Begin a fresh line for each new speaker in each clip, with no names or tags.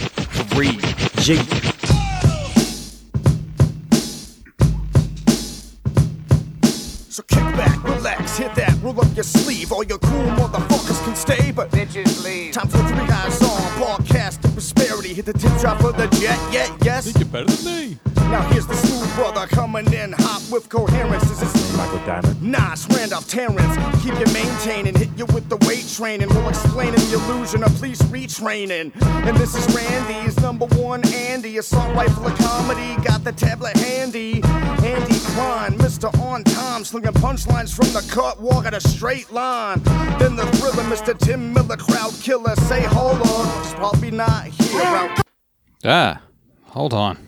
3 G.
So kick back, relax, hit that, roll up your sleeve. All your cool motherfuckers can stay, but
Bitches leave.
time for three eyes on. Broadcast the prosperity, hit the tip drop of the jet, yeah, yes.
Think you're better than me.
Now here's the smooth brother coming in hot with coherence. This is
Michael Diamond.
Nas, Randolph, Terrence. Keep you maintaining, hit you with the weight training. We'll explain in the illusion of police retraining. And this is Randy's number one Andy. Assault rifle of comedy, got the tablet handy. Andy Klein, Mr. On Time, slinging punchlines from the cut, walk at a straight line. Then the thriller, Mr. Tim Miller, crowd killer. Say hold on, he's probably not here. Out
Ah, hold on.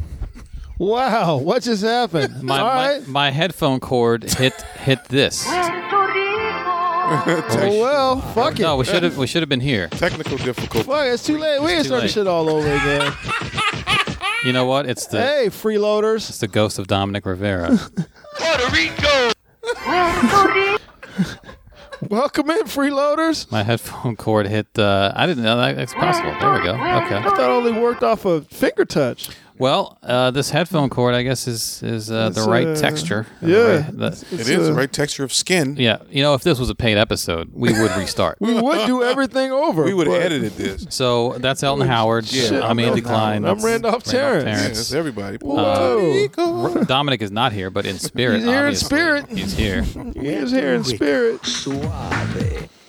Wow, what just happened?
My,
All
my,
right.
my headphone cord hit hit this.
oh, well, fuck it.
No, we should have we should have been here.
Technical difficulty.
Fuck, it's too late. We can
too
start the
late.
shit all over again.
You know what? It's the
hey, freeloaders.
it's the ghost of Dominic Rivera.
Welcome in, freeloaders.
my headphone cord hit. Uh, I didn't know that that's possible. There we go. Okay.
I thought it only worked off of finger touch.
Well, uh, this headphone cord, I guess, is is uh, the
It's,
right
uh,
texture.
yeah.
The right- the-
It
It's,
is the
uh,
right texture of skin.
yeah. You know, if this was a paid episode, we would restart.
We would do everything over.
We would have
but-
edited this.
So that's Elton Howard.
shit,
I'm
I'm
Andy
Elton
Klein.
Howard. I'm
that's
Randolph Terrence.
Yeah, that's everybody.
Uh,
Whoa.
R- Dominic is not here, but in spirit.
He's here in
obviously,
spirit.
He's here.
He is here in spirit.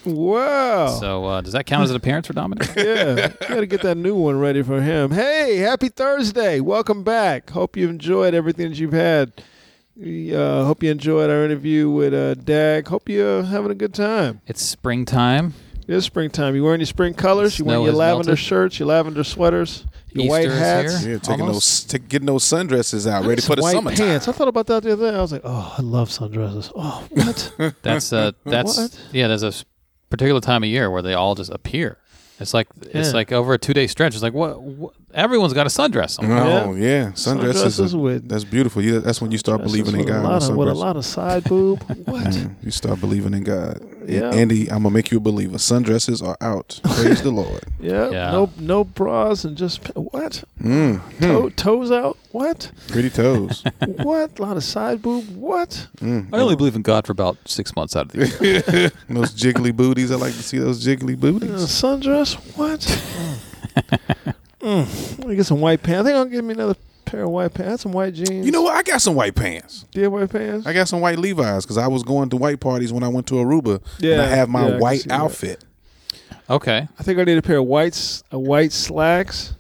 Wow.
So uh, does that count as an appearance for Dominic?
yeah, you gotta get that new one ready for him. Hey, happy Thursday! Welcome back. Hope you enjoyed everything that you've had. We, uh, hope you enjoyed our interview with uh, Dag. Hope you're having a good time.
It's springtime.
It is springtime. You wearing your spring colors? You wearing your
Snow has
lavender
melted.
shirts? Your lavender sweaters? Your
Easter
white
is
hats?
here.
Yeah, taking
Almost.
those, t- getting those sundresses out, ready for the
white
summertime.
pants. I thought about that the other day. I was like, oh, I love sundresses. Oh, what?
That's uh, that's
What?
yeah. There's a s- particular time of year where they all just appear. It's like it's
Yeah.
like over a two day stretch. It's like what, what everyone's got a sundress on.
Oh yeah, sundresses.
Sundresses
are-
with-
that's beautiful. Yeah, that's when you start believing in
With a
God.
lot
with
of, with a
sundresses.
lot of side boob. What?
You start believing in God.
Yeah.
Andy, I'm gonna make you a believer. Sundresses are out. Praise the Lord.
Yeah,
Yeah.
no no bras and just pa- what? Toe, toes out? What?
Mm, Pretty toes.
What? A lot of side boob? What?
I only believe in God for about six months out of the year.
And those jiggly booties. I like to see those jiggly
A
booties.
sundress? What? mm. I'm gonna get some white pants. I think I'll give me another pair of white pants, some white jeans.
You know what? I got some white pants.
Do you have white pants?
I got some white Levi's because I was going to white parties when I went to Aruba. And
Yeah,
I have
yeah,
my
I can see
white
that.
outfit.
okay.
I think I need a pair of whites, a white slacks,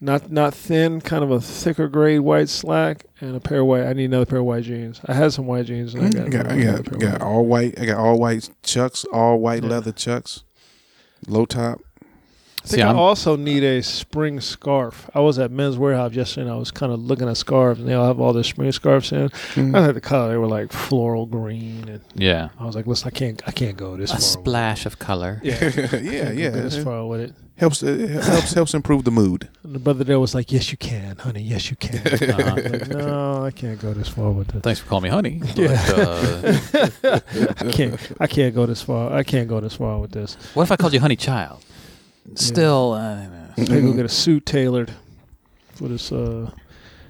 not not thin, kind of a thicker grade white slack, and a pair of white. I need another pair of white jeans. I had some white jeans. And I got,
Mm, I got, I
another
got,
pair of
got
white-
all white. I got all white chucks, all white leather chucks, low top.
I think
See,
I
I'm-
also need a spring scarf. I was at Men's Warehouse yesterday, and I was kind of looking at scarves, and they all have all their spring scarves in.
Hmm.
I had the color; they were like floral green, and
Yeah.
I was like, "Listen, I can't, I can't go this
A
far. with it.
splash of color.
yeah,
I can't go
yeah.
this far with it."
Helps it helps helps improve the mood.
And the brother there was like, "Yes, you can, honey. Yes, you can." I was like, no, I can't go this far with it.
Thanks for calling me honey. But, uh,
I can't, I can't go this far. I can't go this far with this.
what if I called you honey child? Still, uh,
Maybe
Mm-hmm.
we'll get a suit tailored for this. Uh,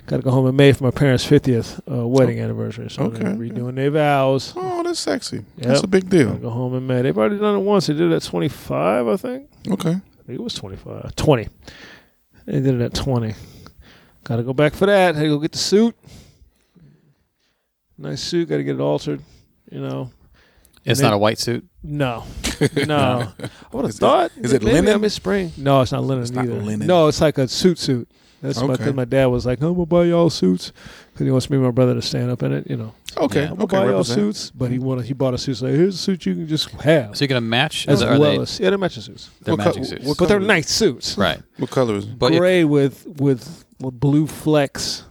Got to go home in May for my parents' 50th uh, wedding anniversary. So they're
Oh, Okay.
redoing their vows.
Oh, that's sexy.
Yep.
That's a big
Gotta
deal.
Go home in May. They've already done it once. They did it at 25, I think.
Okay.
I think it was 25. 20. They did it at 20. Got to go back for that. Had to go get the suit. Nice suit. Got to get it altered. You know.
it's not a white suit.
No, no. I would have thought.
is it
maybe
linen?
I miss spring. No, it's not linen
It's not
either.
linen.
No, it's like a suit suit. That's what
Okay.
my, my dad was like. I'm gonna buy y'all suits because he wants me and my brother to stand up in it. You know.
Okay.
Yeah.
I'm gonna
Okay.
buy
represent.
y'all suits, but he wanted he bought a suit. So here's a suit you can just have.
So you're gonna match?
as
Is, are
well
they?
as yeah, they're matching suits,
They're
What co-
matching suits.
what
but they're
color-
nice suits.
right.
What color is?
But
Gray with with with blue flecks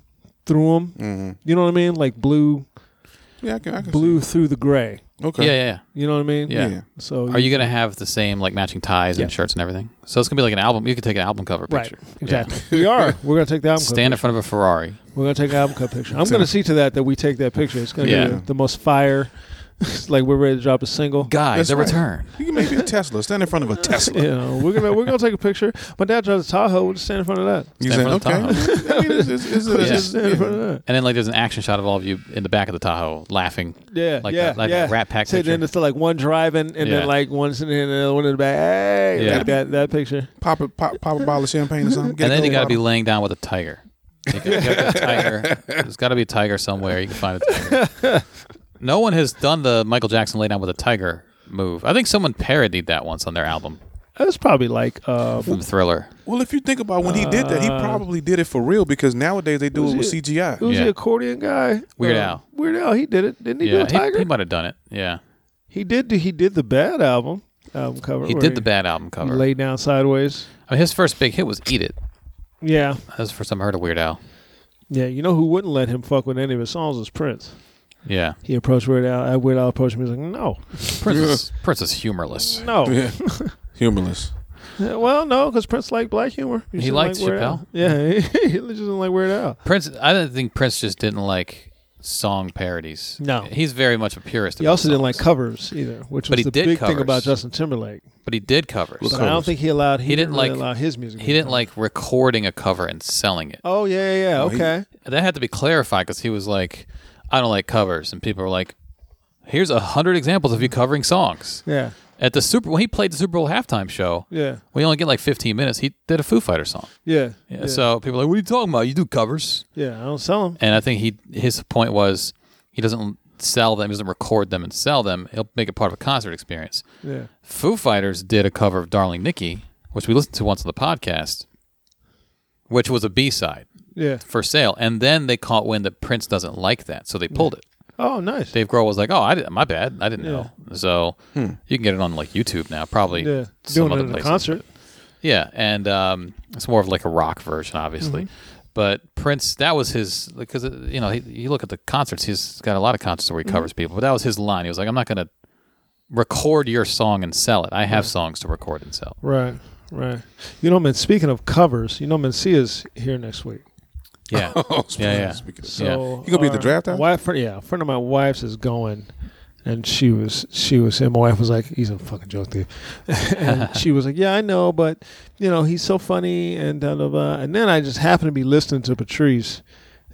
through them.
Mm-hmm.
You know what I mean? Like blue
Yeah, I can. I can
blue through the gray.
See.
If,
Okay.
yeah, yeah,
You know what I mean?
yeah. yeah.
So
Are you gonna have the same like matching ties
Yeah.
and shirts and everything? So it's gonna be like an album. You could take an album cover
right?
picture. Yeah.
Exactly. We are. We're gonna take the album. cover
Stand in front of a Ferrari.
We're gonna take an album cut picture. I'm gonna see to that that we take that picture. It's gonna
Yeah.
be the, the most fire It's like we're ready to drop a single.
Guy,
That's
the
right.
return.
You can make me a Tesla. Stand in front of a Tesla.
You know, we're gonna we're gonna take a picture. My dad drives a Tahoe. We'll just stand in front of that.
You
Stand
said,
in front
okay.
of the
I mean, it's, it's, it's,
Yeah.
it's,
Just stand in front of
yeah.
that.
And then like there's an action shot of all of you in the back of the Tahoe laughing.
Yeah,
like
yeah,
that, like
yeah.
that Rat Pack
So
picture.
then it's like one driving, and
Yeah.
then like one's in here, and the other one in the back. Hey,
Yeah.
like that that picture.
Pop a pop, pop a bottle of champagne or something. Get
and
a
then you
cold
got to be
bottle.
laying down with a tiger. You gotta get a tiger. There's got to be a tiger somewhere. You can find a tiger. No one has done the Michael Jackson lay down with a tiger move. I think someone parodied that once on their album
That's probably like um,
from Thriller.
Well, if you think about when he did that, he probably did it for real because nowadays they do it with
it-
CGI.
who's
Yeah.
the accordion guy?
Weird
Uh,
Al.
Weird Al. He did it, didn't he? Do
Yeah,
a tiger.
he,
He,
he might have done it. Yeah,
did. do- He did the bad album album cover.
he
where
did the bad album
he
cover.
Laid down sideways.
I mean, his first big hit was "Eat It."
Yeah,
That was the first time I heard of Weird Al.
yeah. You know who wouldn't let him fuck with any of his songs is Prince.
Yeah,
He approached Weird Al. uh, Weird Al approached him. He's like, no,
Prince is, Prince is humorless.
no.
Yeah. Humorless.
Yeah, Well, no, because Prince liked black humor.
He
just didn't
liked
like Weird Al.
Chappelle.
Yeah, he, he just didn't like Weird Al.
Prince, I don't think Prince just didn't like song parodies.
No.
he's very much a purist.
He
about
also didn't like
songs.
covers either, which
But
was
he
the
did
big
covers.
thing about Justin Timberlake.
but he did covers.
But I don't think he allowed. He,
He didn't
really
like-
allow his music. to
He
be
didn't
covered.
like recording a cover and selling it.
Oh yeah, yeah, yeah.
he-
Okay.
That had to be clarified because he was like, "I don't like covers," and people were like, "Here's a hundred examples of you covering songs."
yeah,
At the Super, when he played the Super Bowl halftime show,
yeah,
we only get like 15 minutes. He did a Foo Fighter song.
yeah,
Yeah, So people are like, "What are you talking about? You do covers?"
yeah. I don't sell them.
And I think he his point was he doesn't sell them, he doesn't record them and sell them. He'll make it part of a concert experience.
Yeah,
Foo Fighters did a cover of Darling Nikki, which we listened to once on the podcast, which was a B side
yeah.
for sale. And then they caught wind that Prince doesn't like that, so they pulled it.
Oh, nice.
Dave Grohl was like, "Oh, I did, my bad, I didn't know." So you can get it on like YouTube now, probably.
yeah,
some
doing it
other
in a
places.
concert.
Yeah, and um, it's more of like a rock version, obviously.
Mm-hmm.
But Prince, that was his because you know he, you look at the concerts. He's got a lot of concerts where he
Mm-hmm.
covers people, but that was his line. He was like, "I'm not going to record your song and sell it. I have songs to record and sell."
Right, right. You know, man. Speaking of covers, you know, Mencia's here next week.
Yeah,
Oh,
yeah, yeah.
Speaking of,
So
Yeah.
You gonna be at the
our
draft house?
Wife, friend- yeah, a friend of my wife's is going, and she was she was and my wife was like, he's a fucking joke dude, and she was like, yeah, I know, but you know he's so funny and da da da. And then I just happened to be listening to Patrice.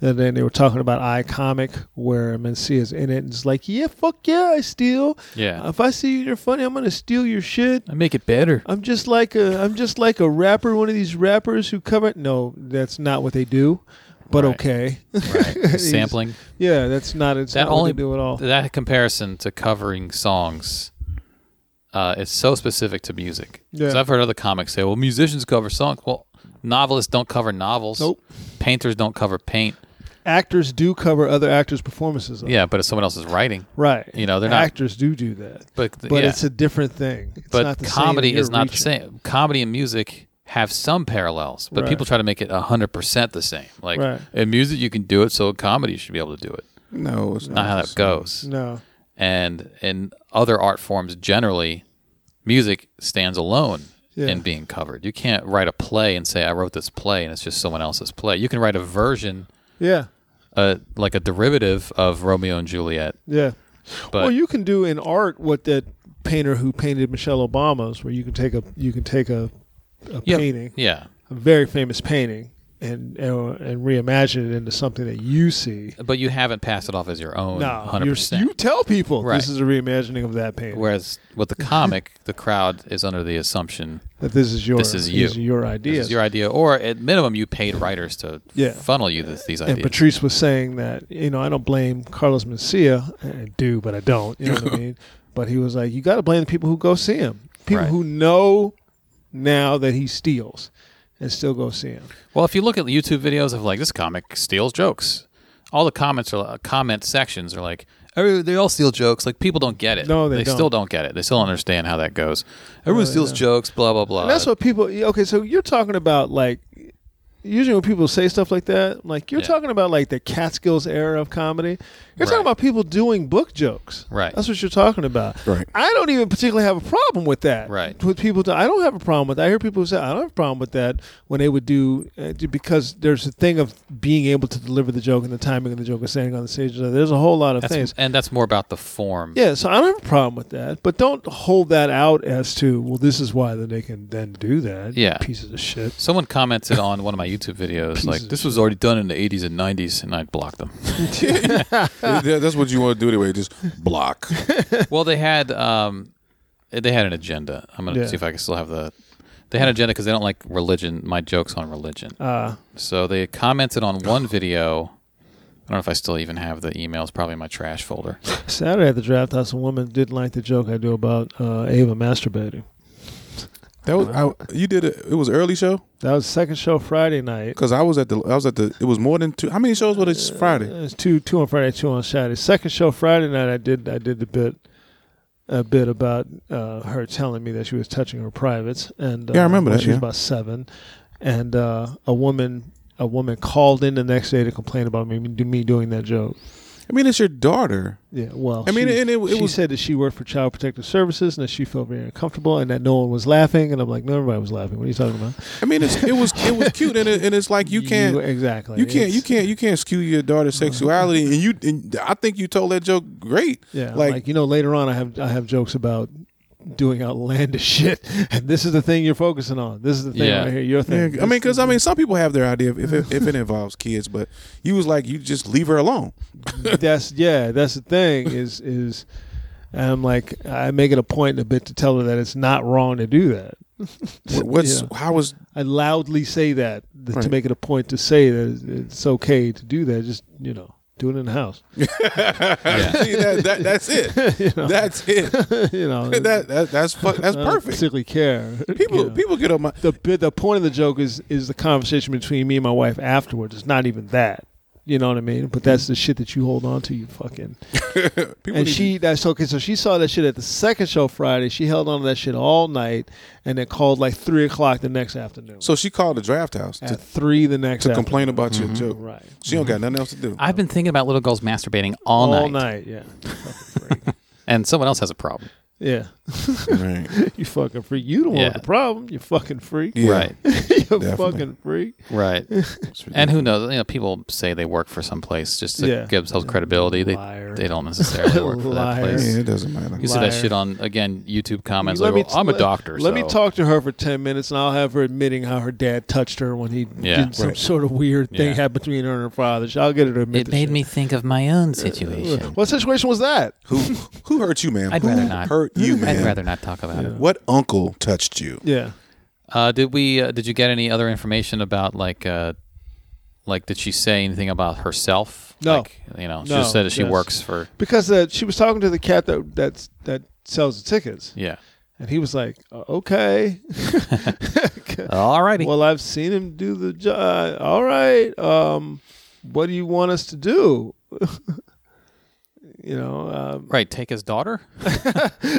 And then they were talking about iComic, where Mencia's in it, and it's like, yeah, fuck yeah, I steal.
Yeah.
If I see you're funny, I'm gonna steal your shit.
I make it better.
I'm just like a I'm just like a rapper, one of these rappers who cover. No, that's not what they do, but
Right.
okay.
Right.
He's-
Sampling
Yeah, that's not it's
that
not
only
what they do at all.
That comparison to covering songs uh, is so specific to music. Because
Yeah.
I've heard other comics say, "Well, musicians cover songs." Well, novelists don't cover novels.
Nope.
Painters don't cover paint.
actors do cover other actors' performances. though.
Yeah, but it's someone else's writing.
right.
You know, they're not-
actors do do that,
But,
but
yeah.
it's a different thing. It's
but
not the
comedy
same and
is
you're
not
reaching.
the same. Comedy and music have some parallels, but
Right.
people try to make it hundred percent the same. Like
Right.
in music, you can do it, so comedy you should be able to do it.
no, it's
Not how that goes.
No,
and in other art forms generally music stands alone
Yeah.
in being covered you can't write a play and say i wrote this play and it's just someone else's play you can write a version
yeah,
uh, like a derivative of romeo and juliet
yeah.
but
well, you can do in art what that painter who painted Michelle Obama's, where you can take a you can take a, a
yeah,
painting,
yeah
a very famous painting, and and, and reimagine it into something that you see.
but you haven't passed it off as your own
No,
100%
you're, you tell people
Right.
this is a reimagining of that painting.
whereas with the comic the crowd is under the assumption
that this is your
This is you.
These are your idea.
this is your idea or at minimum you paid writers to
Yeah.
funnel you this, these
And
ideas
Patrice was saying that, you know, I don't blame Carlos Mencia. I do, but I don't. You know what I mean? But he was like, you got to blame the people who go see him. People
Right.
who know now that he steals and still go see him.
Well, if you look at the YouTube videos of like this comic steals jokes, all the comments are uh, comment sections are like "Oh, they all steal jokes. Like people don't get it.
No, they don't. Oh,
still don't get it. They still don't understand how that goes. Everyone steals jokes. Blah blah blah.
And that's what people, okay, so you're talking about like, usually when people say stuff like that, like, you're
Yeah.
talking about like the Catskills era of comedy. You're
Right.
talking about people doing book jokes.
Right.
That's what you're talking about.
Right.
I don't even particularly have a problem with that.
Right.
With people, do- I don't have a problem with. That. I hear people say I don't have a problem with that when they would do uh, do- because there's a thing of being able to deliver the joke and the timing of the joke and standing on the stage. There's a whole lot of things.
That's, and that's more about the form.
Yeah, so I don't have a problem with that, but don't hold that out as to well, this is why that they can then do that. you
Yeah.
pieces of shit.
Someone commented on one of my YouTube videos, like, this was already done in the 80s and 90s, and I blocked them.
That- That's what you want to do anyway. Just block.
well, they had um, they had an agenda. I'm going to
Yeah.
see if I can still have the. They had an agenda because they don't like religion, my jokes on religion.
Uh,
so they commented on one video. I don't know if I still even have the emails, probably in my trash folder.
Saturday at the draft house, a woman didn't like the joke I do about uh, Ava masturbating.
That was I, you did it. It was early show
That was second show Friday night.
because I was at the I was at the. It was more than two. How many shows was it
It
Friday?
was Uh, two two on Friday, two on Saturday. Second show Friday night, I did I did the bit a bit about uh, her telling me that she was touching her privates, and uh,
Yeah, I remember
when
that,
She was
yeah.
about seven, and uh, a woman a woman called in the next day to complain about me me doing that joke.
I mean, it's your daughter.
Yeah, well,
I mean,
she,
and it- it
she
was-
said that she worked for Child Protective Services and that she felt very uncomfortable and that no one was laughing. And I'm like, no, everybody was laughing. What are you talking about?
I mean, it's, it was it was cute and it, and it's like you can't
exactly.
you can't
It's-
you can't you can't skew your daughter's sexuality and you and I think you told that joke great.
Yeah, like,
like,
you know, later on, I have I have jokes about doing outlandish shit, and this is the thing you're focusing on. This is the thing
Yeah.
right here. Your
yeah,
thing.
I mean, because I mean, some people have their idea if if it, if it involves kids, but you was like you just leave her alone.
that's yeah, that's the thing. Is is and I'm like I make it a point in a bit to tell her that it's not wrong to do that.
What- What's
Yeah.
how was
I loudly say that th- to
Right.
make it a point to say that it's okay to do that. Just you know, do it in the house.
See, that, that, that's it. That's it.
you know,
that, that that's fu- that's
I don't
perfect.
particularly care.
People
you know.
people get on my
the bit, the point of the joke is is the conversation between me and my wife afterwards. It's not even that. You know what I mean? But that's the shit that you hold on to, you fucking.
people.
And
need
she that's okay. So she saw that shit at the second show Friday. She held on to that shit all night, and then called like three o'clock the next afternoon.
to- so she called the draft house to,
at Mm-hmm. three the next
to
afternoon.
complain about your joke.
Right.
She don't got nothing else to do.
I've been thinking about little girls masturbating all,
All
night,
night, yeah. Fucking freak.
and someone else has a problem.
yeah,
Right.
you fucking freak. You don't
Yeah.
want the problem. You fucking freak.
Yeah.
Right,
you
definitely.
fucking freak.
right. and who knows? You know, people say they work for some place just to
Yeah.
give themselves credibility. They
Liar.
they don't necessarily work for that
Liar.
place.
Yeah, it doesn't matter.
You see that
Liar.
shit on again YouTube comments.
Let
Like,
me-
well, I'm a
let-
doctor.
Let me
so-
talk to her for ten minutes, and I'll have her admitting how her dad touched her when he
Yeah.
did some
Right.
sort of weird thing
Yeah.
happen between her and her father. So I'll get her to admit.
It
the
made
shit.
me think of my own situation.
What situation was that?
Who who hurt you, man?
I'd
who
rather not.
hurt you, man?
I'd rather not talk about it.
What uncle touched you?
Yeah,
Uh, did we? Uh, did you get any other information about like, uh, like did she say anything about herself?
No.
Like, you know, she
No,
just said that she
yes.
works for.
because uh, she was talking to the cat that that that sells the tickets,
Yeah.
and he was like, "Uh, "Okay,
Alrighty.
well, I've seen him do the job. All right, um, what do you want us to do?" you know, um,
right. Take his daughter.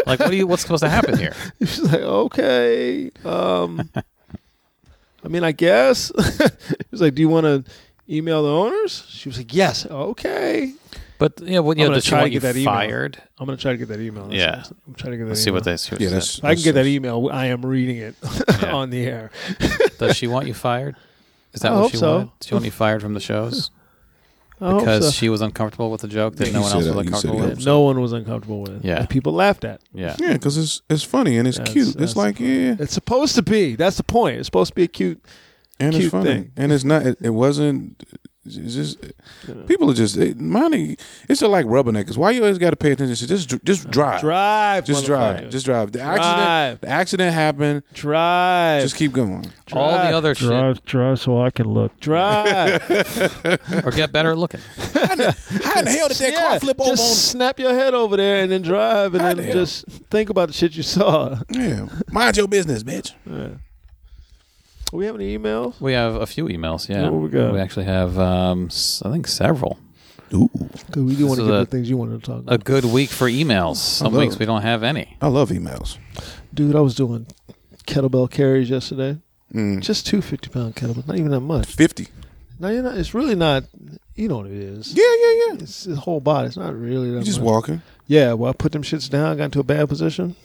like, what do you? What's supposed to happen here?
She's like, okay. Um, I mean, I guess. he was like, do you want to email the owners? She was like, yes. Okay.
But you know, what, you
I'm
know,
gonna
does she
try to
want you
get that email.
fired?
I'm gonna try to get that email. That's
Yeah.
what I'm saying. I'm trying to get that.
Let's
email.
see what they. See what
Yeah,
she
that's.
said.
If I can get that
that's-
email. I am reading it
Yeah.
on the air.
Does she want you fired? Is that
I
what
hope
she
so.
wanted? She want you fired from the shows
I hope
because
so.
she was uncomfortable with the joke that
Yeah,
no
you
one
said
else
that.
was
You said
uncomfortable
that.
with.
That no one was uncomfortable with.
Yeah.
That people laughed at.
Yeah.
Yeah, because it's it's funny and it's
e- That's-
cute.
that's-
It's like yeah,
It's supposed to be. That's the point. It's supposed to be a cute.
and it's
cute
funny
thing.
and it's not. It, it wasn't. It's just people are just it, money. It's just like rubberneckers. Why you always got to pay attention? to Just dr- just drive,
Drive.
just drive,
motherfucker.
just drive. The
Drive.
accident, the accident happened.
drive.
Just keep going.
All the
Drive.
other
drive so I can look.
drive.
shit, or get better at looking.
How in the hell did that car flip over?
just snap your head over there and then drive and
Hot
then
damn.
just think about the shit you saw. Are
On? Yeah, mind your business, bitch.
we having any emails?
We have a few emails. Yeah,
What we got?
we actually have. Um, s- I think several.
Ooh,
Because we do want
is
to get
a-
the things you wanted to talk about.
A good week for emails. Some
Hello.
weeks we don't have any.
I love emails.
Dude, I was doing kettlebell carries yesterday.
Mm.
Just two 50 pound kettlebell, not even that much.
Fifty.
No, you're not. It's really not. You know what it is.
Yeah, yeah, yeah.
It's his whole body. It's not really. That
You just
much.
walking.
Yeah. Well, I put them shits down. Got into a bad position.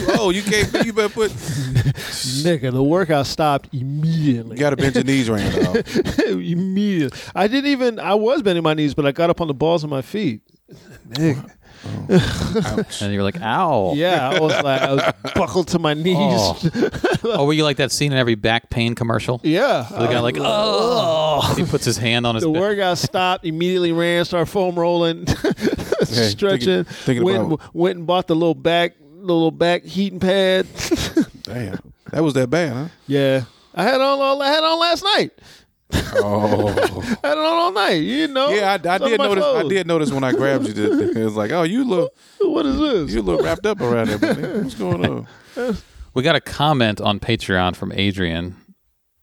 you oh, you can't. You better put.
nigga, the workout stopped immediately.
You got to bend your knees right now.
immediately. I didn't even. I was bending my knees, but I got up on the balls of my feet. Nigga.
Ouch.
And you're like, ow.
Yeah, I was like, I was buckled to my knees.
Oh. oh, were you like that scene in every back pain commercial?
Yeah,
The guy
I-
like, oh. He puts his hand on his
the
back.
workout stopped immediately. Ran, started foam rolling,
thinking-
stretching.
thinking
went
about-
went and bought the little back, the little back heating pad.
Damn, that was that bad, huh?
yeah, I had on all I had on last night.
Oh,
I had it on all night. You know.
yeah. I, I
It's under
did
my
notice. I
clothes.
did notice when I grabbed you. That, it was like, oh, you look,
What is this?
you look wrapped up around there. buddy. What's going on?
We got a comment on Patreon from Adrian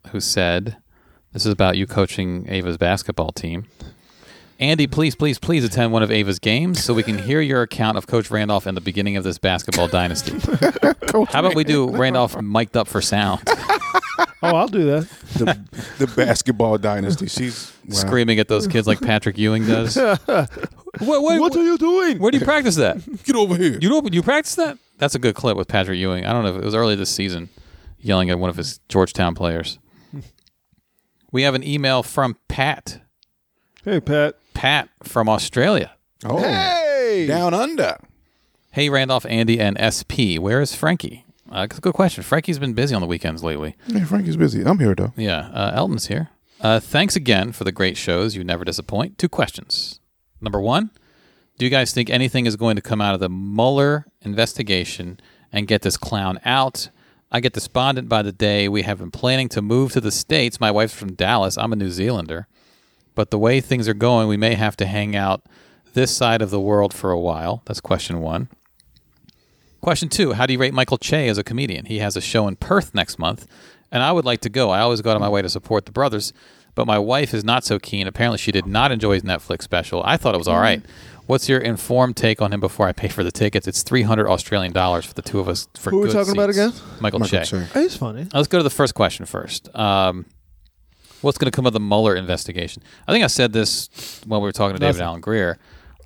who said, This is about you coaching Ava's basketball team. Andy, please, please, please attend one of Ava's games so we can hear your account of Coach Randolph and the beginning of this basketball dynasty. How about we do Randolph mic'd up for sound,
oh, I'll do that.
The, the basketball dynasty. She's wow.
screaming at those kids like Patrick Ewing does? wait, wait,
What are you doing?
where do you practice that?
Get over here.
You don't, you practice that? That's a good clip with Patrick Ewing. I don't know if it was early this season, yelling at one of his Georgetown players. we have an email from Pat,
Hey, Pat.
Pat from Australia.
oh,
Hey.
down under.
Hey Randolph, Andy, and SP. Where is Frankie? Uh, that's a good question. Frankie's been busy on the weekends lately.
Hey, Frankie's busy. I'm here though.
Yeah, uh, Elton's here. Uh, thanks again for the great shows. You never disappoint. Two questions. Number one, do you guys think anything is going to come out of the Mueller investigation and get this clown out? I get despondent by the day. We have been planning to move to the States. My wife's from Dallas. I'm a New Zealander. But the way things are going, we may have to hang out this side of the world for a while. That's question one. Question two How do you rate Michael Che as a comedian? He has a show in Perth next month, and I would like to go. I always go out of my way to support the brothers, but my wife is not so keen. Apparently, she did not enjoy his Netflix special. I thought it was all right.
Mm-hmm.
What's your informed take on him before I pay for the tickets? It's 300 Australian dollars for the two of us for
Who are we
good
talking about
seats.
again?
Michael,
Michael
Che.
Che.
Hey, He's funny.
Let's go to the first question first. Um, what's going to come of the Mueller investigation? I think I said this when we were talking to David
Nothing.
Allen Greer.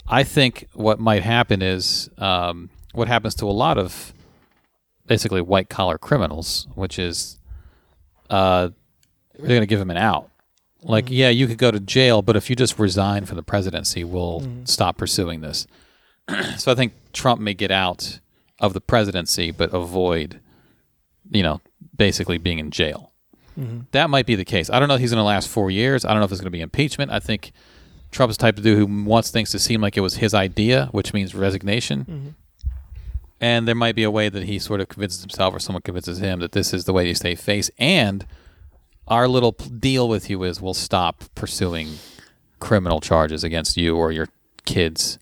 I think what might happen is um, what happens to a lot of basically white collar criminals, which is uh, they're going to give him an out. Like, yeah, you could go to jail, but if you just resign from the presidency, we'll stop pursuing this. so I think Trump may get out of the presidency, but avoid, you know, basically being in jail. That might be the case. I don't know if he's going to last four years. I don't know if it's going to be impeachment. I think Trump's type of dude who wants things to seem like it was his idea, which means resignation. And there might be a way that he sort of convinces himself or someone convinces him that this is the way you stay face. And our little p- deal with you is we'll stop pursuing criminal charges against you or your kids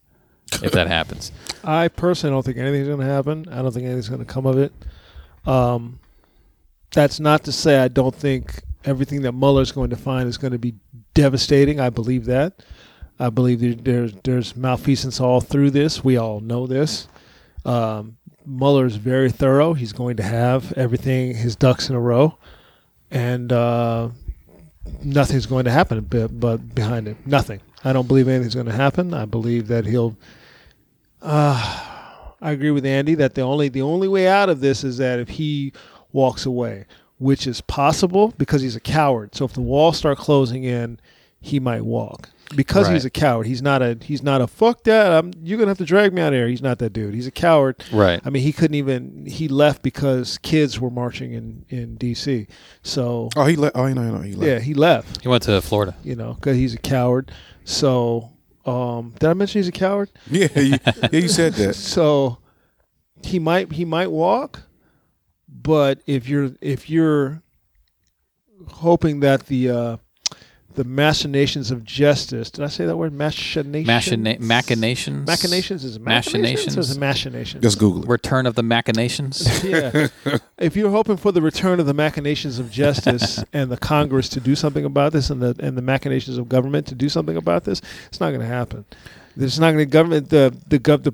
if that happens.
I personally don't think anything's going to happen. I don't think anything's going to come of it. Um, that's not to say I don't think everything that Mueller's going to find is going to be devastating. I believe that. I believe there, there's there's malfeasance all through this. We all know this. Um, Mueller's very thorough. He's going to have everything his ducks in a row, and uh, nothing's going to happen. But, but behind it, nothing. I don't believe anything's going to happen. I believe that he'll uh, I agree with Andy that the only the only way out of this is that if he walks away, which is possible because he's a coward. So if the walls start closing in, he might walk because
Right.
he's a coward. He's not a he's not a fuck that. I'm, you're gonna have to drag me out of here. He's not that dude. He's a coward.
Right.
I mean, he couldn't even he left because kids were marching in in D.C. So
Oh, he left. Oh, you know, you know, he left.
yeah, he left.
He went to Florida.
You know, because he's a coward. So um, did I mention he's a coward?
Yeah, you, yeah, you said that.
So he might he might walk, but if you're if you're hoping that the uh, the machinations of justice did I say that word machinations
Machina- machinations.
machinations is it machinations
Machinations.
or is it machinations
Just Google it.
Return of the machinations.
yeah. if you're hoping for the return of the machinations of justice and the Congress to do something about this, and the and the machinations of government to do something about this, it's not going to happen. There's not going to government the the gov the.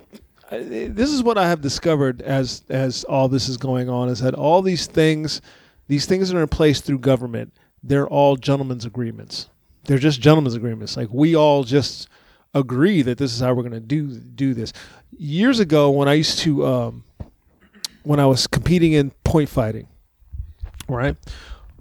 I- This is what I have discovered as as all this is going on is that all these things these things that are in place through government, they're all gentlemen's agreements. They're just gentlemen's agreements. Like we all just agree that this is how we're going to do do this. Years ago, when I used to, um, when I was competing in point fighting, right?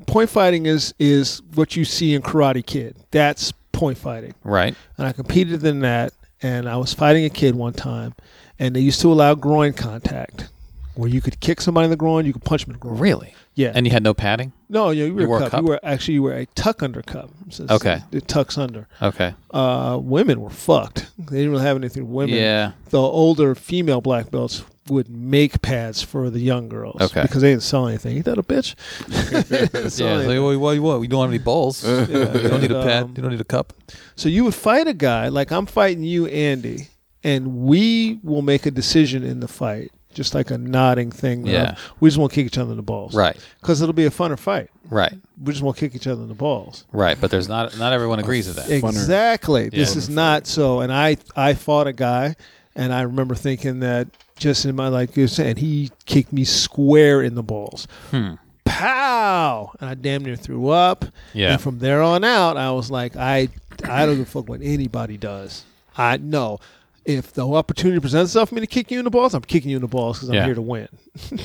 Point fighting is is what you see in Karate Kid. That's point fighting
Right.
and I competed in that. And I was fighting a kid one time, and they used to allow groin contact, where you could kick somebody in the groin, you could punch them in the groin.
Really?
Yeah.
And you had no padding?
no, you, you were
wore a
a cup.
cup?
You were actually you were a tuck under cup. So it's-
Okay.
It tucks under.
Okay.
Uh, women were fucked. They didn't really have anything. Women.
Yeah.
The older female black belts would make pads for the young girls
Okay.
because they didn't sell anything. Ain't that a bitch?
yeah. Like, what, what, what? You don't have any balls. you don't need a pad. You don't need a cup.
So you would fight a guy like I'm fighting you, Andy, and we will make a decision in the fight, just like a nodding thing. that
Yeah.
we just won't kick each other in the balls,
Right.
Because it'll be a funner fight.
Right.
We just won't kick each other in the balls.
Right. But there's not not everyone agrees with that.
Exactly. This
Yeah.
is not so. And I I fought a guy, and I remember thinking that just in my life, you're saying he kicked me square in the balls.
Hmm.
Pow! And I damn near threw up.
Yeah.
And from there on out, I was like, I I don't give a fuck what anybody does. I know. If the opportunity presents itself for me to kick you in the balls, I'm kicking you in the balls because I'm
Yeah.
here to win.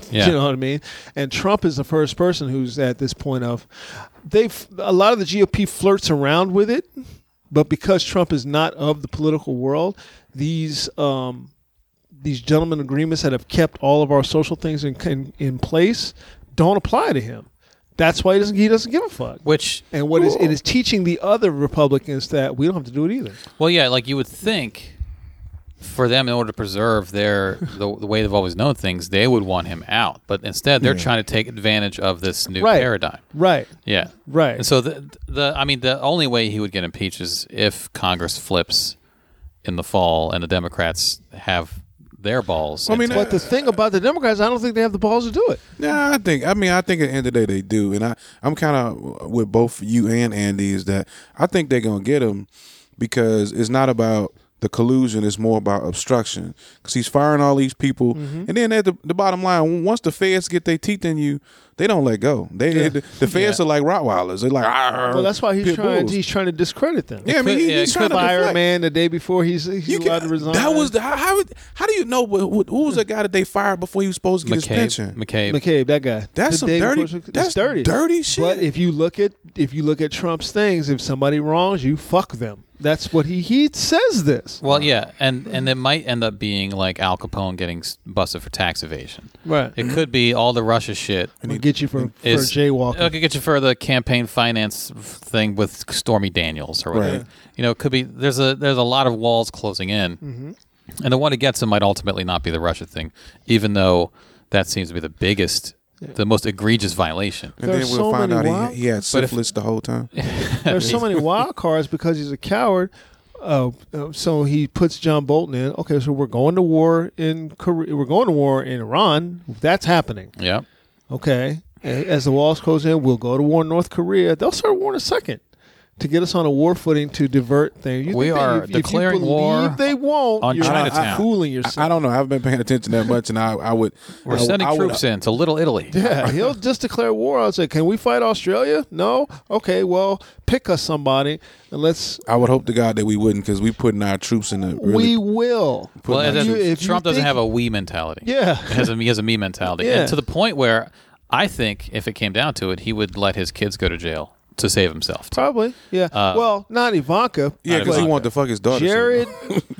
Yeah.
You know what I mean? And Trump is the first person who's at this point of they've a lot of the GOP flirts around with it, but because Trump is not of the political world, these um, these gentlemen agreements that have kept all of our social things in in, in place don't apply to him. That's why he doesn't he doesn't give a fuck.
Which
And what is it is teaching the other Republicans that we don't have to do it either.
Well, yeah, like you would think for them in order to preserve their the, the way they've always known things, they would want him out. But instead, they're trying to take advantage of this new
Right.
paradigm.
Right.
Yeah.
Right.
And so the the I mean the only way he would get impeached is if Congress flips in the fall and the Democrats have their balls.
I mean,
into-
But the thing about the Democrats, I don't think they have the balls to do it.
Nah, I think. I mean, I think at the end of the day they do, and I I'm kind of with both you and Andy is that I think they're gonna get him because it's not about the collusion; it's more about obstruction. Because he's firing all these people,
Mm-hmm.
and then at the, the bottom line, once the feds get their teeth in you, they don't let go. They the, the feds are like Rottweilers. They're like,
Well, that's why he's
pit
trying.
bulls."
He's trying to discredit them.
yeah, I mean,
could-
he,
yeah,
he's
it
trying to
could-
deflect.
Fire man the day before he's, he's
You
allowed
can,
to resign.
that was the how, how would- how do you know what, what who was the guy that they fired before he was supposed to get his
McCabe,
pension?
McCabe.
McCabe, that guy.
That's
The
some
day
dirty-
before- it's
that's dirty shit.
But if you look at if you look at Trump's things, if somebody wrongs you, fuck them. That's what he he says this.
Well, yeah, and and it might end up being like Al Capone getting s- busted for tax evasion.
Right.
It could be all the Russia shit.
We'll get you for, for
is
jaywalking.
It could get you for the campaign finance thing with Stormy Daniels or whatever.
Right.
You know, it could be there's a there's a lot of walls closing in,
Mm-hmm.
and the one that gets him might ultimately not be the Russia thing, even though that seems to be the biggest, the most egregious violation.
And
There
then
are
we'll
so
find
many
out
wild-
he, he had syphilis the whole time.
There's so many wild cards because he's a coward. Uh, uh, so he puts John Bolton in. Okay, so we're going to war in Korea. We're going to war in Iran. That's happening.
Yeah,
Okay. A- As the walls close in, we'll go to war in North Korea. They'll start war in a second to get us on a war footing to divert things. You
We
think they-
are
if- if you
declaring war
believe They won't.
on
you're
Chinatown.
fooling
I
yourself.
don't know. I haven't been paying attention that much, and I, I would.
we're
I,
sending
I would-
troops in to Little Italy.
yeah, he'll just declare war. I'll say, can we fight Australia? No. Okay, well, pick us somebody and let's.
I would hope to God that we wouldn't, because we putting our troops in a really.
we will.
Well,
Putting
it
our
doesn't-
You- if you
Trump doesn't
think-
have a we mentality.
Yeah.
He has a, he has a me mentality.
Yeah.
And to the point where I think if it came down to it, he would let his kids go to jail to save himself.
Probably. Yeah.
Uh,
well, not Ivanka.
yeah, because he
Ivanka.
wanted to fuck his daughter. so-
Jared,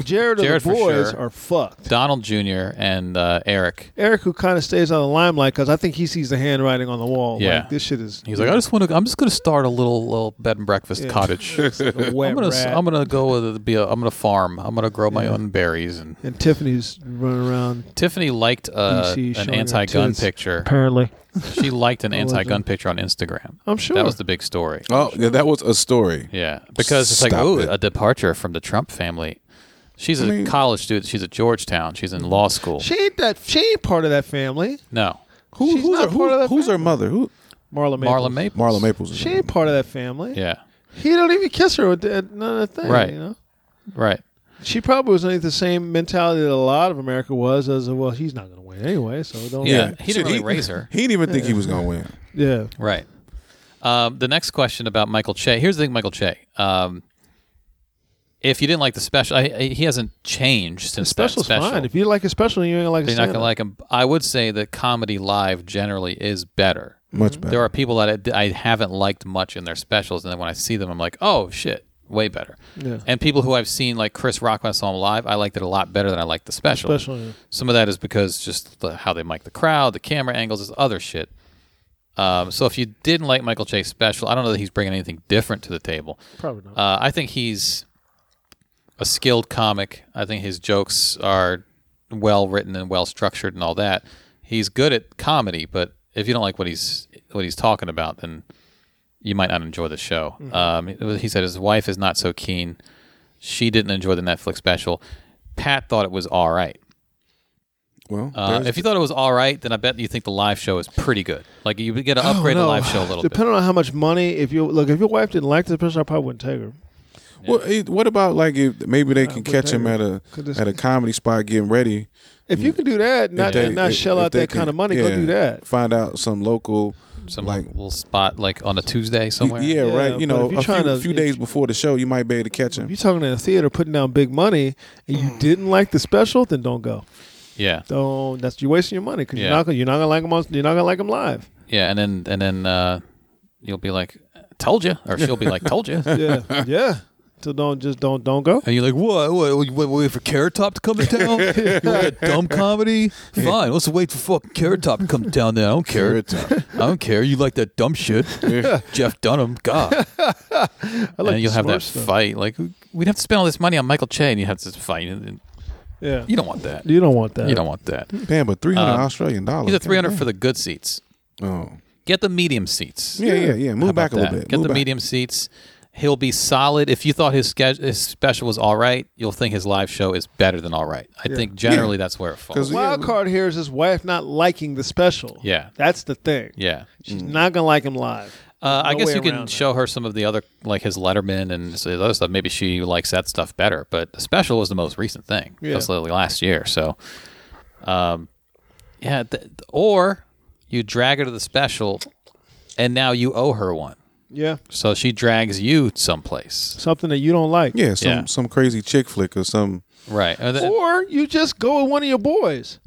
Jared, and
Jared
the
for
boys
sure.
are fucked.
Donald Jr. and uh, Eric.
Eric, who kind of stays on the limelight because I think he sees the handwriting on the wall.
Yeah.
Like, this shit is.
He's like, I just want to. I'm just going to start a little little bed and breakfast cottage.
like a wet
I'm gonna
rat.
I'm gonna go with be a, I'm gonna farm. I'm gonna grow my own berries. And
and Tiffany's running around.
Tiffany liked uh,
You see, showing
an
her
anti-gun
tits.
picture.
Apparently,
She liked an anti-gun picture on Instagram.
I'm sure.
that was the big story.
Oh, yeah, that was a story.
Yeah, because it's like
Stop
ooh,
it.
a departure from the Trump family. She's a
mean-
college student. She's at Georgetown. She's in law school.
She ain't that. She ain't part of that family.
no,
Who,
She's
who's
not
her,
part of
who,
that
who's her mother? Who?
Marla Maples.
Marla Maples.
Marla Maples. is
She
her
ain't part of that family.
Yeah,
He don't even kiss her with that, none of that thing.
Right.
You know?
right.
She probably was underneath the same mentality that a lot of America was as a, well, he's not going to win anyway, so don't.
Yeah. He
Shit,
didn't really raise her.
He didn't even think he was gonna win.
Yeah.
Right. Um, the next question about Michael Che. Here's the thing, Michael Che. Um, if you didn't like the special, I, I- he hasn't changed since
Special's
that special.
fine. If you like a special, you ain't going to like a
You're not gonna
stand-up.
like him. I would say that comedy live generally is better.
Much better.
There are people that I, I haven't liked much in their specials, and then when I see them, I'm like, oh shit, way better.
Yeah.
And people who I've seen, like Chris Rock, when I saw him live, I liked it a lot better than I liked the special.
Special, yeah.
Some of that is because just the, how they mic the crowd, the camera angles, is other shit. Um, so if you didn't like Michael Che special, I don't know that he's bringing anything different to the table.
Probably not.
Uh, I think he's a skilled comic. I think his jokes are well written and well structured and all that. He's good at comedy, but if you don't like what he's what he's talking about, then you might not enjoy the show.
Mm-hmm.
Um, he said his wife is not so keen. She didn't enjoy the Netflix special. Pat thought it was all right.
Well,
Uh,
there's-
if you thought it was all right, then I bet you think the live show is pretty good. Like you would get to upgrade the
No.
live show a little bit.
Depending on how much money, if you look, if your wife didn't like the special, I probably wouldn't take her.
Well, it- what about like if maybe they can catch him at a
Could this-
at a comedy spot getting ready?
If you can do that, not
They-
not
Mm. if-
shell
if
out
they
that
can-
kind of money, go
yeah,
do that.
Find out some local,
Some
like
little spot like on a Tuesday somewhere.
yeah,
Yeah,
right. You
but
know,
if you're
a few,
trying to-
few
if-
days before the show, you might be able to catch
If
him.
you're talking in a theater, putting down big money, and
Mm.
you didn't like the special, then don't go.
yeah.
Don't. That's you're wasting your money because
Yeah.
you're not gonna you're not gonna like them on, you're not gonna like them live.
Yeah, and then and then uh, you'll be like, "Told you," or she'll be like, "Told you." And
Yeah, yeah. So don't just don't don't go.
you're like, "What? What? what, what wait for Carrot Top to come to town? you want a dumb comedy? Fine, let's wait for fucking Carrot Top to come to town. Then I don't care. I don't care. You like that dumb shit, Jeff Dunham? God."
I like
and you'll
the
have that
Smurfs, though.
fight. Like we'd have to spend all this money on Michael Che, and you have this fight. And- and
Yeah,
You don't want that.
you don't want that.
You don't want that.
Damn, but three hundred
Um,
Australian dollars.
He's a
God
300
damn.
for the good seats.
Oh.
Get the medium seats.
Yeah, yeah, yeah.
How
Move
about
back a little
that?
bit.
Get
Move
the
back.
medium seats. He'll be solid. If you thought his, ske- his special was all right, you'll think his live show is better than all right. I think generally that's where it
'Cause
falls.
we-
Wild card here is his wife not liking the special.
Yeah.
that's the thing.
Yeah.
She's not gonna like him live.
Uh, I
No
guess
way
you can
around that.
show her some of the other, like his Letterman and his other stuff. Maybe she likes that stuff better. But the special was the most recent thing.
Yeah.
That was literally last year. So, um, yeah. Th- or you drag her to the special, and now you owe her one.
Yeah,
So she drags you someplace.
something that you don't like.
Yeah, some
Yeah.
some crazy chick flick or some.
Right. And th-
Or you just go with one of your boys.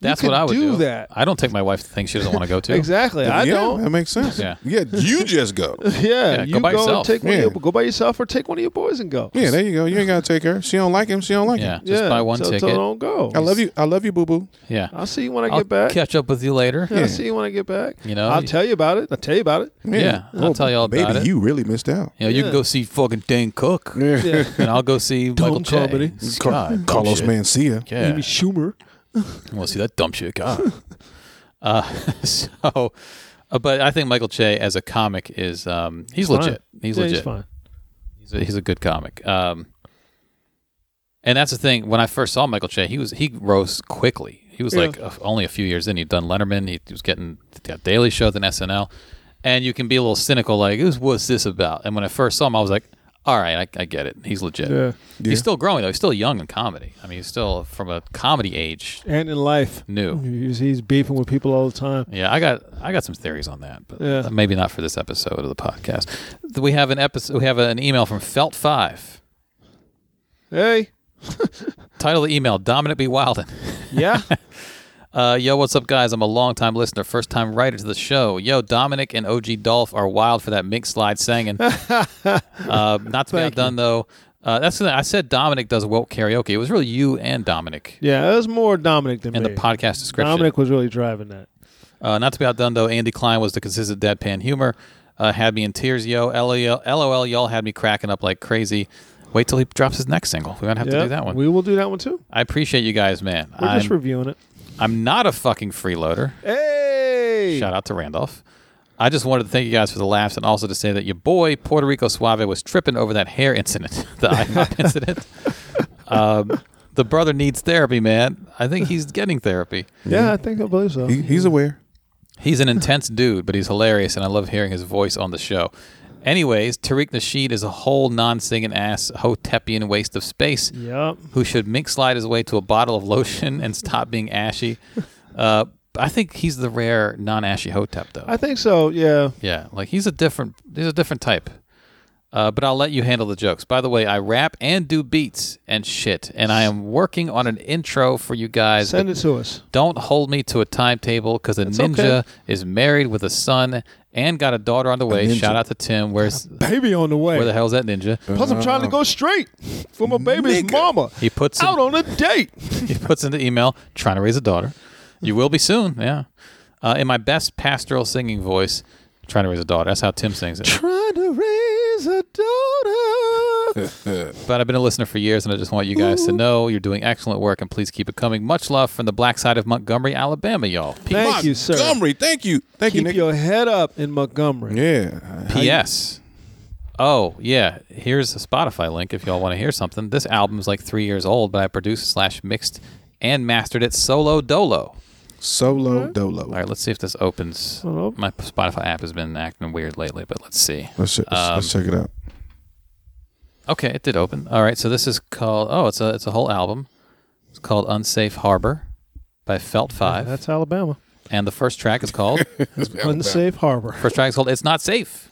That's
could
what I would
do
do.
that.
I don't take my wife to things she doesn't want to go to.
Exactly. I
yeah,
don't.
That makes sense.
Yeah.
you just go.
Yeah,
go
you
by
go
yourself.
take one of
Yeah.
your, go by yourself or take one of your boys and go.
Yeah, there you go. You ain't gotta take her. She don't like him. She don't like
Yeah,
him.
just buy one
so, so
ticket.
don't go.
I love you. I love you, boo boo.
yeah,
I'll see you when I
I'll
get back.
catch up with you later.
Yeah,
Yeah,
I'll see you when I get back.
You know,
I'll
you-
tell you about it. I'll tell you about it.
I'll
Oh,
tell you all
baby,
about it.
you really missed out.
You, know, you can go see fucking Dane Cook,
Yeah.
and I'll go see Michael Che.
comedy.
God, dumb
Carlos
shit.
Mancia.
Yeah,
Amy Schumer.
I want to see that dumb shit. God. uh, so, uh, but I think Michael Che as a comic is um, he's
Fine.
legit. He's
yeah,
legit.
He's fine.
He's a, he's a good comic. Um, and that's the thing. When I first saw Michael Che, he was he rose quickly. He was
Yeah.
like uh, only a few years in. He'd done Letterman. He, was getting got Daily Show, then SNL. And you can be a little cynical, like, "Who's- what's this about? And when I first saw him, I was like, all right, I, I get it. He's legit.
Yeah.
Yeah.
He's still growing though. He's still young in comedy. I mean, he's still from a comedy age
And in life,
new.
he's, he's beefing with people all the time.
Yeah, I got I got some theories on that, but
Yeah.
maybe not for this episode of the podcast. We have an episode. We have an email from Felt Five.
Hey,
Title of the email: Dominant B. Wilden.
yeah,
Uh, yo, what's up, guys? I'm a longtime listener, first time writer to the show. Yo, Dominic and OG Dolph are wild for that mink slide singing. uh, not to be outdone, though. Uh, that's the thing. I said Dominic does woke karaoke. It was really you and Dominic
yeah. It was more Dominic than
in
me.
the podcast description.
Dominic was really driving that.
Uh, not to be outdone, though, Andy Klein was the consistent deadpan humor. Uh, had me in tears, yo. LOL, LOL, y'all had me cracking up like crazy. Wait till he drops his next single. We're going to have to
Yeah,
do that one.
We will do that one too.
I appreciate you guys, man.
We're
I'm,
just reviewing it.
I'm not a fucking freeloader.
Hey,
Shout out to Randolph. I just wanted to thank you guys for the laughs and also to say that your boy, Puerto Rico Suave, was tripping over that hair incident, the IHOP incident. Um, the brother needs therapy, man. I think he's getting therapy.
Yeah, I think I believe so.
He, he's aware.
He's an intense dude, but he's hilarious, and I love hearing his voice on the show. Anyways, Tariq Nasheed is a whole non-singing ass Hotepian waste of space
Yep.
who should mink slide his way to a bottle of lotion and stop being ashy. Uh, I think he's the rare non-ashy Hotep though.
I think so. Yeah.
yeah, like he's a different he's a different type. Uh, but I'll let you handle the jokes. By the way, I rap and do beats and shit, and I am working on an intro for you guys.
Send it to us.
Don't hold me to a timetable because a ninja
okay.
is married with a son and got a daughter on the way.
ninja.
Shout out to Tim. Where's
Baby on the way.
where the hell's that ninja?
Plus, I'm trying to go straight for my baby's
Nigga.
mama.
Oh. He puts
out on
in,
a date.
he puts in the email trying to raise a daughter. You will be soon. Yeah, uh, in my best pastoral singing voice, trying to raise a daughter. That's how Tim sings it.
trying to raise a daughter.
But I've been a listener for years, and I just want you guys to know you're doing excellent work, and please keep it coming. Much love from the black side of Montgomery, Alabama, y'all. P-
Thank you, sir.
Montgomery, thank you, thank you,
Keep
Nick.
your head up in Montgomery.
yeah. How you-
P.S. E Oh yeah, here's a Spotify link if y'all want to hear something. This album's like three years old, but I produced slash mixed and mastered it solo dolo.
Uh-huh.
Solo dolo.
All right, let's see if this opens. My Spotify app has been acting weird lately, but let's see.
Let's, check- let's-
Um,
let's check it out.
Okay, it did open. All right, so this is called. Oh, it's a it's a whole album. It's called Unsafe Harbor by Felt Five,
That's Alabama.
and the first track is called
Unsafe harbor.
first track is called It's Not Safe.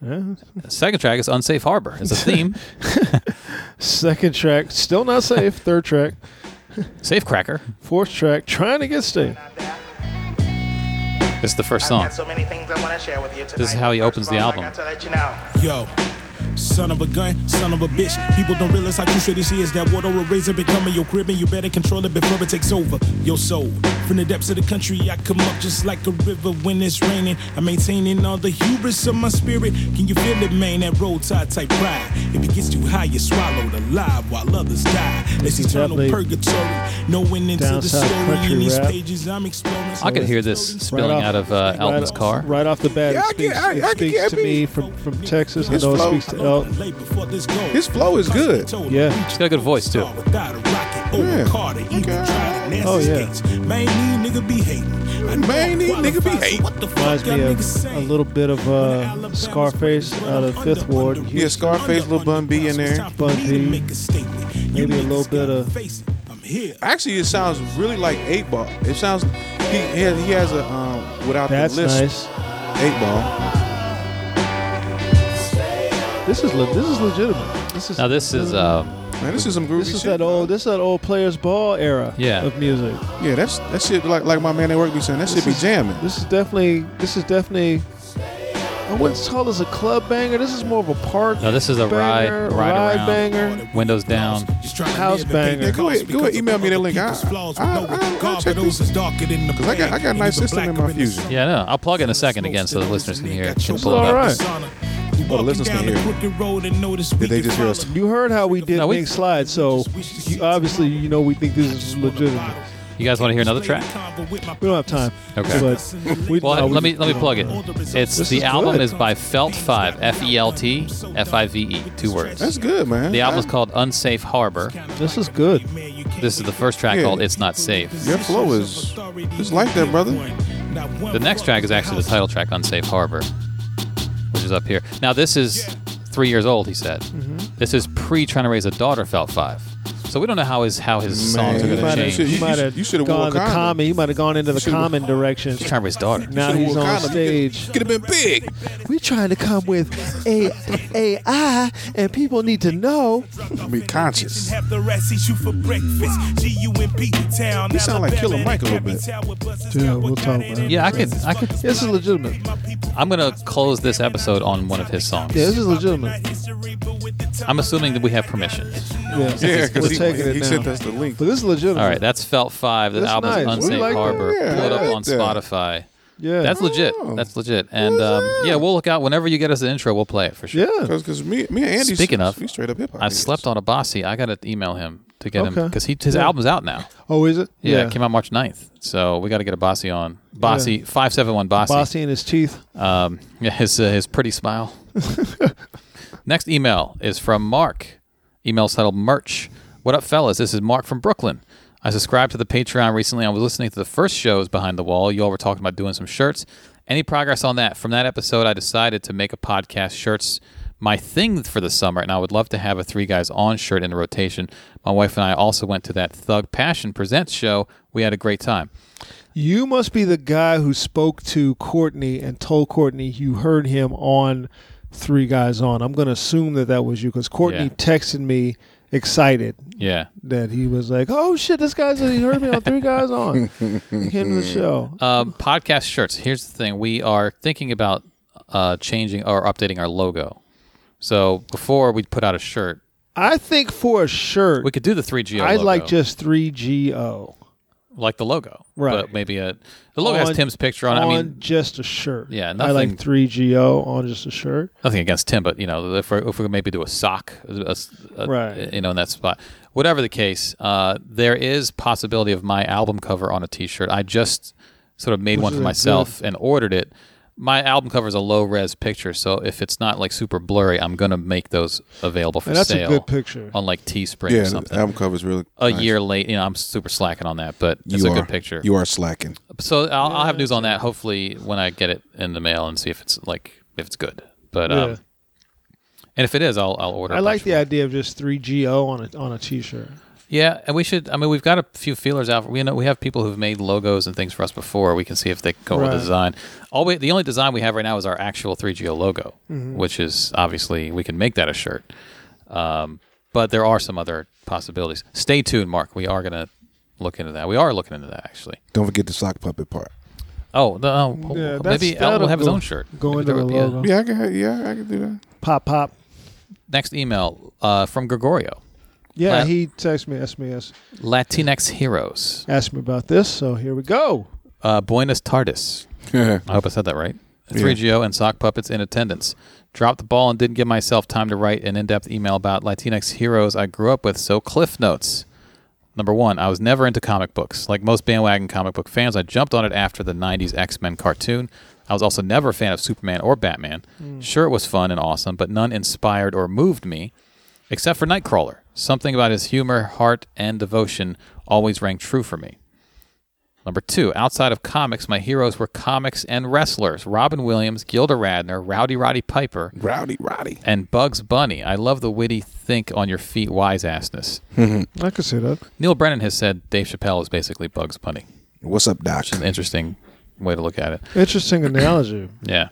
The second track is Unsafe Harbor. It's a theme.
Second track, still not safe. Third track,
Safe Cracker.
fourth track, trying to get safe.
This is the first
I've
song.
got so many things I want to share with you tonight.
is how he
First
opens
of
the
all,
album.
I got to let you know.
Yo. Son of a gun, son of a bitch. People don't realize how crucial this is. That water will razor becoming your crib, and you better control it before it takes over your soul. From the depths of the country, I come up just like a river when it's raining. I'm maintaining all the hubris of my spirit. Can you feel it, man? That road tide type pride. If it gets too high, you're swallowed alive while others die. This eternal
Definitely.
purgatory. No end into
Down
the
south
story.
country
In these
rap.
stages, I'm exploring.
I could hear this spilling out of uh, Alvin's
right,
car.
Right off the bat,
Yeah,
it
I
speaks,
can- I-
it
I can
speaks
get
to
me.
me from, from Texas. I
His
know it
flow.
speaks to El.
His flow is good.
Yeah.
He's
got a good voice, too.
Yeah.
Oh,
Oh
yeah.
yeah. Man,
E,
these nigga be hating.
Man, these nigga be hating.
Reminds me of a little bit of uh, Scarface out of Fifth Ward. in
Yeah,
Houston.
Scarface, Lil Bun B in there.
Bun B. Maybe a little bit of-
I'm here.
Actually, it sounds really like Eight Ball. It sounds he he has, he has a um, without
That's
the list
nice.
Eight Ball.
This is le- this is legitimate. This is
Now this is um,
Man, this is some groovy
this is
shit.
that old this is that old players ball era
Yeah.
of music.
yeah, that's that shit. Like like my man at work be saying, that shit be
is-
jamming.
This is definitely this is definitely I wouldn't call this a club banger. This is more of a park.
No, this is a ride-
banger,
ride around.
banger.
Windows Down.
House banger.
Yeah,
go ahead- go ahead, email me that link. I- I- I- I'll check these.
Because
I got- I got nice system in my fusion.
Yeah, no. I'll plug in a second again so the listeners can hear. it. Can pull
all
it up.
right.
Oh,
the listeners can hear it.
Did
they just hear us?
You heard how we did
No, we-
Nick Slide, so you, obviously you know we think this is legitimate.
You guys want to hear another track?
We don't have time.
Okay.
But we,
Well,
no, we-
let me let me plug it. It's
This
the
is
album
good.
is by Felt Five, F E L T F I V E, two
That's
words.
good, man.
The album is
I-
called Unsafe Harbor.
This is good.
This is the first track
Yeah.
called It's Not Safe.
Your flow is it's like that, brother.
The next track is actually the title track on Safe Harbor, which is up here. Now, this is three years old, he said.
Mm-hmm.
This is pre trying to raise a daughter, felt five. So we don't know how his, how his
Man,
songs are
you might
going to
have-
change.
you
He
He's
might have
you should've wore
gone the
condom.
common. He might have gone into the
should've
common direction.
trying to raise a daughter.
Now he's on stage.
Could have been big.
We're trying to come with a AI, and people need to know.
Be conscious.
Have the rest eat you for breakfast. G-U-M-P town.
You sound like Killer Mike a little bit.
Yeah, we'll talk about it.
Yeah, I could, I could.
This is legitimate.
I'm gonna close this episode on one of his songs.
Yeah, this is legitimate.
I'm assuming that we have permission.
Yeah,
Yeah, because
we're
he,
taking it
he
now.
sent us the link.
but this is legitimate.
All right, that's Felt Five. The
That's
album's
nice. We
Unsafe
like that.
Harbor.
Yeah,
Pull it
I
up
like
on
that.
Spotify.
Yeah,
That's legit.
Oh.
That's legit. And um, yeah, we'll look out whenever you get us an intro. We'll play it for sure.
yeah.
Because me, me and Andy.
Speaking of,
we straight up hip hop.
I slept on a bossy. I gotta email him to get him
Okay.
because he his album's out now.
Oh, is it?
Yeah, it came out March 9th. So we got to get a bossy on bossy five seven one bossy.
Bossy and his teeth.
Um, yeah, his uh, his pretty smile. Next email is from Mark. Email titled merch. What up, fellas? This is Mark from Brooklyn. I subscribed to the Patreon recently. I was listening to the first shows behind the wall. You all were talking about doing some shirts, Any progress on that? From that episode, I decided to make a podcast. Shirts, my thing for the summer, and I would love to have a Three Guys On shirt in the rotation. My wife and I also went to that Thug Passion Presents show. We had a great time.
You must be the guy who spoke to Courtney and told Courtney you heard him on Three Guys On. I'm going to assume that that was you because Courtney
Yeah.
texted me excited
Yeah.
that he was like, "Oh shit, this guy's he heard me on Three Guys On." He Came to the show.
Um, podcast shirts. Here's the thing: we are thinking about uh, changing or updating our logo. So before we put out a shirt,
I think for a shirt,
we could do the three G.
I'd like just three G O
like the logo,
Right.
But maybe a the logo
On-
has Tim's picture on. it. I mean,
just a shirt.
Yeah,
I like
nothing-
three G O on just a shirt.
nothing against Tim, but you know, if we if we could maybe do a sock, a s- a-
Right.
You know, in that spot. Whatever the case, uh, there is possibility of my album cover on a T-shirt. I just sort of made one for
is
myself and ordered it. My album cover is a low res picture, so if it's not like super blurry, I'm gonna make those available for
And that's
sale.
a good picture.
on like Teespring
Yeah,
or
the
something.
album cover's really
a
nice.
year late, you know, I'm super slacking on that, but it's
you
a
are,
good picture.
You are slacking.
So I'll, I'll have news on that hopefully when I get it in the mail and see if it's like if it's good. But um,
Yeah.
and if it is, I'll I'll order.
I
a
like
bunch
the
more.
idea of just three G O on a on a t shirt.
Yeah, and we should. I mean, we've got a few feelers out. We know we have people who've made logos and things for us before. We can see if they can go with
Right.
the design. All we, the only design we have right now is our actual 3GO logo,
Mm-hmm.
which is obviously we can make that a shirt. Um, but there are some other possibilities. Stay tuned, Mark. We are gonna look into that. We are looking into that actually.
Don't forget the sock puppet part.
Oh, the, oh
Yeah, that's-
maybe Elton
that'll
will have his
go-
own shirt.
go
Maybe
into
there
the
would be a-
logo.
Yeah, I can. Yeah, I can do that.
Pop pop.
Next email uh, from Gregorio.
Yeah,
Plat-
he texted me, asked me, asked,
Latinx heroes.
asked me about this. So here we go.
Uh, Buenos Tardis.
Yeah.
I hope I said that right. 3GO and sock puppets in attendance. Dropped the ball and didn't give myself time to write an in depth email about Latinx heroes I grew up with, so Cliff Notes. Number one, I was never into comic books. Like most bandwagon comic book fans, I jumped on it after the 90s X Men cartoon. I was also never a fan of Superman or Batman. Sure, it was fun and awesome, but none inspired or moved me, except for Nightcrawler. Something about his humor, heart, and devotion always rang true for me. Number two, outside of comics, my heroes were comics and wrestlers Robin Williams, Gilda Radner, Rowdy Roddy Piper,
Rowdy Roddy.
and Bugs Bunny. I love the witty, think on your feet wise assness.
I could see that.
Neil Brennan has said Dave Chappelle is basically Bugs Bunny.
What's up, Doc?
An interesting way to look at it.
Interesting analogy.
Yeah.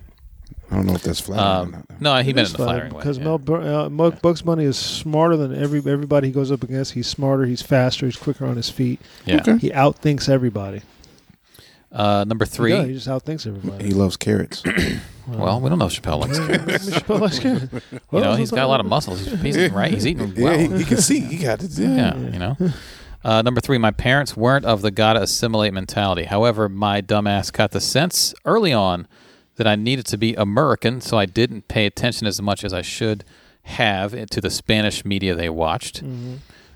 I don't know if that's flattering. or
Um,
not.
no, he meant it in a
Because
flattering way. yeah.
Mel Bur- uh, Mo- Bugs Bunny is smarter than every everybody he goes up against. He's smarter. He's faster. He's quicker on his feet.
Yeah.
He outthinks everybody.
Uh, number three.
Yeah, he just outthinks everybody.
He loves carrots.
well, we don't know if Chappelle looks good. You know, he's got a lot of muscles. He's, he's eating right. He's eating well.
yeah, he, he can see. He got it.
Yeah,
Mm.
you know. Uh, number three, my parents weren't of the gotta assimilate mentality. However, my dumbass got the sense early on that I needed to be American, so I didn't pay attention as much as I should have to the Spanish media they watched.
Mm-hmm.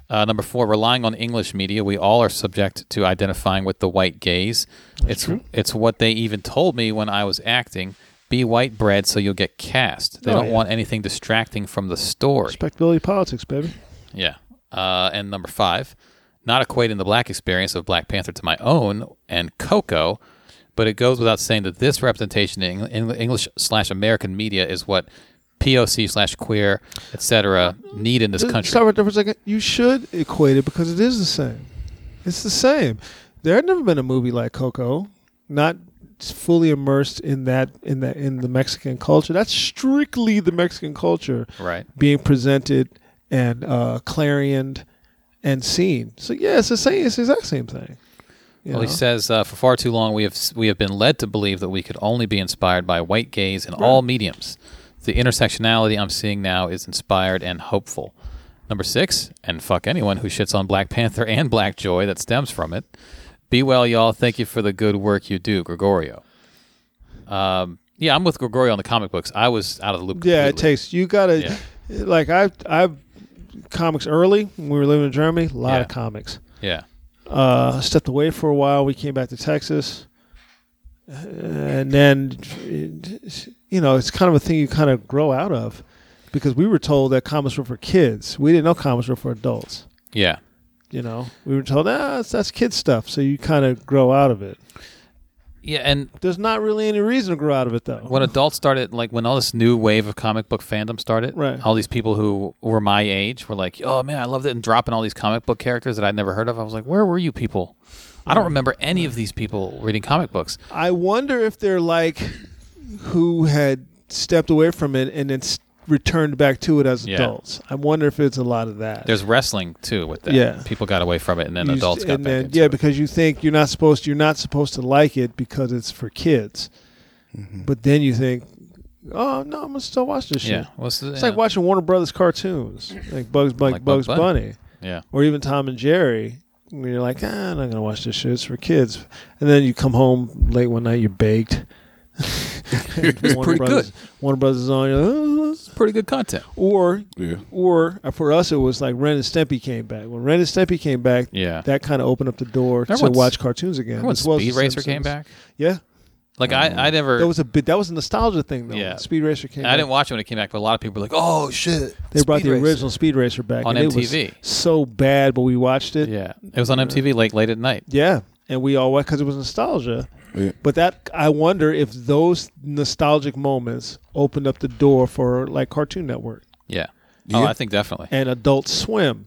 Uh, number four, relying on English media, we all are subject to identifying with the white gaze. it's it's what they even told me when I was acting. Be white bread, so you'll get cast. They
Oh,
don't
yeah.
want anything distracting from the story.
Respectability politics, baby.
Yeah. Uh, and number five, not equating the black experience of Black Panther to my own and Coco, but it goes without saying that this representation in Eng- English slash American media is what POC slash queer, etc., need in this country.
Stop right there for a second. You should equate it because it is the same. It's the same. There had never been a movie like Coco, not fully immersed in that in that in the Mexican culture. That's strictly the Mexican culture
Right.
being presented and uh, clarioned and seen. So yeah, it's the same. It's the exact same thing. You
Well, he
know?
says uh, for far too long we have we have been led to believe that we could only be inspired by white gaze in all mediums. The intersectionality I'm seeing now is inspired and hopeful. Number six, and fuck anyone who shits on Black Panther and Black Joy that stems from it. Be well, y'all. Thank you for the good work you do, Gregorio. Um, yeah, I'm with Gregorio on the comic books. I was out of the loop.
Yeah, it
completely.
takes you gotta
Yeah.
like I I comics early when we were living in Germany. A lot of
Yeah.
comics.
Yeah,
uh, stepped away for a while. We came back to Texas, Uh, and then you know it's kind of a thing you kind of grow out of because we were told that comics were for kids. We didn't know comics were for adults.
yeah.
You know, we were told ah, that's, that's kid stuff. So you kind of grow out of it.
yeah, and
There's not really any reason to grow out of it though.
when adults started, like when all this new wave of comic book fandom started,
Right.
all these people who were my age were like, "Oh man, I love it," and dropping all these comic book characters that I'd never heard of. I was like, "Where were you people?" I don't remember any of these people reading comic books.
I wonder if they're like who had stepped away from it and then s- returned back to it as
Yeah.
adults. I wonder if it's a lot of that.
There's wrestling too with that.
Yeah.
people got away from it, and then
You s-
adults got
and
back
then-
into
yeah
it.
because you think you're not supposed to, you're not supposed to like it because it's for kids, but then you think, oh no, I'm gonna still watch this
yeah.
shit.
Well, it's
It's like watching Warner Brothers cartoons, like Bugs Bunny,
Like
Bugs
Bugs Bunny.
Bunny,
Yeah,
or even Tom and Jerry. When you're like, ah, I'm not gonna watch this shit. It's for kids. And then you come home late one night, you're baked. it's
pretty
Brothers,
good.
Warner Brothers is on. You're like, "Ah."
pretty good content.
Or,
Yeah.
or uh, for us, it was like Ren and Stimpy came back. When Ren and Stimpy came back,
Yeah.
that kind of opened up the door
Remember
to
when-
watch cartoons again.
Remember when
as well as
Speed
The
Racer
Simpsons.
came back?
Yeah,
Like I, I never.
that was a bit. That was a nostalgia thing, though.
Yeah.
Speed Racer came.
I
back.
didn't watch it when it came back, but a lot of people were like, "Oh shit!"
They brought
Speed
the
Racer."
original Speed Racer back
On
and It
MTV.
was so bad, but we watched it.
Yeah, it was on MTV late late at night.
Yeah, and we all went because it was nostalgia.
Yeah.
But that I wonder if those nostalgic moments opened up the door for like Cartoon Network
Yeah. Oh, I think definitely.
and Adult Swim.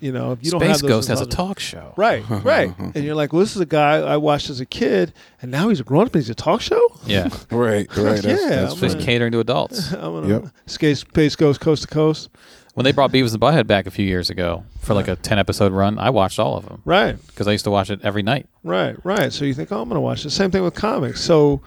You know, if you don't have
Space
those
Ghost has a
nostalgic-
talk show.
Right, right, and you're like, well, this is a guy I watched as a kid, and now he's a grown up. and He's a talk show.
Yeah.
Right, right. That's,
Yeah,
that's
I'm
So he's
gonna-
funny.
catering to adults.
I'm gonna
Yep.
Space, Space Ghost coast to coast.
When they brought Beavis and Butthead back a few years ago for like a 10 episode run, I watched all of them
Right,
because I used to watch it every night.
right, right. So you think, oh, I'm gonna watch the same thing with comics. So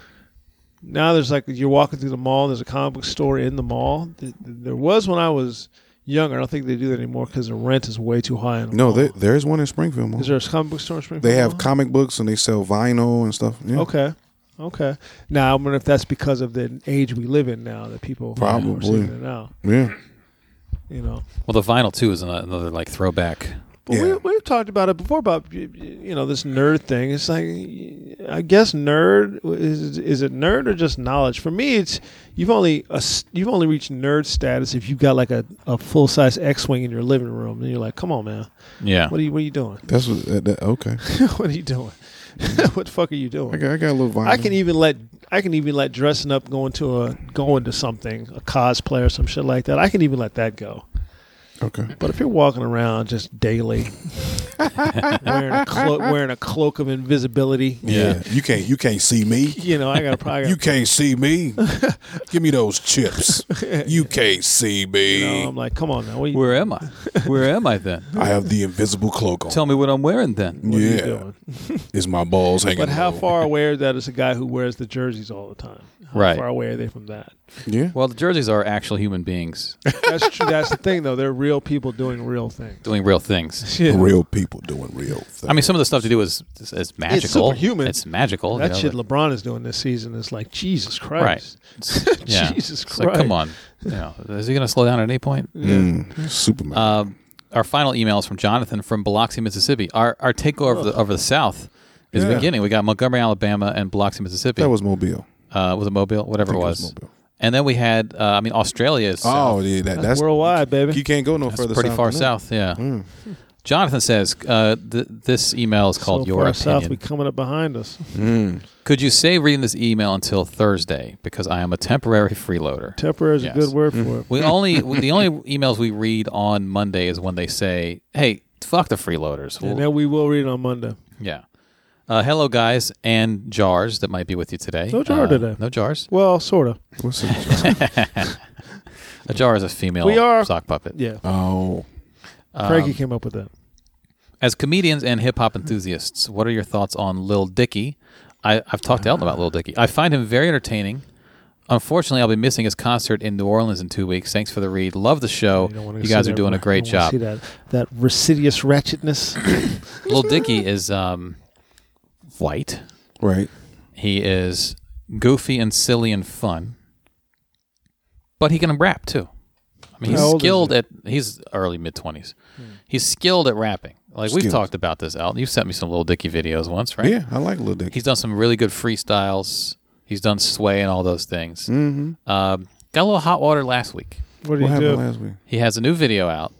now there's like you're walking through the mall. There's a comic book store in the mall. Th- th- There was when I was younger. I don't think they do that anymore because the rent is way too high. In the
No,
mall.
there, there's one in Springfield. Mall.
is there a comic book store in Springfield?
They have
Mall?
comic books and they sell vinyl and stuff. Yeah.
okay, okay. Now I wonder if that's because of the age we live in now that people are
Probably.
seeing it now.
Yeah.
You know.
Well, the vinyl too is ano- another like throwback.
But
Yeah.
we, we've talked about it before about y- y- you know this nerd thing. It's like I guess nerd is is it nerd or just knowledge? For me, it's you've only a s you've only reached nerd status if you've got like a, a full size X wing in your living room, and you're like, come on, man,
Yeah.
what are you what are you doing?
That's what. That, that, okay.
what are you doing? what the fuck are you doing?
I got, I got a little vinyl.
I can even let I can even let dressing up going to a going to something a cosplay or some shit like that. I can even let that go.
Okay.
But if you're walking around just daily, wearing, a clo- wearing a cloak of invisibility,
Yeah. You can't. You can't see me.
you know, I got to probably.
You can't see me. Give me those chips. You can't see
you
me.
know, I'm like, come on now, what are you,
Where am I? Where am I then?
I have the invisible cloak on.
Tell me what I'm wearing then.
what are you
yeah.
doing?
Is my balls hanging?
But how
low?
far away is that is a guy who wears the jerseys all the time? How
Right.
far away are they from that?
Yeah.
Well, the jerseys are actual human beings
That's true. That's the thing, though. They're real people doing real things.
doing real things.
Shit.
Real people doing real things.
I mean, some of the stuff they do is is, is magical.
superhuman.
It's magical. you
That
know,
shit
like-
LeBron is doing this season is like Jesus
right.
Christ.
It's- yeah.
Jesus
It's like, come
Christ.
on. You know, is he going to slow down at any point?
Mm, Superman.
uh,
Um, our final email is from Jonathan from Biloxi, Mississippi. Our our takeover of the, over the South is
Yeah.
beginning. We got Montgomery, Alabama, and Biloxi, Mississippi.
that was Mobile.
uh, was it Mobile, whatever it
think it
was.
was Mobile.
And then we had, uh, I mean, Australia is south.
Oh yeah. That, that's
Worldwide, baby.
You can't go no
That's
further.
pretty
south Hmm.
far
than that.
south. Yeah. Jonathan says uh, th- this email is called
so
Your
far
Opinion.
south, we coming up behind us.
Could you say reading this email until Thursday because I am a temporary freeloader?
Temporary is
Yes. Mm-hmm.
a good word for it.
We only the only emails we read on Monday is when they say, "Hey, fuck the freeloaders." We'll-
And then we will read it on Monday.
Yeah. Uh, hello, guys, and jars that might be with you today.
No jar
Uh,
today.
No jars.
Well, sort of.
What's it?
A jar is a female
We are-
sock puppet.
Yeah.
oh.
Um,
Frankie came up with that.
As comedians and hip hop enthusiasts, what are your thoughts on Lil Dicky? I, I've talked to Elton about Lil Dicky. I find him very entertaining. Unfortunately, I'll be missing his concert in New Orleans in two weeks. Thanks for the read. Love the show.
don't wanna
You,
see
guys are
that-
doing a
I
great
don't wanna
job.
See that that residious ratchetness.
Lil Dicky is um, white.
Right.
He is goofy and silly and fun, but he can rap too. I mean,
How
he's
old is
skilled at he's early mid twenties. He's skilled at rapping. Like we've
Skilled.
talked about this, Al. You sent me some little Dicky videos once, right?
Yeah. I like Lil Dicky.
He's done some really good freestyles. He's done sway and all those things. Mm-hmm. Um, got a little hot water last week.
What do
What
you
happened
do?
last week?
He has a new video out.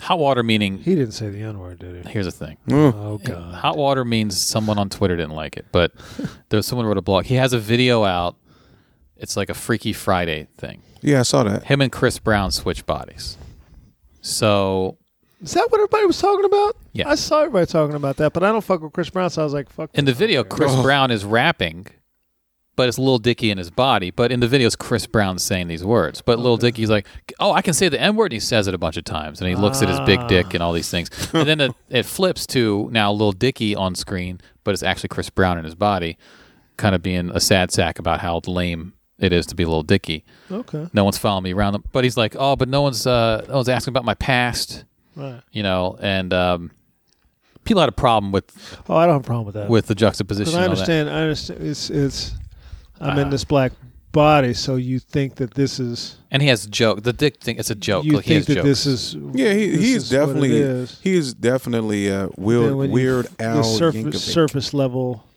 Hot water meaning
He didn't say the N word, did he?
here's the thing.
Oh God.
Hot water means someone on Twitter didn't like it, but there was someone wrote a blog. He has a video out. It's like a Freaky Friday thing.
Yeah, I saw that.
Him and Chris Brown switch bodies. So
Is that what everybody was talking about?
Yeah.
I saw everybody talking about that, but I don't fuck with Chris Brown, so I was like, fuck.
in the video, Chris
Oh.
Brown is rapping, but it's Lil Dicky in his body. But in the video, it's Chris Brown saying these words. But Lil Dicky's like, oh, I can say the N word. And he says it a bunch of times. And he looks at his
Ah.
big dick and all these things. And then it, it flips to now Lil Dicky on screen, but it's actually Chris Brown in his body, kind of being a sad sack about how lame it is to be Lil Dicky.
Okay.
No one's following me around. But he's like, oh, but no one's, uh, no one's asking about my past,
Right.
you know, and, um, People had a problem with
Oh, I don't have a problem with that.
with the juxtaposition.
Because I
and all
understand. I
that. Uh,
understand. It's it's. I'm in this black body, so you think that this is.
And he has a joke. The dick thing it's a joke.
You
like he
think
has
that
jokes.
this is.
Yeah, he,
this
he
is
is
what it
definitely
is.
he is definitely uh,
Then
Weird
when you-
Weird Al
the surface,
Yankovic.
surface level.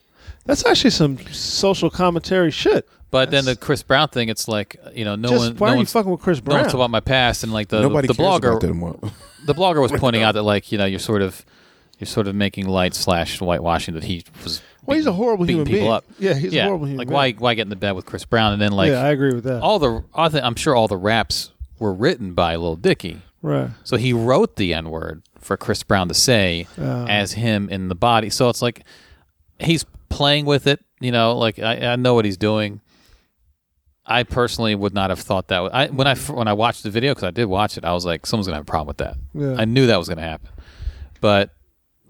That's actually some social commentary shit.
but then the Chris Brown thing, it's like you know, no
Just
one
why
no
are you
one's,
fucking with Chris
no
Brown?
one's about my past and like the
Nobody
the
cares
blogger
about that anymore.
the blogger was pointing out that like, you know, you're sort of you're sort of making light slash whitewashing that he was
Well, he's a
beating-
horrible
beating
human
people
being.
Up.
Yeah, he's a horrible human
like
being.
why why get in the bed with Chris Brown and then like
yeah, I agree with that.
all the I think, I'm sure all the raps were written by Lil Dicky.
right.
So he wrote the N word for Chris Brown to say
Uh.
as him in the body. So it's like he's playing with it. You know, like I, I know what he's doing. I personally would not have thought that. I when I when I watched the video because I did watch it, I was like, someone's gonna have a problem with that.
Yeah.
I knew that was gonna happen. But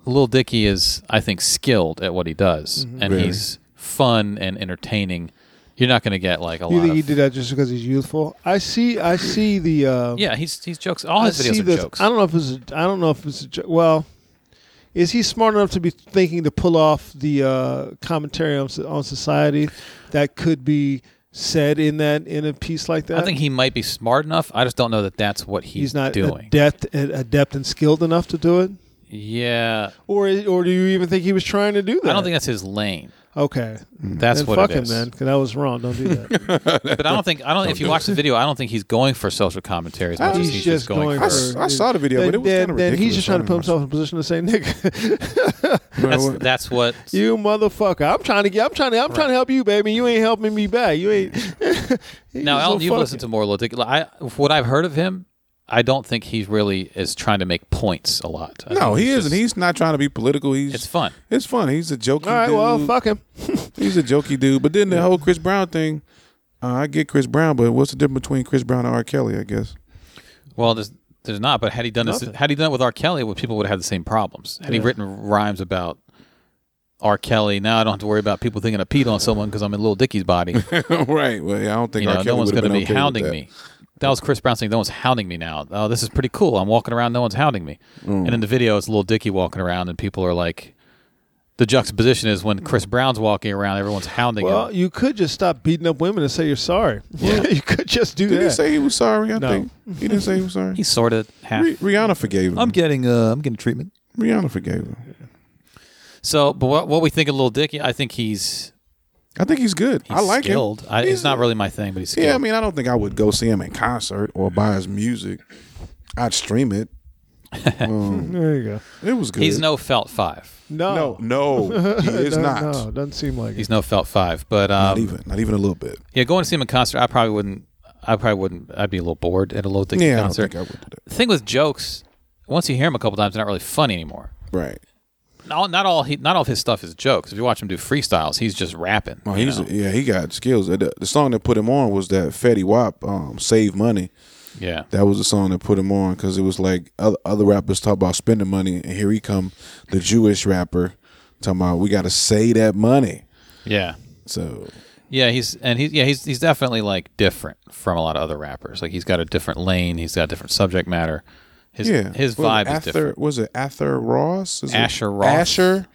Lil Dicky is, I think, skilled at what he does,
Mm-hmm.
and
Very.
he's fun and entertaining. You're not gonna get like a
You
lot
think
of
he did that just because he's youthful? I see. I see the. Uh,
yeah. He's he's jokes. All
I
his videos
see
are
this-
jokes.
I don't know if it's. A, I don't know if it's. A, jo- well, is he smart enough to be thinking to pull off the uh, commentary on, so- on society that could be said in that in a piece like that?
I think he might be smart enough. I just don't know that that's what he's,
he's not
doing.
adept, adept and skilled enough to do it.
yeah,
Or, or do you even think he was trying to do that?
I don't think that's his lane.
Okay,
That's
then
what
fuck
it
him
is.
then, because that was wrong. Don't do that.
But I don't think I don't. if you watch the video, I don't think he's going for social commentary as much as
Ah, he's,
he's
just going.
for.
for- I saw the video,
then,
but it was
then,
kinda
then
ridiculous.
he's just trying to
I
put
don't
himself in a position to say, "Nigga,
that's that's what.
You motherfucker! I'm trying to get. I'm trying to. I'm trying to help you, baby. You ain't helping me back. You ain't.
now,
so
Al, you've
fucking-
listened to more Lil Dicky. I what I've heard of him, I don't think he really is trying to make points a lot. I
no,
think
he
he's
isn't.
just-
he's not trying to be political. He's
It's fun.
It's fun. He's a jokey.
All right.
dude.
Well, fuck him.
He's a jokey dude. But then the whole Chris Brown thing. Uh, I get Chris Brown, but what's the difference between Chris Brown and R. Kelly? I guess.
Well, there's there's not. But had he done this,
Nothing.
had he done it with R. Kelly, well, people would have had the same problems. Had he written rhymes about R. Kelly, now I don't have to worry about people thinking I peed on someone because I'm in Lil Dicky's body.
right. Well, yeah, I don't think
you
R.
know,
Kelly
no one's
would have
going to
been
be
okay with
hounding
that.
me. That was Chris Brown saying, "No one's hounding me now. Oh, this is pretty cool. I'm walking around. No one's hounding me." And in the video, it's little Dicky walking around, and people are like, "The juxtaposition is when Chris Brown's walking around, everyone's hounding
Well,
him."
you could just stop beating up women and say you're sorry. you could just do
Did
that.
he say he was sorry? I
No.
think he didn't say he was sorry.
He's sort of half.
Rih- Rihanna forgave him.
getting, uh, I'm getting treatment.
Rihanna forgave him.
So, but what, what we think of Lil Dicky, I think he's,
I think he's good.
he's
I like
skilled.
him.
I, it's
He's-
not really my thing, but he's skilled.
Yeah, I mean, I don't think I would go see him in concert or buy his music. I'd stream it.
There you go.
It was good.
he's no Felt Five.
No.
no, no. He is
No,
not.
No, doesn't seem like it.
He's no Felt Five, but um,
Not e- even. Not even a little bit.
yeah, going to see him in concert, I probably wouldn't. I probably wouldn't. I'd be a little bored at a Lil Dicky
Yeah, I don't
concert.
think I would do that.
The thing with jokes, once you hear them a couple times, they're not really funny anymore.
Right.
Not, not all he, not all of his stuff is jokes. If you watch him do freestyles, he's just rapping.
Well,
you
Oh, he's
know?
yeah, he got skills. Uh, The, the song that put him on was that Fetty Wap, um, "Save Money."
yeah.
That was the song that put him on because it was like other, other rappers talk about spending money, and here he come, the Jewish rapper, talking about we got to save that money.
yeah,
So
yeah, He's and he's yeah he's he's definitely like different from a lot of other rappers. Like he's got a different lane. He's got a different subject matter. His
yeah,
his
Was it
vibe is
Ather,
different.
Was it Ather Ross? Is it
Asher Ross.
Asher.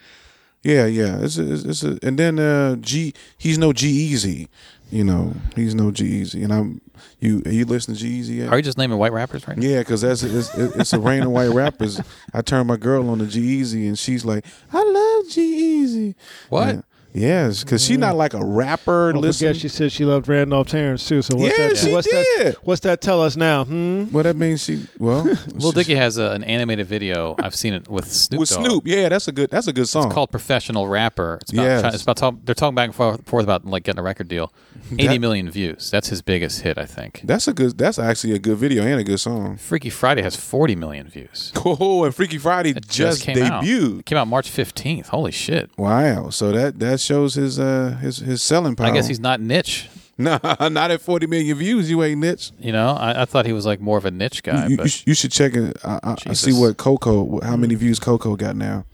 Yeah, yeah. It's a, it's it's a, and then uh, G. He's no G Easy. You know, he's no G Easy. And I'm you. Are you listening to G Easy?
Are you just naming white rappers right now?
Yeah, because that's it's, it's a rain of white rappers. I turned my girl on to G Easy, and she's like, "I love G Easy."
What?
Yeah. Yes, because she's not like a rapper.
Don't
listen,
forget, she said she loved Randolph Terrence too. So what's
Yeah,
that?
she
what's
did.
that? What's that tell us now? Hmm.
well, that means she. Well,
Lil
she's-
Dicky has a, an animated video. I've seen it with Snoop.
with
Dogg.
Snoop. Yeah, that's a good. That's a good song.
It's called Professional Rapper. It's about,
Yes.
try- it's about talk, they're talking back and forth, forth about like getting a record deal. Eighty
That-
million views. That's his biggest hit, I think.
That's a good. That's actually a good video and a good song.
Freaky Friday has 40 million views.
Oh, and Freaky Friday
It
just,
came out.
debuted.
It came out March 15th. Holy shit.
Wow. So that that shows his uh his his selling power.
I guess he's not niche.
nah, not at forty million views. You ain't niche.
You know, I, I thought he was like more of a niche guy.
You, you,
but
sh- you should check it. I, I, I see
Jesus.
what Coco, how many views Coco got now.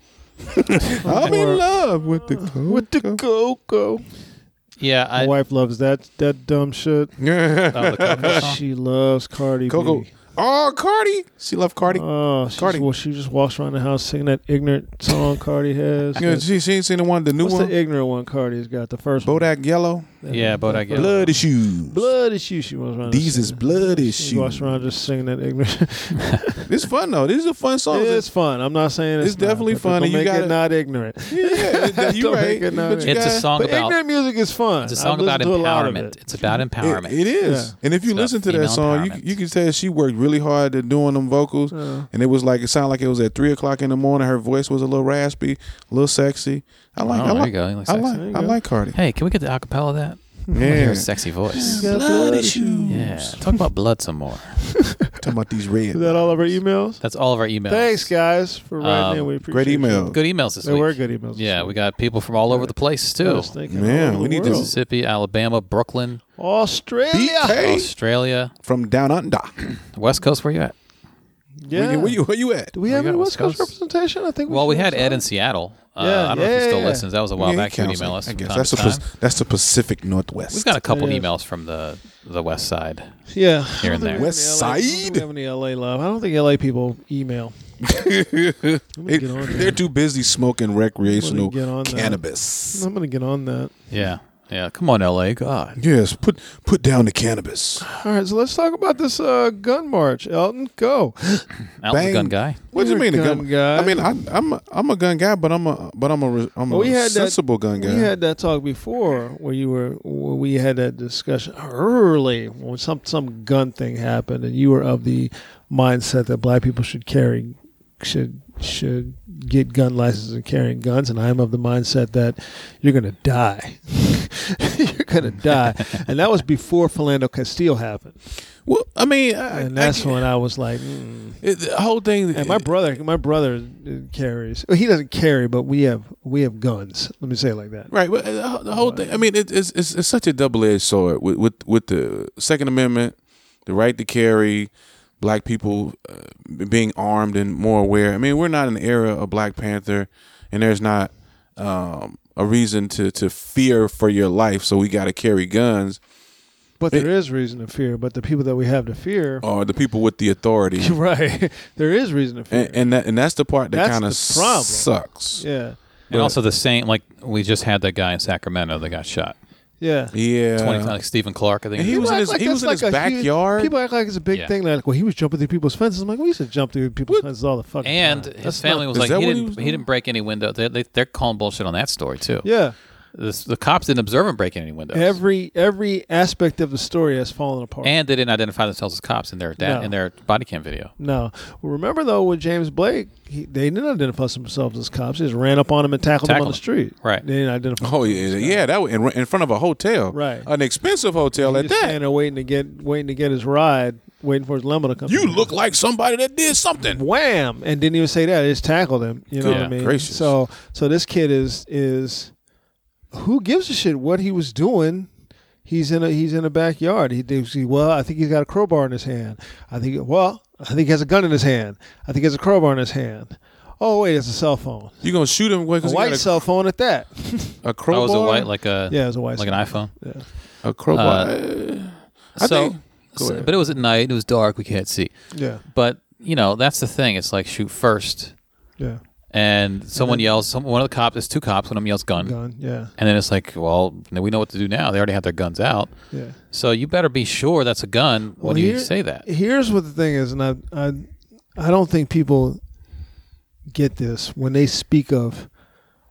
I'm in love with the Coco.
With the cocoa.
yeah,
My
I,
wife loves that that dumb shit.
oh, the Coco song.
She loves Cardi
Uh-huh. Coco.
B.
Oh, Cardi. She loved Cardi.
Oh, she's,
Cardi.
well, she just walks around the house singing that ignorant song Cardi has.
yeah, she, she ain't seen the one, the new
What's
one.
the ignorant one Cardi's got? The first one.
Bodak Yellow.
yeah, but I get
Blood issues.
Blood is you. She walks around.
These is blood
She walks
issues.
around just singing that ignorant.
It's fun though. These are fun songs.
it's fun. I'm not saying it's,
Oh, It's definitely
not, but
fun,
Don't
and you
make
gotta-
it not ignorant.
yeah, you
Don't
right.
make it not
But you
It's a
gotta-
song
But
about
ignorant music is fun.
it's a
I've
song about
listened to a lot of
empowerment.
it.
It's about
It-
empowerment.
it is,
Yeah.
and if you
It's about
listen to that
female
song, you,
empowerment.
you can tell she worked really hard at doing them vocals, and it was like it sounded like it was at three o'clock in the morning. Her voice was a little raspy, a little sexy. I like,
Oh,
I
there
like,
you go. You look
I
sexy.
like,
There
I like Cardi.
Hey, can we get the acapella of that? I hear
yeah,
a sexy voice.
Got blood issues.
Yeah, talk about blood some more.
talking about these red,
Is that all of our emails?
That's all of our emails.
Thanks, guys, for writing
Um,
in. We appreciate
great email.
Good emails this
They
week.
were good emails.
Yeah, we got people from all over the place too.
Man, we need to-
Mississippi, Alabama, Brooklyn,
Australia.
BK
Australia,
from down under.
West Coast. Where you at?
Yeah.
Where you, where you at?
Do we have
Oh, got
any
West
West Coast
Coast?
representation? I think.
Well, we
should
had
have
Ed in
some.
Seattle. Uh,
Yeah,
I don't know if
yeah,
he still
yeah.
listens. That was a while
Yeah,
back. He could
counts.
email us.
I
from
guess
time
that's
to
the
time.
Pac- that's the Pacific Northwest.
We've got a couple
Yeah.
emails from the the West Side.
Yeah.
Here and
I don't
there.
think we have any LA
West
I don't think we have any LA love? I don't think LA people email. I'm gonna
It-
get on
they're
that.
too busy smoking recreational
get on that.
cannabis.
I'm gonna get on that.
Yeah, yeah. Come on, L.A. God.
Yes, put put down the cannabis.
All right, so let's talk about this uh, gun march. Elton, go.
Out the
Bang.
gun guy.
What do you
You're a
mean a
gun
gun
guy.
I mean I, I'm a, I'm a gun guy, but I'm a but I'm a re- I'm a
we had that-
sensible gun guy.
We had that talk before where you were where we had that discussion early when some some gun thing happened and you were of the mindset that black people should carry should should get gun licenses and carrying guns and I'm of the mindset that you're going to die. you're going to die. and that was before Philando Castile happened.
well, I mean, I,
And that's
I,
when I was like, mm.
it, the whole thing.
And my brother, my brother uh, carries. Well, he doesn't carry, but we have we have guns. Let me say it like that.
right? But uh, the whole thing. I mean, it, it's, it's it's such a double edged sword with, with with the Second Amendment, the right to carry, black people uh, being armed and more aware. I mean, we're not in the era of Black Panther, and there's not um, a reason to to fear for your life. So we got to carry guns.
But there is reason to fear. But the people that we have to fear,
Or the people with the authority.
right? There is reason to fear.
and, and that and that's the part that
That's
kind of
the problem.
sucks.
yeah,
And also the same. Like we just had that guy in Sacramento that got shot.
yeah.
Yeah,
Twenty like Stephen Clark. I think
And he
it
was in
act
his- he
that's
was in his
a huge-
backyard.
people act like it's a big
Yeah.
thing. Like, well, he was jumping through people's fences. I'm like, we used to jump through people's fences all the fucking
And
time.
his
That's
family
not-
was
Is
like,
that
he
what he
didn't,
was
he,
doing?
didn't break any window. They, they, they're calling bullshit on that story too.
yeah.
The, the cops didn't observe him breaking any windows.
Every every aspect of the story has fallen apart.
and they didn't identify themselves as cops in their da-
No.
in their body cam video.
no, well, remember though when James Blake, he, they didn't identify themselves as cops. They just ran up on him and tackled, him on
Tackled
the
him.
street.
Right.
They didn't identify.
Oh yeah, yeah. That was in, in front of a hotel,
Right.
An expensive hotel at
He's standing
that.
there waiting to get waiting to get his ride, waiting for his limo to come.
You look like somebody that did something.
wham, and didn't even say that. They just tackled him. You know
Good
what I mean?
gracious.
So so this kid is is who gives a shit what he was doing. He's in a he's in a backyard. He thinks he well. I think he's got a crowbar in his hand. I think well. I think he has a gun in his hand. I think he has a crowbar in his hand. Oh wait, it's a cell phone.
You gonna shoot him? Wait,
A
'cause he
white
got
cell phone at that.
a, a crowbar.
Oh, was it white like a
Yeah, it was a white
like an iPhone?
a crowbar. I
so,
think-
so- but it was at night. It was dark. We can't see.
Yeah,
But you know that's the thing. It's like shoot first,
yeah,
and someone yells. Some, one of the cops. There's two cops. One of them yells gun.
gun. Yeah,
And then it's like, well, we know what to do now. They already have their guns out.
yeah.
So you better be sure that's a gun when
Well,
you
here-
say that.
Here's what the thing is, and I, I, I don't think people get this when they speak of,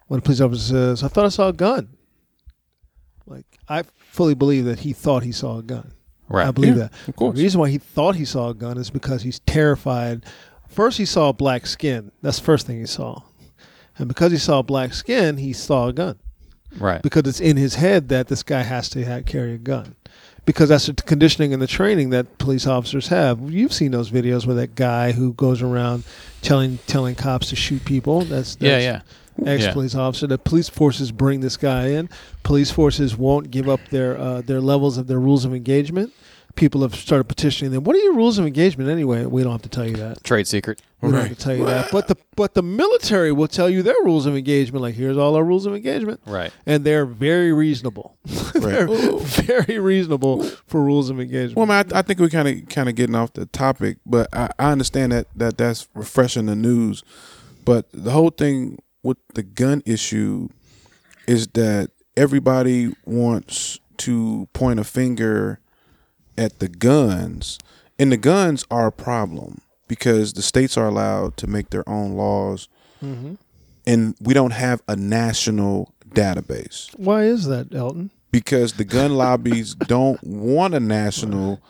when a police officer says, "I thought I saw a gun," like I fully believe that he thought he saw a gun.
Right.
I believe
Yeah,
that.
of course.
The reason why he thought he saw a gun is because he's terrified. First, he saw black skin. That's the first thing he saw, and because he saw black skin, he saw a gun
Right.
because it's in his head that this guy has to ha- carry a gun because that's the conditioning and the training that police officers have. You've seen those videos where that guy who goes around telling telling cops to shoot people. That's,
Yeah,
that's Ex police officer. The police forces bring this guy in. Police forces won't give up their uh, their levels of their rules of engagement. People have started petitioning them. What are your rules of engagement anyway? We don't have to tell you that.
Trade secret.
We don't have to tell you that. But the but the military will tell you their rules of engagement. Like here's all our rules of engagement.
Right.
And they're very reasonable. they're very reasonable for rules of engagement.
Well, man, I, I think we're kind of kind of getting off the topic, but I, I understand that that that's refreshing the news. But the whole thing with the gun issue is that everybody wants to point a finger at the guns, and the guns are a problem because the states are allowed to make their own laws, and we don't have a national database
Why is that, Elton?
because the gun lobbies don't want a national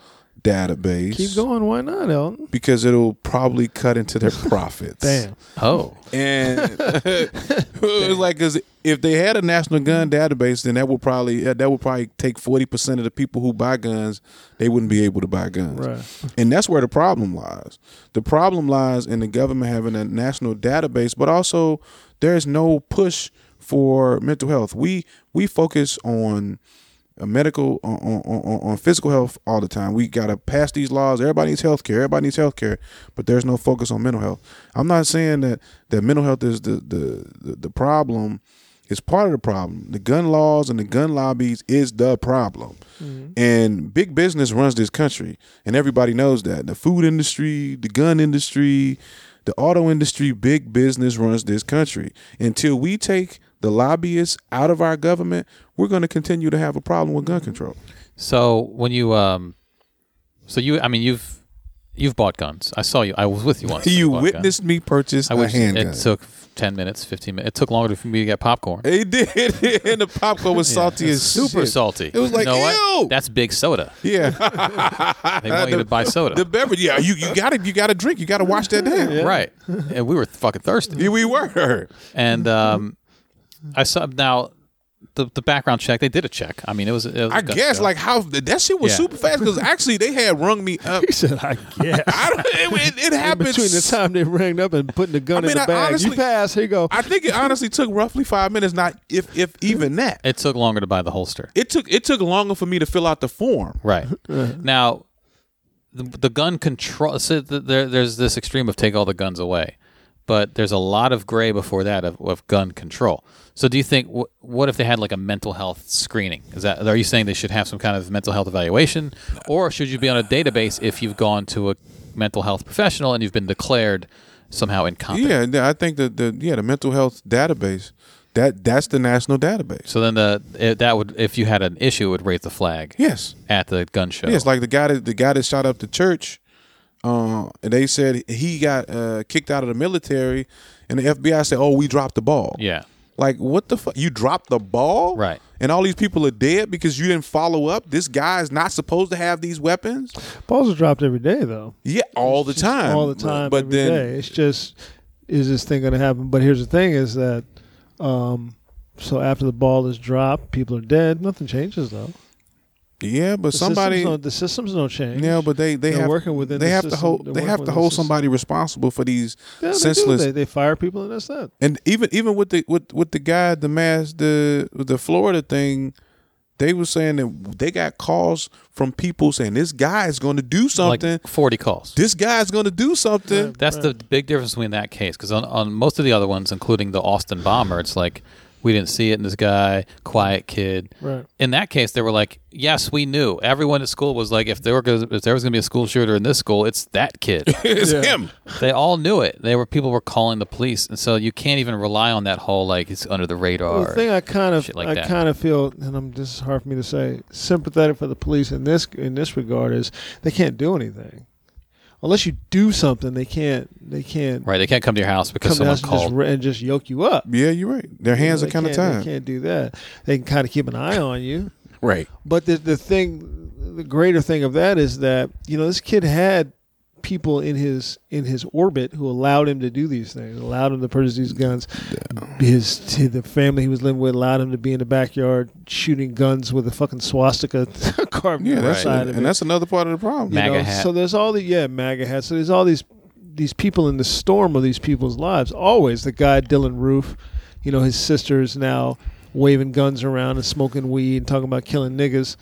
database.
Keep going. Why not, Elton?
Because it'll probably cut into their profits.
Damn.
Oh.
And it's like, cause if they had a national gun database, then that would probably uh, that would probably take forty percent of the people who buy guns, they wouldn't be able to buy guns.
Right.
And that's where the problem lies. The problem lies in the government having a national database, but also there's no push for mental health. We we focus on a medical on, on, on, on physical health all the time. We gotta pass these laws. Everybody needs health care. Everybody needs health care, but there's no focus on mental health. I'm not saying that that mental health is the the the, the problem. It's part of the problem. The gun laws and the gun lobbies is the problem. And big business runs this country, and everybody knows that. The food industry, the gun industry, the auto industry, big business runs this country. Until we take the lobbyists out of our government, we're going to continue to have a problem with gun control.
So when you um, so you I mean you've you've bought guns. I saw you. I was with you once. when
You
bought
witnessed me purchase
guns. I
a
wish
handgun.
it took ten minutes, fifteen minutes. It took longer for me to get popcorn.
it did, and the popcorn was salty as
Super
shit.
salty.
It was like,
you know
ew!
What? That's big soda.
Yeah,
They want you to buy soda.
the beverage. Yeah, you you got to you got to drink. You got to wash that down.
Right. And we were fucking thirsty.
Yeah, we were.
And um, I saw now the the background check. They did a check. I mean, it was. It was a
I
gun
guess
show.
like how that shit was
Yeah.
super fast because actually they had rung me up.
He said, I guess.
I don't, it, it, it
In
happened
between the time they rang up and putting the gun
I mean,
in the
I
bag,
honestly-
you pass. Here you go.
I think it honestly took roughly five minutes, not if if even that.
it took longer to buy the holster.
It took it took longer for me to fill out the form.
Right. now, the, the gun control. So th- there, there's this extreme of take all the guns away, but there's a lot of gray before that of, of gun control. So do you think wh- what if they had like a mental health screening? Is that are you saying they should have some kind of mental health evaluation, or should you be on a database if you've gone to a mental health professional and you've been declared somehow incompetent?
Yeah, and I think that the yeah the mental health database that that's the national database.
So then the it, that would if you had an issue it would raise the flag.
Yes.
At the gun show.
Yes, like the guy that the guy that shot up the church. Uh, and they said he got uh, kicked out of the military, and the FBI said, "Oh, we dropped the ball."
Yeah.
Like what the fuck? You dropped the ball,
Right.
And all these people are dead because you didn't follow up. This guy is not supposed to have these weapons.
Balls are dropped every day, though.
Yeah, all the
It's
time.
all the time,
But then,
it's just is this thing going to happen? But here's the thing: is that um, so after the ball is dropped, people are dead. Nothing changes though.
yeah, but
The
somebody.
systems don't, the systems don't change.
Yeah, but they they
They're
have
working within
they
the
have to
system.
hold
They're
they have
working
to
within the
hold
system.
somebody responsible for these
Yeah, they do.
senseless
They, they fire people and that's that.
and even even with the with with the guy the mass the with the Florida thing, they were saying that they got calls from people saying this guy is going to do something.
Like forty calls.
this guy is going to do something.
That's the big difference between that case because on, on most of the other ones, including the Austin bomber, it's like we didn't see it in this guy, quiet kid.
Right.
In that case, they were like, "Yes, we knew." Everyone at school was like, "If there were gonna, if there was going to be a school shooter in this school, it's that kid."
It's him.
they all knew it. They were people were calling the police, and so you can't even rely on that whole like it's under the radar.
The thing I kind of
shit like
I
that.
kind of feel, and I'm this is hard for me to say, sympathetic for the police in this in this regard is they can't do anything. unless you do something, they can't. They can't
Right, they can't come to your house because
come to
someone
us and just,
called.
re- and just yoke you up.
Yeah, you're right. Their hands
They
are kind of
can't- They
tied.
can't do that. They can kind of keep an eye on you.
Right.
But the the thing, the greater thing of that is that you know this kid had people in his in his orbit who allowed him to do these things, allowed him to purchase these guns. His to the family he was living with allowed him to be in the backyard shooting guns with a fucking swastika carved
Yeah,
on the
that's
side of
and
it.
that's another part of the problem.
you
MAGA
know?
hat.
So there's all the yeah MAGA hats. So there's all these these people in the storm of these people's lives. Always the guy Dylan Roof, you know his sister is now waving guns around and smoking weed and talking about killing niggas.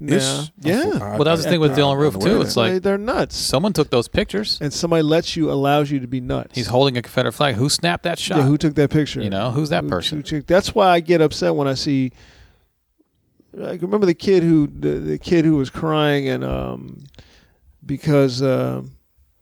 Now,
It's-
yeah, Oh,
I-
Well, that was the thing with
I-
Dylan
I'm
Roof,
aware
too.
of
It's
that.
like-
They- they're nuts.
Someone took those pictures.
And somebody lets you allows you to be nuts.
He's holding a Confederate flag. Who snapped that shot?
yeah, who took that picture?
you know, who's that
Who-
person?
who took- that's why I get upset when I see. Like remember the kid who the, the kid who was crying and um, because um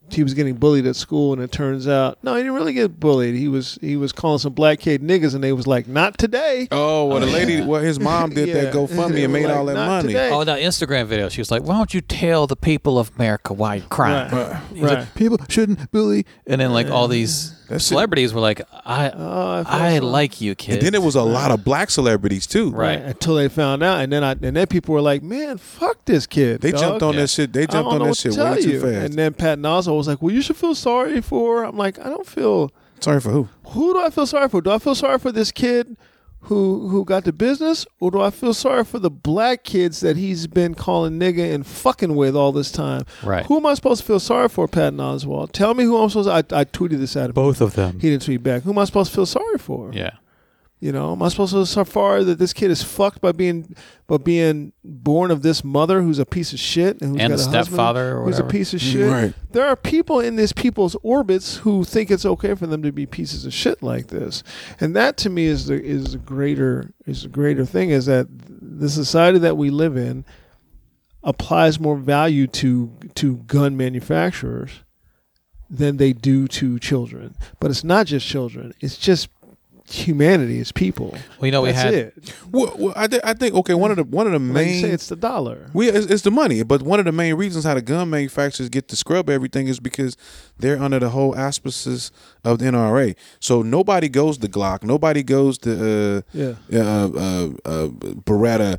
he was getting bullied at school and it turns out no he didn't really get bullied he was he was calling some black kid niggas and they was like not today
Oh, well, the lady, well, his mom did
Yeah.
that GoFundMe
They
and made
were
all
like,
that
"Not
money.
today."
Oh, that Instagram video. She was like, "Why don't you tell the people of America why you're crying?
Right.
He's like,
Right.
people shouldn't bully." And then like all these
That's it.
celebrities were like, "I, Oh, I, like you, kid."
And then it was a lot of black celebrities too.
Right.
until they found out and then I and then people were like man fuck this kid
They
dog."
jumped on
Yeah.
that shit. They
I
jumped
don't
on
know
that shit
what to tell
way too
you.
fast.
And then Pat Nozzle was like, "Well, you should feel sorry for." her." I'm like, "I don't feel.
Sorry for who?
Who do I feel sorry for? Do I feel sorry for this kid who who got the business, or do I feel sorry for the black kids that he's been calling nigga and fucking with all this time?
Right.
Who am I supposed to feel sorry for, Pat Oswald? Tell me who I'm supposed. To, I I tweeted this at him.
both of them.
He didn't tweet back. Who am I supposed to feel sorry for?
Yeah.
You know, am I supposed to feel so far that this kid is fucked by being by being born of this mother who's a piece of shit and who's
And
got
the
a husband
stepfather or
who's a
whatever.
piece of shit?
Mm, Right.
There are people in these people's orbits who think it's okay for them to be pieces of shit like this, and that to me is the is the greater is the greater thing is that the society that we live in applies more value to to gun manufacturers than they do to children. But it's not just children; it's just humanity. It's people.
Well, you know, we
That's
had
it.
Well, well I, thi- I think okay. One of the one of the
Like you say,
main
it's the dollar.
we it's, it's the money, but one of the main reasons how the gun manufacturers get to scrub everything is because they're under the whole auspices of the NRA. So nobody goes to Glock, nobody goes to uh,
Yeah.
uh, uh, uh, Beretta.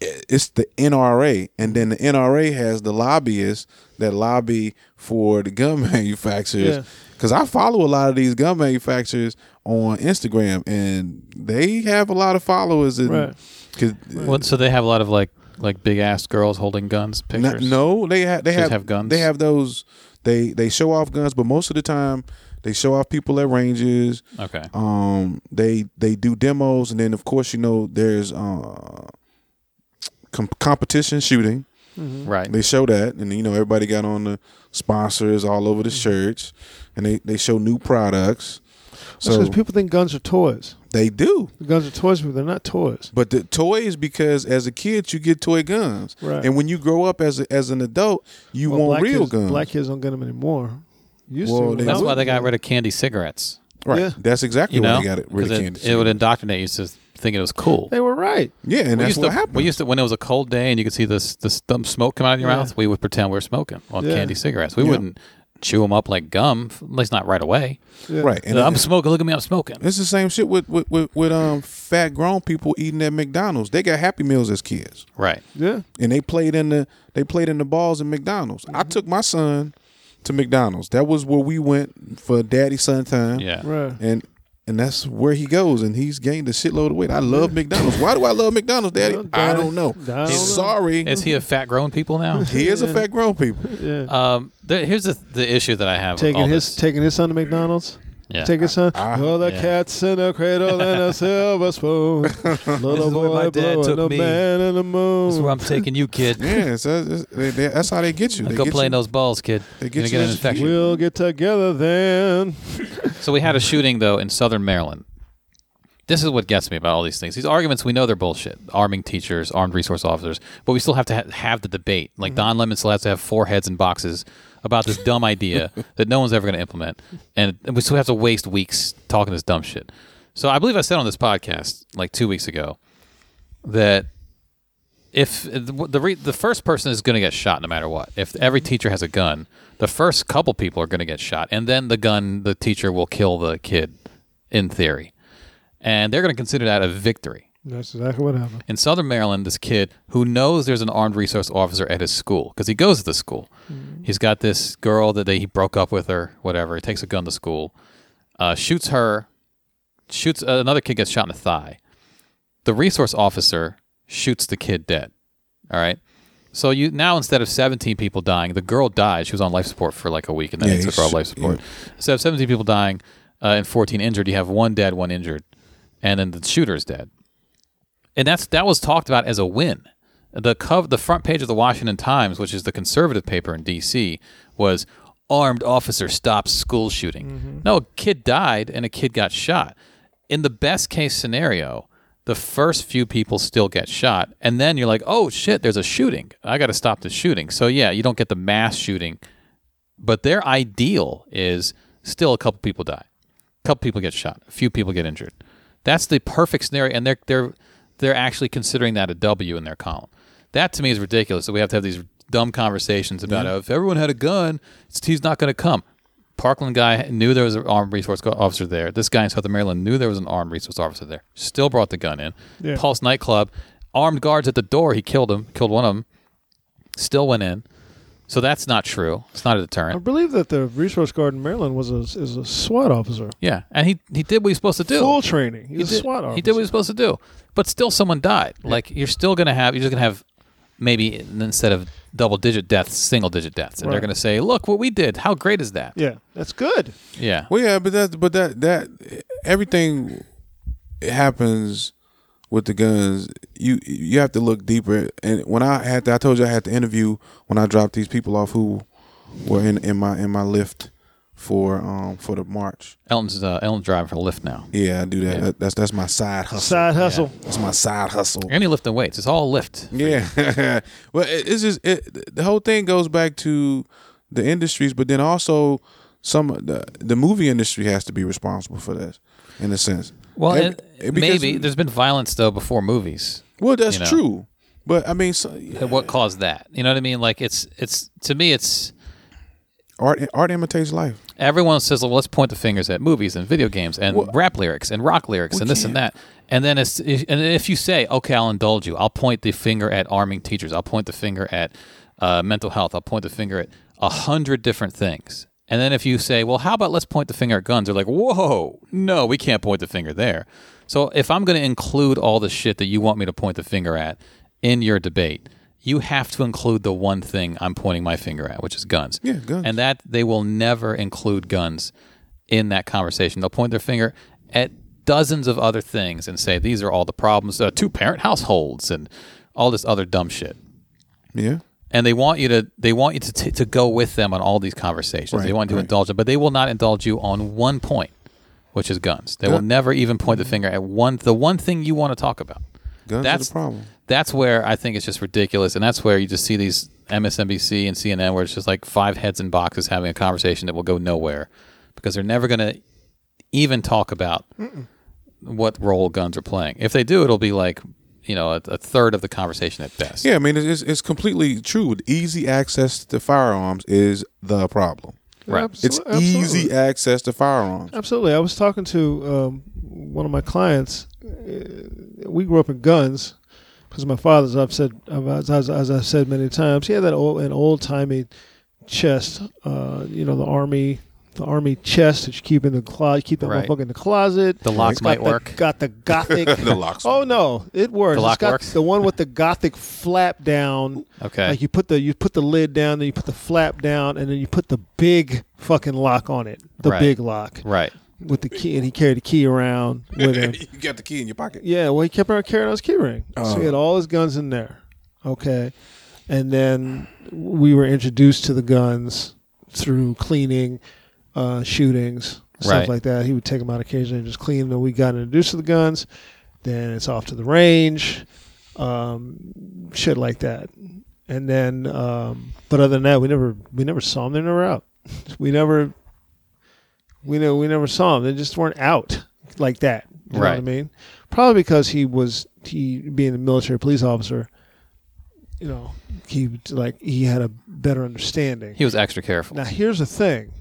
It's the NRA, and then the NRA has the lobbyists that lobby for the gun
Yeah.
manufacturers. Because I follow a lot of these gun manufacturers on Instagram, and they have a lot of followers. And,
Right.
'cause-
Well, so they have a lot of like like big ass girls holding guns
N-
pictures.
no, they have they
Just
have,
have guns?
They have those. They they show off guns, but most of the time they show off people at ranges.
Okay.
Um, they they do demos, and then of course you know there's uh com- competition shooting.
Right.
Mm-hmm. They show that, and you know everybody got on the sponsors all over the
Mm.
shirts, and they they show new products. So
because people think guns are toys.
they do.
Guns are toys, but they're not toys.
But the toys, because as a kid you get toy guns,
Right.
and when you grow up as a, as an adult, you
Well,
want
black
real
kids,
guns.
Black kids don't get them anymore. Used
Well,
to.
they
That's
would.
why they got rid of candy cigarettes.
Right.
Yeah.
That's exactly
You know,
why they got it rid of
'Cause
candy.
it, it would indoctrinate you to thinking it was cool.
They were right.
yeah, and
we
that's
used
what
to,
happened.
We used to when it was a cold day and you could see this this thump smoke come out of your
Yeah.
mouth. We would pretend we were smoking on
Yeah.
candy cigarettes. We
Yeah.
wouldn't chew them up like gum, f- at least not right away.
Yeah.
right. And
I'm
it-
smoking. Look at me, I'm smoking.
it's the same shit with, with, with, with um fat grown people eating at McDonald's. They got Happy Meals as kids,
Right.
Yeah.
and they played in the they played in the balls in McDonald's. I
Mm-hmm.
took my son to McDonald's. That was where we went for daddy son time.
Yeah.
Right.
and and that's where he goes, and he's gained a shitload of weight. I love McDonald's. Why do I love McDonald's, Daddy?
Well,
I
Daddy,
don't know.
I don't know.
Sorry,
Is he a fat grown people now?
he is a fat grown people.
Yeah.
um. There, here's the the issue that I have. with
taking
all
his
this.
taking his son to McDonald's.
Yeah.
Take his son.
I-
oh, the
yeah.
cat's in a cradle and a silver spoon. Little
is where
boy
my dad
blowing
took
a
me.
man in the moon.
This is where I'm taking you, kid.
Yeah, so that's, they- they- that's how they get you. They
Go
get
play
you.
in those balls, kid.
They
You're
get
gonna
you
get an
this-
infection.
We'll get together then.
So we had a shooting though in Southern Maryland. This is what gets me about all these things. These arguments, we know they're bullshit. Arming teachers, armed resource officers, but we still have to ha- have the debate. Like Don Lemon still has to have four heads in boxes about this dumb idea that no one's ever going to implement, and and we still have to waste weeks talking this dumb shit. So I believe I said on this podcast like two weeks ago that if the the, re, the first person is going to get shot no matter what. If every teacher has a gun, the first couple people are going to get shot, and then the gun the teacher will kill the kid, in theory, and they're going to consider that a victory.
That's exactly what happened.
In Southern Maryland, this kid who knows there's an armed resource officer at his school because he goes to the school. He's got this girl that they, he broke up with or whatever. He takes a gun to school, uh, shoots her, shoots uh, another kid gets shot in the thigh. The resource officer shoots the kid dead. All right. So you now instead of 17 people dying, the girl died. She was on life support for like a week, and then
Yeah,
they took
he's-
her off life support. Instead of 17 people dying uh, and 14 injured, you have one dead, one injured, and then the shooter is dead and that's that was talked about as a win. The cov- the front page of the Washington Times, which is the conservative paper in D.C., was armed officer stops school shooting. No, a kid died and a kid got shot. In the best case scenario, the first few people still get shot, and then you're like, oh shit, there's a shooting. I got to stop the shooting. So yeah, you don't get the mass shooting, but their ideal is still a couple people die couple people get shot, a few people get injured. That's the perfect scenario, and they're they're they're actually considering that a W in their column. That to me is ridiculous. That we have to have these dumb conversations about "Oh, if everyone had a gun, it's- he's not going to come. Parkland guy knew there was an armed resource co- officer there. This guy in Southern Maryland knew there was an armed resource officer there. Still brought the gun in. Pulse nightclub, armed guards at the door. He killed him. Killed one of them. Still went in. So that's not true. It's not a
I
deterrent.
believe that the resource guard in Maryland was a is a SWAT officer.
Yeah, and he he did what he's supposed to do.
Full training. He,
Oh. he
was
did,
a SWAT officer.
he did what he was supposed to do, but still, someone died. Like you're still gonna have, you're just gonna have maybe instead of double digit deaths, single digit deaths, and they're
Right.
gonna say, "Look what we did. How great is that?"
yeah, that's good.
yeah.
Well, yeah, but that, but that, that everything happens with the guns. You you have to look deeper. And when I had, to, I told you I had to interview when I dropped these people off who were in, in my in my lift for um for the march.
Elton's uh, Elton's driving for Lyft now,
Yeah, I do that. that that's that's my side hustle.
Side hustle.
That's my side hustle.
and he lifting weights. It's all Lyft.
Yeah. well, it, it's just it, the whole thing goes back to the industries, but then also some the the movie industry has to be responsible for this in a sense.
Well,
Ev-
and
because-
maybe there's been violence though before movies.
well that's
you know.
true, but I mean, so,
What caused that? You know what I mean? Like it's it's to me, it's
art art imitates life.
everyone says, well, let's point the fingers at movies and video games and rap lyrics and rock lyrics and this and that. And then it's, and if you say, okay, I'll indulge you, I'll point the finger at arming teachers, I'll point the finger at uh, mental health, I'll point the finger at a hundred different things. And then if you say, well, how about let's point the finger at guns? They're like, whoa, no, we can't point the finger there. So if I'm going to include all the shit that you want me to point the finger at in your debate, you have to include the one thing I'm pointing my finger at, which is guns.
Yeah, guns.
And that they will never include guns in that conversation. They'll point their finger at dozens of other things and say these are all the problems, uh, two parent households, and all this other dumb shit.
Yeah,
And they want you to they want you to t- to go with them on all these conversations. they
Right,
want you to
right.
indulge them, but they will not indulge you on one point, which is guns. They will
Gun-
never even point the finger at one the one thing you want to talk about
guns
that's
are the problem.
That's where I think it's just ridiculous, and that's where you just see these MSNBC and CNN where it's just like five heads in boxes having a conversation that will go nowhere because they're never going to even talk about what role guns are playing. If they do, it'll be like you know a, a third of the conversation at best.
Yeah, I mean, it's- it's it's completely true. Easy access to firearms is the problem.
right.
It's
Absolutely.
easy access to firearms.
Absolutely. I was talking to um, one of my clients. Uh, We grew up in guns because my father's. I've said as, as, as I've said many times. He had that old an old timey chest. Uh, you know the army. The army chest that you keep in the closet, keep that
Right.
motherfucker in the closet.
The lock
It's got
might
the-
work.
Got the gothic.
The locks.
Oh no, it works.
The
It's
lock
got
works?
The one with the gothic flap down.
Okay.
Like you put the you put the lid down, then you put the flap down, and then you put the big fucking lock on it. The
Right.
big lock
Right.
with the key, and he carried the key around with him.
You got the key in your pocket.
yeah, well, he kept around carrying his key ring, so he had all his guns in there. Okay, and then we were introduced to the guns through cleaning, uh, shootings, stuff
Right.
like that. He would take them out occasionally and just clean them. We got introduced to the guns. Then it's off to the range, um, shit like that. And then, um, but other than that, we never we never saw them. They never out. We never we know we never saw him. They just weren't out like that. You know what I
Right.
mean? Probably because he was he being a military police officer, you know, he like he had a better understanding.
He was extra careful.
Now here's the thing.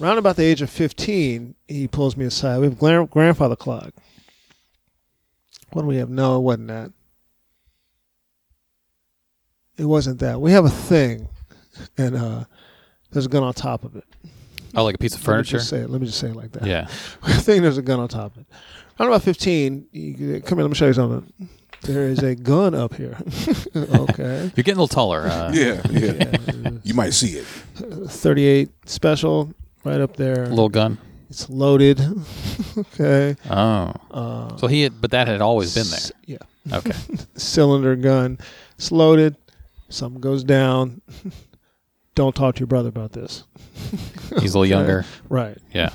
Around about the age of 15, he pulls me aside. We have gran- grandfather clock. What do we have? No, it wasn't that. It wasn't that. We have a thing, and uh, there's a gun on top of it.
Oh, like a piece of
Let me
furniture.
just say it. Let me just say it like that.
Yeah.
I think there's a gun on top of it. Around about 15, you, come here, let me show you something. There is a gun up here. okay.
You're getting a little taller. Uh,
Yeah, yeah. you might see it.
38 special, right up there.
Little gun.
It's loaded. okay.
Oh. so he had, but that had always been
S-
there.
Yeah.
Okay.
Cylinder gun. It's loaded. Something goes down. Don't talk to your brother about this.
He's a little younger.
Right.
Yeah.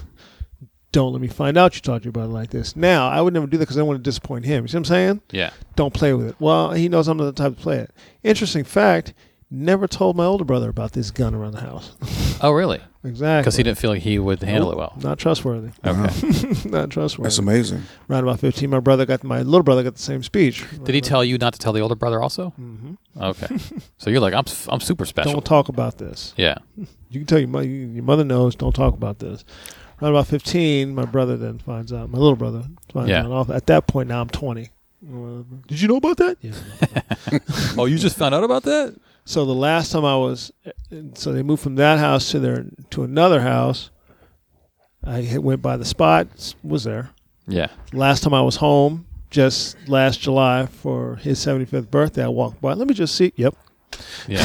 Don't let me find out you talked to your brother like this. Now, I would never do that because I want to disappoint him. You see what I'm saying?
Yeah.
Don't play with it. Well, he knows I'm not the type to play it. Interesting fact never told my older brother about this gun around the house.
Oh, really?
exactly.
Because he didn't feel like he would handle it well.
Not trustworthy.
Okay.
Not trustworthy.
That's amazing.
Around about 15, my brother got my little brother got the same speech.
Did he tell you not to tell the older brother also? Mm-hmm. Okay. So you're like, I'm, s- I'm super special.
Don't talk about this.
yeah.
You can tell your mother, your mother knows. Don't talk about this. Around about 15, my brother then finds out. My little brother finds
Yeah.
out. Off- At that point, now I'm 20. Did you know about that? Yeah.
Oh, you just found out about that?
So the last time I was, uh, so they moved from that house to their to another house. I hit- went by the spot. Was there
Yeah.
last time I was home? Just last July for his 75th birthday, I walked by. Let me just see. Yep,
Yeah.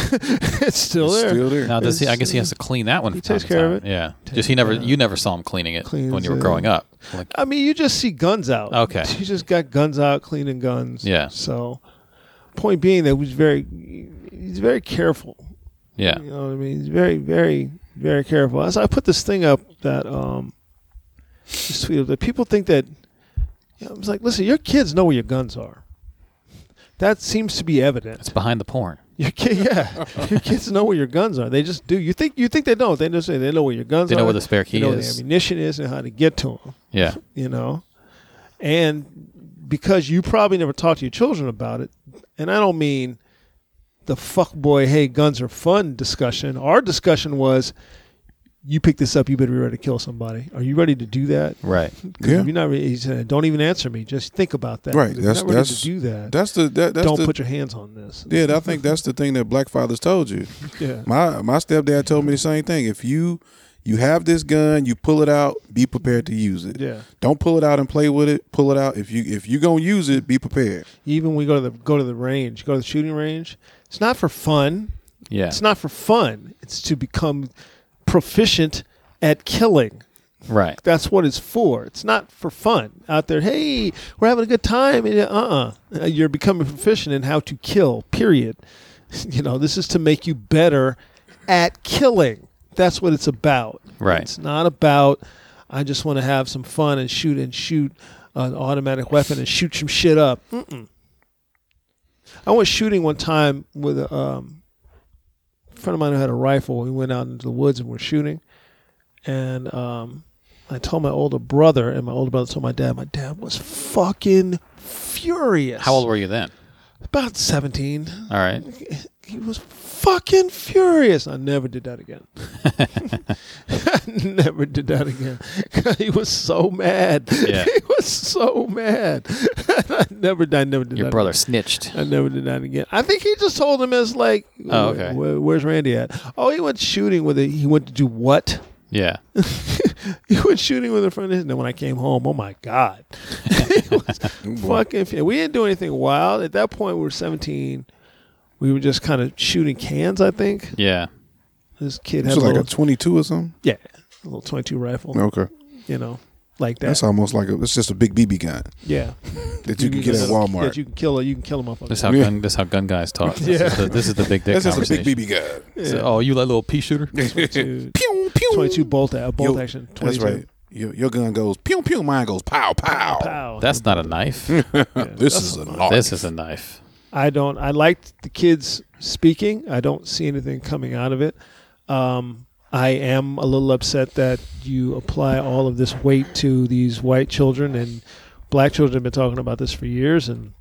it's still
It's
there.
Still there.
Now does he? I
It's-
guess he has to clean that one. He
takes care of it.
Yeah. Just he never. You never saw him cleaning it when
Cleans
you were
it.
growing up. Like,
I mean, you just see guns out.
Okay.
You just got guns out, cleaning guns.
Yeah.
So, point being that he's very, he's very careful.
yeah.
You know what I mean? He's very, very, very careful. So I put this thing up that um, this tweet up that people think that you know, I was like, listen, your kids know where your guns are. That seems to be evident.
It's behind the porn.
Your kid, yeah, your kids know where your guns are. They just do. You think you think they don't? They just say they know where your guns
They
are.
know where the spare
They
key
know where the
is.
ammunition is and how to get to them
Yeah.
you know and because you probably never talked to your children about it and i don't mean the fuck boy hey guns are fun discussion our discussion was you pick this up you better be ready to kill somebody are you ready to do that
Right.
'Cause
Yeah.
if you're not ready, he said, don't even answer me just think about that
Right,
If
that's-
you're not ready
that's-
to do that
That's the that, that's
don't
the
put your hands on this
yeah. I think that's the thing that black fathers told you.
yeah
My my stepdad told me the same thing. If you you have this gun, you pull it out, be prepared to use it.
Yeah.
Don't pull it out and play with it. Pull it out. If you if you gonna use it, be prepared.
even when we go to the go to the range go to the shooting range it's not for fun
Yeah.
it's not for fun it's to become proficient at killing
right.
That's what it's for. It's not for fun out there. Hey, we're having a good time. and, Uh-uh. Uh, You're becoming proficient in how to kill, period. You know, this is to make you better at killing. That's what it's about.
Right.
It's not about, I just want to have some fun and shoot and shoot an automatic weapon and shoot some shit up. Mm-mm. I went shooting one time with a um, friend of mine who had a rifle. We went out into the woods and we're shooting and um, I told my older brother, and my older brother told my dad. My dad was fucking furious.
How old were you then?
About seventeen.
All right.
He was fucking furious. I never did that again. I never did that again. he was so mad.
Yeah.
he was so mad. I never, I never did
Your
that
brother snitched.
I never did that again. I think he just told him as like,
Oh, okay.
"Where- where's Randy at? Oh, he went shooting with it. He went to do what?
Yeah.
he was shooting with a friend of his. And then when I came home, oh my God. It was fucking fu- We didn't do anything wild. At that point, we were 17. We were just kind of shooting cans, I think.
Yeah.
This kid
It's
had a
like
little,
a twenty two or something.
yeah, a little 22 rifle,
Okay.
you know, like that.
That's almost like a, it's just a big BB gun
yeah.
that you can get at Walmart.
That you can kill a, you can kill a motherfucker.
This how gun. This how gun guys talk. This, is, the, this is the big dick
That's just a big
conversation.
BB gun.
So, oh, you like little pea shooter?
Dude,
Pew pew.
22 bolt, a- bolt
Yo,
action. 22.
That's right. Your, your gun goes pew pew. Mine goes pow pow.
Wow.
That's not a knife.
This is an art.
this is a knife.
I don't. I liked the kids speaking. I don't see anything coming out of it. Um, I am a little upset that you apply all of this weight to these white children and black children have been talking about this for years and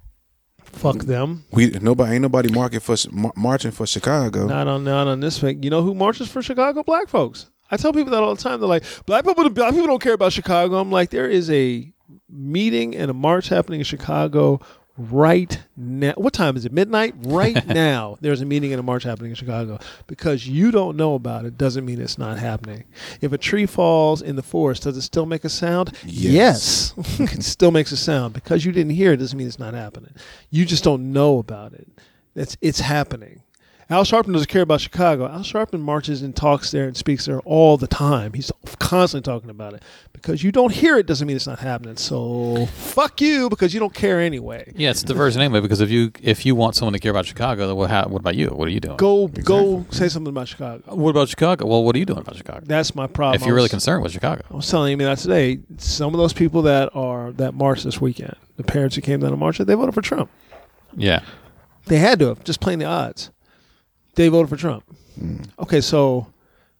Fuck them.
We nobody ain't nobody marking for mar- marching for Chicago.
Not on not on this thing. You know who marches for Chicago? Black folks. I tell people that all the time. They're like, black people, black people don't care about Chicago. I'm like, there is a meeting and a march happening in Chicago right now. What time is it? Midnight? Right now, there's a meeting and a march happening in Chicago. Because you don't know about it doesn't mean it's not happening. If a tree falls in the forest, does it still make a sound?
Yes.
Yes. it still makes a sound. Because you didn't hear it doesn't mean it's not happening. You just don't know about it. It's, it's happening. Al Sharpton doesn't care about Chicago. Al Sharpton marches and talks there and speaks there all the time. He's constantly talking about it. Because you don't hear it doesn't mean it's not happening. So fuck you because you don't care anyway.
Yeah, it's diversion anyway because if you if you want someone to care about Chicago, then what, how, what about you? What are you doing?
Go go say something about Chicago.
What about Chicago? Well, what are you doing about Chicago?
That's my problem.
if you're
I
really
was-
concerned with Chicago,
I was telling you that today. Some of those people that are that marched this weekend, the parents who came down to march, they voted for Trump.
yeah,
They had to have just playing the odds. They voted for Trump.
Hmm.
Okay, so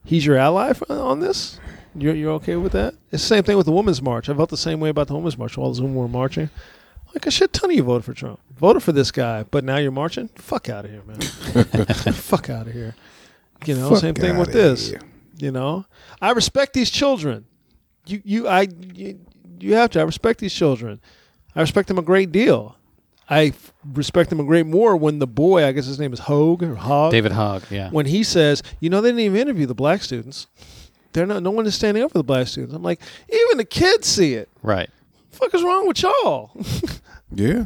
he's your ally for, on this. You're you're okay with that? It's the same thing with the women's march. I felt the same way about the women's march. All those women were marching. Like a shit ton of you voted for Trump. Voted for this guy, but now you're marching. Fuck out of here, man. Fuck out of here. You know,
Fuck
same thing with
outta
this.
here.
You know, I respect these children. You you I you, you have to. I respect these children. I respect them a great deal. I f- respect them a great more when the boy, I guess his name is Hogue or Hog,
David Hogg, yeah,
when he says, you know, they didn't even interview the black students. They're not. No one is standing up for the black students. I'm like, even the kids see it.
right.
Fuck is wrong with y'all?
Yeah.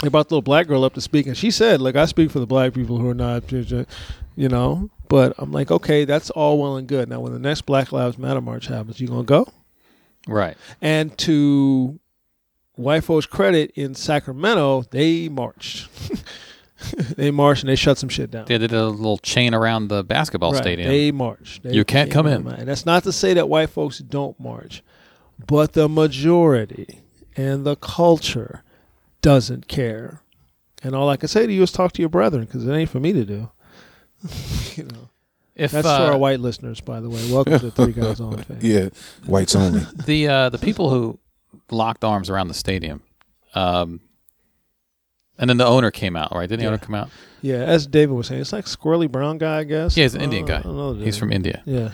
they brought the little black girl up to speak, and she said, "Like I speak for the black people who are not, you know." But I'm like, okay, that's all well and good. Now, when the next Black Lives Matter march happens, you gonna go?
Right.
And to white folks' credit, in Sacramento, they marched. they marched and they shut some shit down.
They did a little chain around the basketball
Right,
stadium.
They marched. They
You can't
came
come in.
And that's not to say that white folks don't march, but the majority and the culture doesn't care. And all I can say to you is talk to your brethren because it ain't for me to do. you know,
if
that's
uh,
for our white listeners, by the way. Welcome to Three Guys on Fame.
Yeah. Whites only.
the uh, the people who locked arms around the stadium, um, and then the owner came out, right? Didn't the owner come out?
Yeah, as David was saying, it's like squirrely brown guy, I guess.
Yeah, he's an
I
Indian
don't- Oh, I
guy.
don't know the
He's
dude.
from India.
Yeah,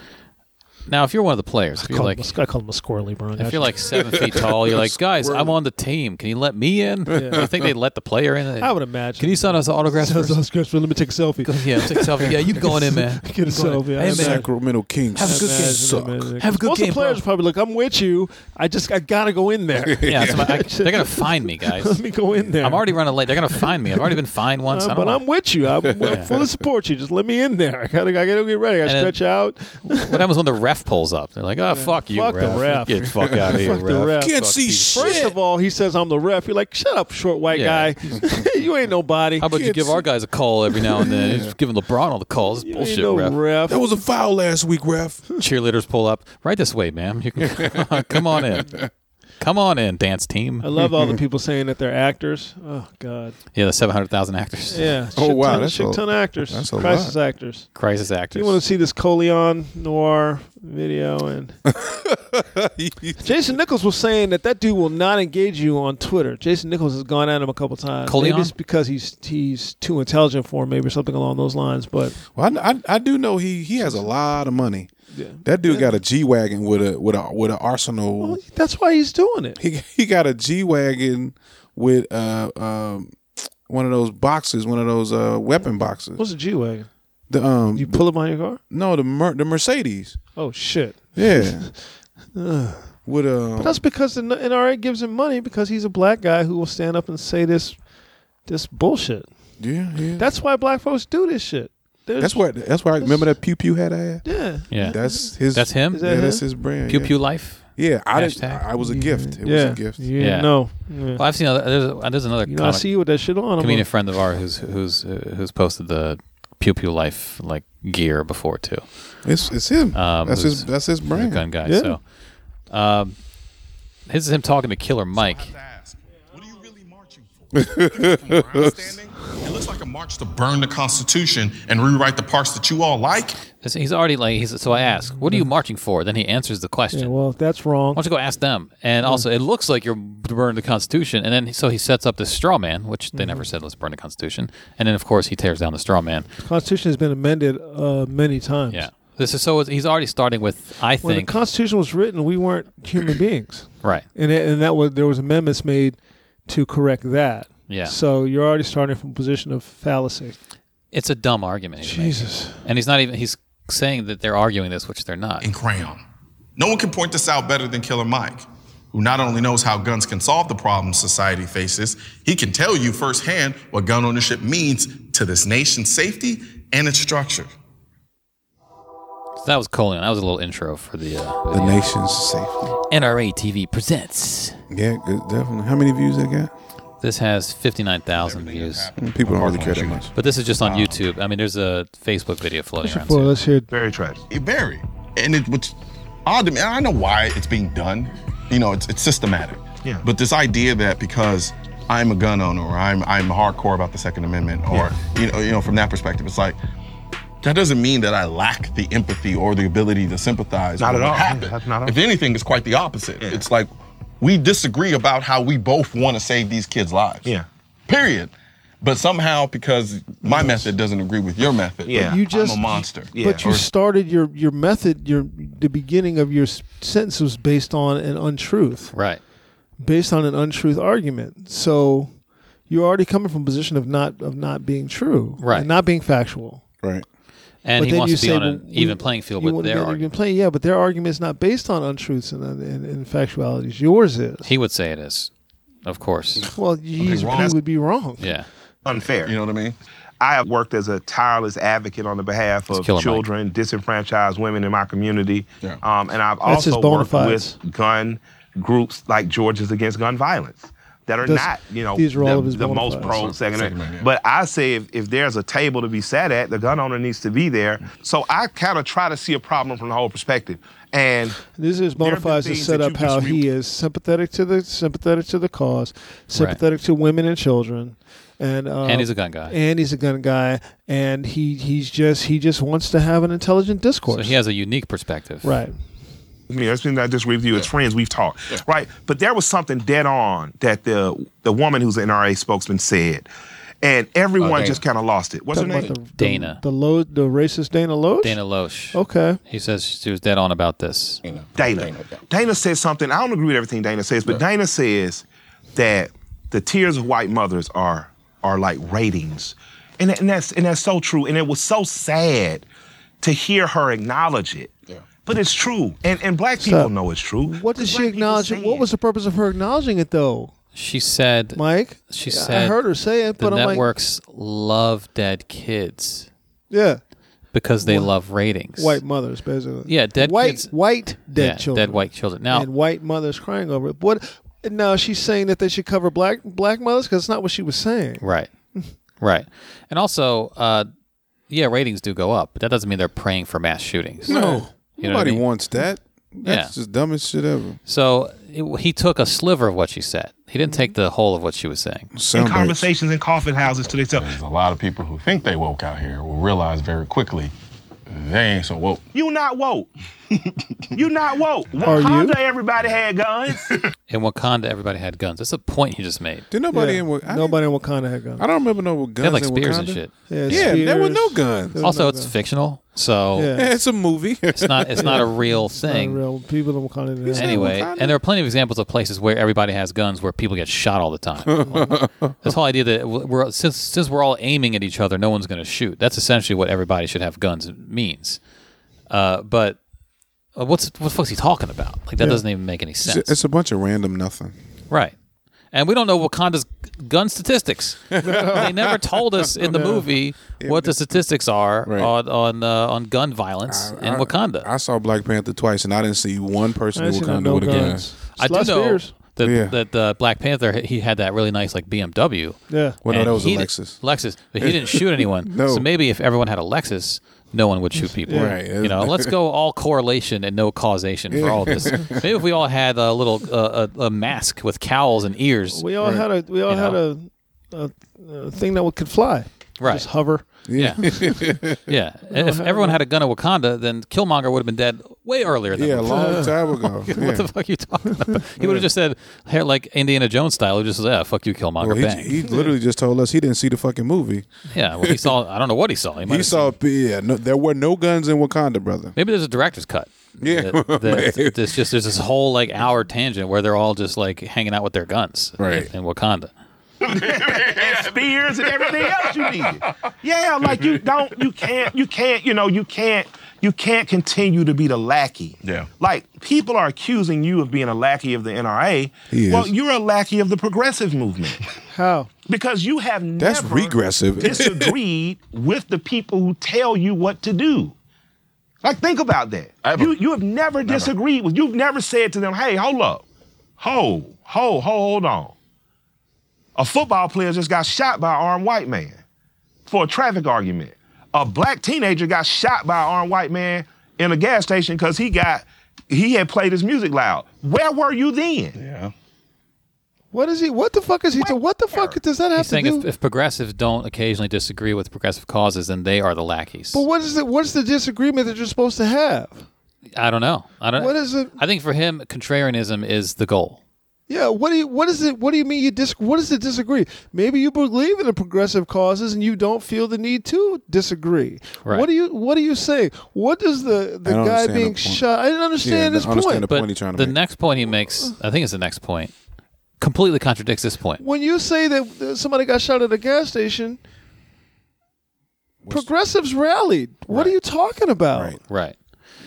Now, if you're one of the players, if
I
you're
call,
like
him, a- I call him a squirrely brown guy.
if you're like seven feet tall, you're like, guys, I'm on the team. Can you let me in? I think they let the player in.
I would imagine.
Can you sign us autographs?
So-
first?
so squirrely- Let me take a selfie.
Go- Yeah, take a selfie. Yeah, you going in, man.
Get a
You going in.
selfie. I
Hey, man,
imagine.
Sacramento Kings.
Have a good game.
suck.
Have a good
Most
game,
of the players
bro.
probably look. I'm with you. I just I gotta go in there.
Yeah, so I- they're gonna find me,
Let
guys.
me go in there.
I'm already running late. They're gonna find me. I've already been fined once.
Uh,
I don't
but
know.
I'm with you. I'm, I'm fully support you. Just let me in there. I gotta, I gotta get ready. I
And then-
stretch out.
What happens when the ref pulls up? They're like, "Oh, fuck you,
Fuck the
ref.
ref.
Get the fuck out of here,
Fuck the ref.
Can't
Fuck
see
these-
shit.
First of all, he says I'm the ref. You're like, shut up, short white
Yeah.
guy. you ain't nobody.
How about you
Can't
give our guys a call every now and then? Just giving LeBron all the calls.
you
Bullshit,
ain't no
ref.
ref.
that was a foul last week, ref.
Cheerleaders pull up. Right this way, ma'am. You can come on in. Come on in, dance team.
I love all the people saying that they're actors. Oh God.
Yeah, the seven hundred thousand actors,
Yeah.
Oh,
shit
wow,
Ton,
that's
shit
a-
ton of actors.
that's a
Crisis
lot.
actors.
crisis
You want to
actors.
see this Coleon Noir video and Jason Nichols was saying that that dude will not engage you on Twitter. Jason Nichols has gone at him a couple times.
Coleon?
Maybe it's because he's he's too intelligent for him, maybe something along those lines. But
Well, I, I, I do know he he has a lot of money. That dude got a G wagon with a with a with an arsenal.
Oh.
well, that's why he's doing it.
he he got a G wagon with uh um one of those boxes, one of those uh weapon boxes.
What's a G wagon?
The um
You pull him on your car?
no the Mer- the Mercedes.
Oh shit!
Yeah. with um
That's because the NRA gives him money because he's a black guy who will stand up and say this this bullshit.
yeah, yeah.
That's why black folks do this shit. There's-
that's why that's why I remember that pew pew hat I had.
Yeah.
Yeah,
That's his
that's him.
Is
Yeah,
that him?
that's his brand.
Pew
yeah.
pew life.
Yeah, I didn't,
Hashtag.
I I was a gift. It
yeah.
was a gift.
Yeah.
Yeah.
No. Yeah.
Well, I've seen other, there's, uh, there's another
You know, I
comic,
see you with that shit on. I'm
comedian friend of ours who's who's uh, who's posted the pew pew life like gear before too.
It's it's him.
Um,
that's
who's-
his that's his
the
brand.
gun guy.
Yeah.
So, um, this is him talking to Killer Mike.
I have to ask, what are you really marching for? From where I'm standing, it looks like like a march to burn the Constitution and rewrite the parts that you all like.
It's- He's already like he's. So I ask, "What are you marching for?" Then he answers the question.
Yeah, well, that's wrong.
Why don't you go ask them? And also, it looks like you're burning the Constitution. And then so he sets up this straw man, which
Mm-hmm.
they never said let's burn the Constitution. And then of course he tears down the straw man.
Constitution has been amended uh, many times.
Yeah. This is so he's already starting with I
When
think
the Constitution was written, we weren't human beings,
right.
and it, and that was there was amendments made to correct that.
Yeah.
So you're already starting from a position of fallacy.
It's a dumb argument. he's making.
Jesus.
And he's not even he's saying that they're arguing this, which they're not.
in crayon. No one can point this out better than Killer Mike, who not only knows how guns can solve the problems society faces, he can tell you firsthand what gun ownership means to this nation's safety and its structure.
So that was Colion. That was a little intro for the uh,
The nation's safety.
NRA TV presents.
Yeah, good, definitely. How many views they got?
This has fifty nine thousand views.
People don't really care that much.
But this is just on YouTube. I mean, there's a Facebook video floating around.
Well,
too.
let's hear.
Very tragic. It very. And it was odd to me. I know why it's being done. You know, it's, it's systematic. Yeah. But this idea that because I'm a gun owner or I'm I'm hardcore about the Second Amendment or you know, you know, from that perspective, it's like that doesn't mean that I lack the empathy or the ability to sympathize. Not at all. If anything, it's quite the opposite. It's like we disagree about how we both want to save these kids' lives. Yeah. Period. But somehow, because my method doesn't agree with your method, yeah.
You just
I'm a monster.
But you started your your method. Your the beginning of your s- sentence was based on an untruth,
right.
based on an untruth argument. So you're already coming from a position of not of not being true,
Right.
and not being factual.
Right.
And he wants to be on
well,
an
we-
even playing field
you
with
want to be
their
on an even
argument.
playing- yeah, but their argument is not based on untruths and, and, and factualities. Yours is.
He would say it is, of course.
Well, he's,
wrong.
he would be wrong.
Yeah.
unfair.
You know what I mean?
I have worked as a tireless advocate on the behalf of
Killer Mike.
children, disenfranchised women in my community,
Yeah.
um, and I've
That's his
also worked
bona
with gun groups like Georgians Against Gun Violence that are
That's-
not, you know,
these are all
the,
of his
the
bona
most
fides.
pro Second
Amendment, yeah.
Amendment. But I say if, if there's a table to be sat at, the gun owner needs to be there. So I kind of try to see a problem from the whole perspective, and
This is
There have been
Bonafides has
things
set
that
up
you
how
disagree
he is sympathetic to the sympathetic to the cause, sympathetic to women and children, and uh,
And he's a gun guy.
and he's a gun guy, and he he's just he just wants to have an intelligent discourse.
So he has a unique perspective.
right.
you know, it's been not just with you as friends. We've talked, right? But there was something dead on that the the woman who's an NRA spokesman said, and everyone
Dana.
just kind of lost it. What's her
Talking
name?
about the, the-
Dana.
the, Lo- the racist Dana Loesch.
Dana Loesch.
Okay.
He says she was dead on about this.
Dana. Dana, says something. I don't agree with everything Dana says, but Dana says that the tears of white mothers are are like ratings, and, that- and that's and that's so true. And it was so sad to hear her acknowledge it. But it's true, and and black people know it's true.
What did
Because
she
black people
acknowledge?
say
What
it.
was the purpose of her acknowledging it though,
She said
Mike?
She
I-
said
I heard her say it,
the
but I'm like,
networks love dead kids
yeah,
because they love ratings.
white mothers basically.
Yeah, dead
white
kids-
white dead
yeah,
children.
Dead white children. Now,
and white mothers crying over it. What? Now she's saying that they should cover black black mothers because that's not what she was saying.
right, right, and also, uh, yeah, ratings do go up, but that doesn't mean they're praying for mass shootings.
No.
You know what I
Nobody
mean?
wants that. That's just dumbest shit ever.
So it, he took a sliver of what she said. He didn't take the whole of what she was saying.
in
Sound bites.
conversations in coffin houses to themselves?
There's a lot of people who think they woke out here will realize very quickly they ain't so woke.
You not woke. you not woke.
Are you?
Wakanda, everybody had guns.
In Wakanda, everybody had guns. That's a point he just made.
Did nobody
Yeah.
in Wa- I
Nobody in Wakanda had guns.
I don't remember no guns.
They had like
in
spears and
Wakanda.
shit.
Yeah, there were no
spears.
guns.
There were
Also,
no
it's
guns.
fictional, so
Yeah.
Yeah, it's a movie.
it's not it's not a real thing.
Unreal. People in Wakanda. Didn't have
anyway,
Wakanda.
and there are plenty of examples of places where everybody has guns where people get shot all the time. this whole idea that we're since since we're all aiming at each other, no one's going to shoot. That's essentially what everybody should have guns means. Uh, but uh, what's what the fuck's he talking about? Like that doesn't even make any
It's a-
sense,
it's a bunch of random nothing.
right? And we don't know Wakanda's g- gun statistics. they never told us in the movie what the statistics are
Right.
on on, uh, on gun violence in Wakanda.
I saw Black Panther twice, and I didn't see one person
I
in
ain't seen no
Wakanda with a gun.
guns.
I do know
Slice spears.
that
Yeah.
that uh, Black Panther he had that really nice like BMW.
Yeah.
Well, no,
And
that was a
he di-
Lexus.
Lexus, but he didn't shoot anyone.
No.
So maybe if everyone had a Lexus, no one would shoot people.
Right.
You know, let's go all correlation and no causation for all of this. Maybe if we all had a little uh, a, a mask with cowls and ears,
We all had a we all
You
had
know?
a, a, a thing that would- could fly.
Right.
Just hover.
Yeah. yeah. And if everyone had a gun at Wakanda, then Killmonger would have been dead way earlier than
Yeah, a long time ago.
What the
Yeah.
fuck are you talking about? He would have just said, hair like Indiana Jones style, he just said, yeah, fuck you, Killmonger,
Well,
bang.
he, he literally just told us he didn't see the fucking movie.
yeah, well, he saw, I don't know what he saw. might
He
have
saw, yeah, no, there were no guns in Wakanda, brother.
Maybe there's a director's cut.
Yeah,
That, that, there's just there's this whole like hour tangent where they're all just like hanging out with their guns,
Right.
In Wakanda.
and spears and everything else you needed. Yeah, like you don't, you can't, you can't, you know, you can't, you can't continue to be the lackey.
Yeah.
Like people are accusing you of being a lackey of the NRA.
He
Well,
is.
you're a lackey of the progressive movement
How?
because you have
That's
never
regressive.
disagreed with the people who tell you what to do. Like think about that.
Ever.
You you have never, disagreed with. You've never said to them, "Hey, hold up, ho, ho, ho, hold on." A football player just got shot by an armed white man for a traffic argument. A black teenager got shot by an armed white man in a gas station because he got he had played his music loud. Where were you then?
Yeah.
What is he? What the fuck is he? doing? What the fuck does that have
He's
to
saying
do?
if, if progressives don't occasionally disagree with progressive causes, then they are the lackeys.
but what is it? What's the disagreement that you're supposed to have?
I don't know. I don't.
What is it?
I think for him, contrarianism is the goal.
Yeah. What do you? What is it? What do you mean you dis? What is the disagree? Maybe you believe in the progressive causes and you don't feel the need to disagree.
Right.
What do you? What are you saying? What does the the
I don't
guy
understand
being
the point.
shot? I didn't
Yeah, I
understand his
understand
point.
the
But
point he's trying to
the
make.
next point he makes, I think it's the next point, completely contradicts this point.
when you say that uh, somebody got shot at a gas station, progressives rallied. What are you talking about?
Right.
Right.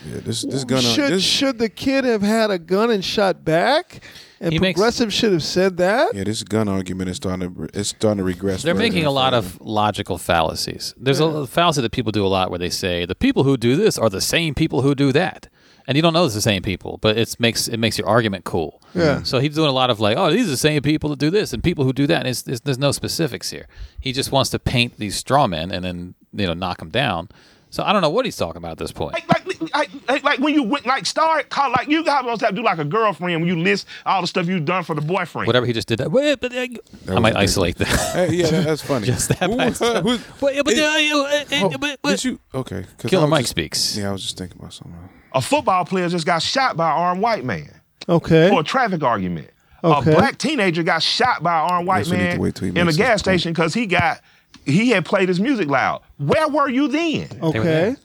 Yeah, this this gun uh,
should
this,
should the kid have had a gun and shot back? And
He makes-
progressive should have said that.
yeah, this gun argument is starting to it's starting to regress.
They're
further
making
and
a lot
further.
of logical fallacies. There's a fallacy that people do a lot where they say the people who do this are the same people who do that. And you don't know it's the same people, but it makes it makes your argument cool.
Yeah.
Mm-hmm.
So he's doing a lot of like, oh, these are the same people that do this and people who do that. And it's, it's, there's no specifics here. He just wants to paint these straw men and then you know knock them down. So I don't know what he's talking about at this point.
like, like, like, like when you went, like, start, call, like, you guys supposed to have to do like a girlfriend when you list all the stuff you've done for the boyfriend.
Whatever he just did. That. Wait, but, uh, I might isolate that.
Hey, yeah, that, that's funny.
Just that
Who-
bad stuff.
who's-
Wait, but,
Hey,
uh, uh,
oh,
uh, but,
did
but-
you okay? 'cause I
Killer
was
Mike
just-
speaks.
Yeah, I was just thinking about something. else.
A football player just got shot by an armed white man
Okay.
for a traffic argument.
Okay.
A black teenager got shot by an armed white
Guess we need to
man
wait till he
in a
makes
gas
his point.
station because he got, he had played his music loud. Where were you then?
okay.
there.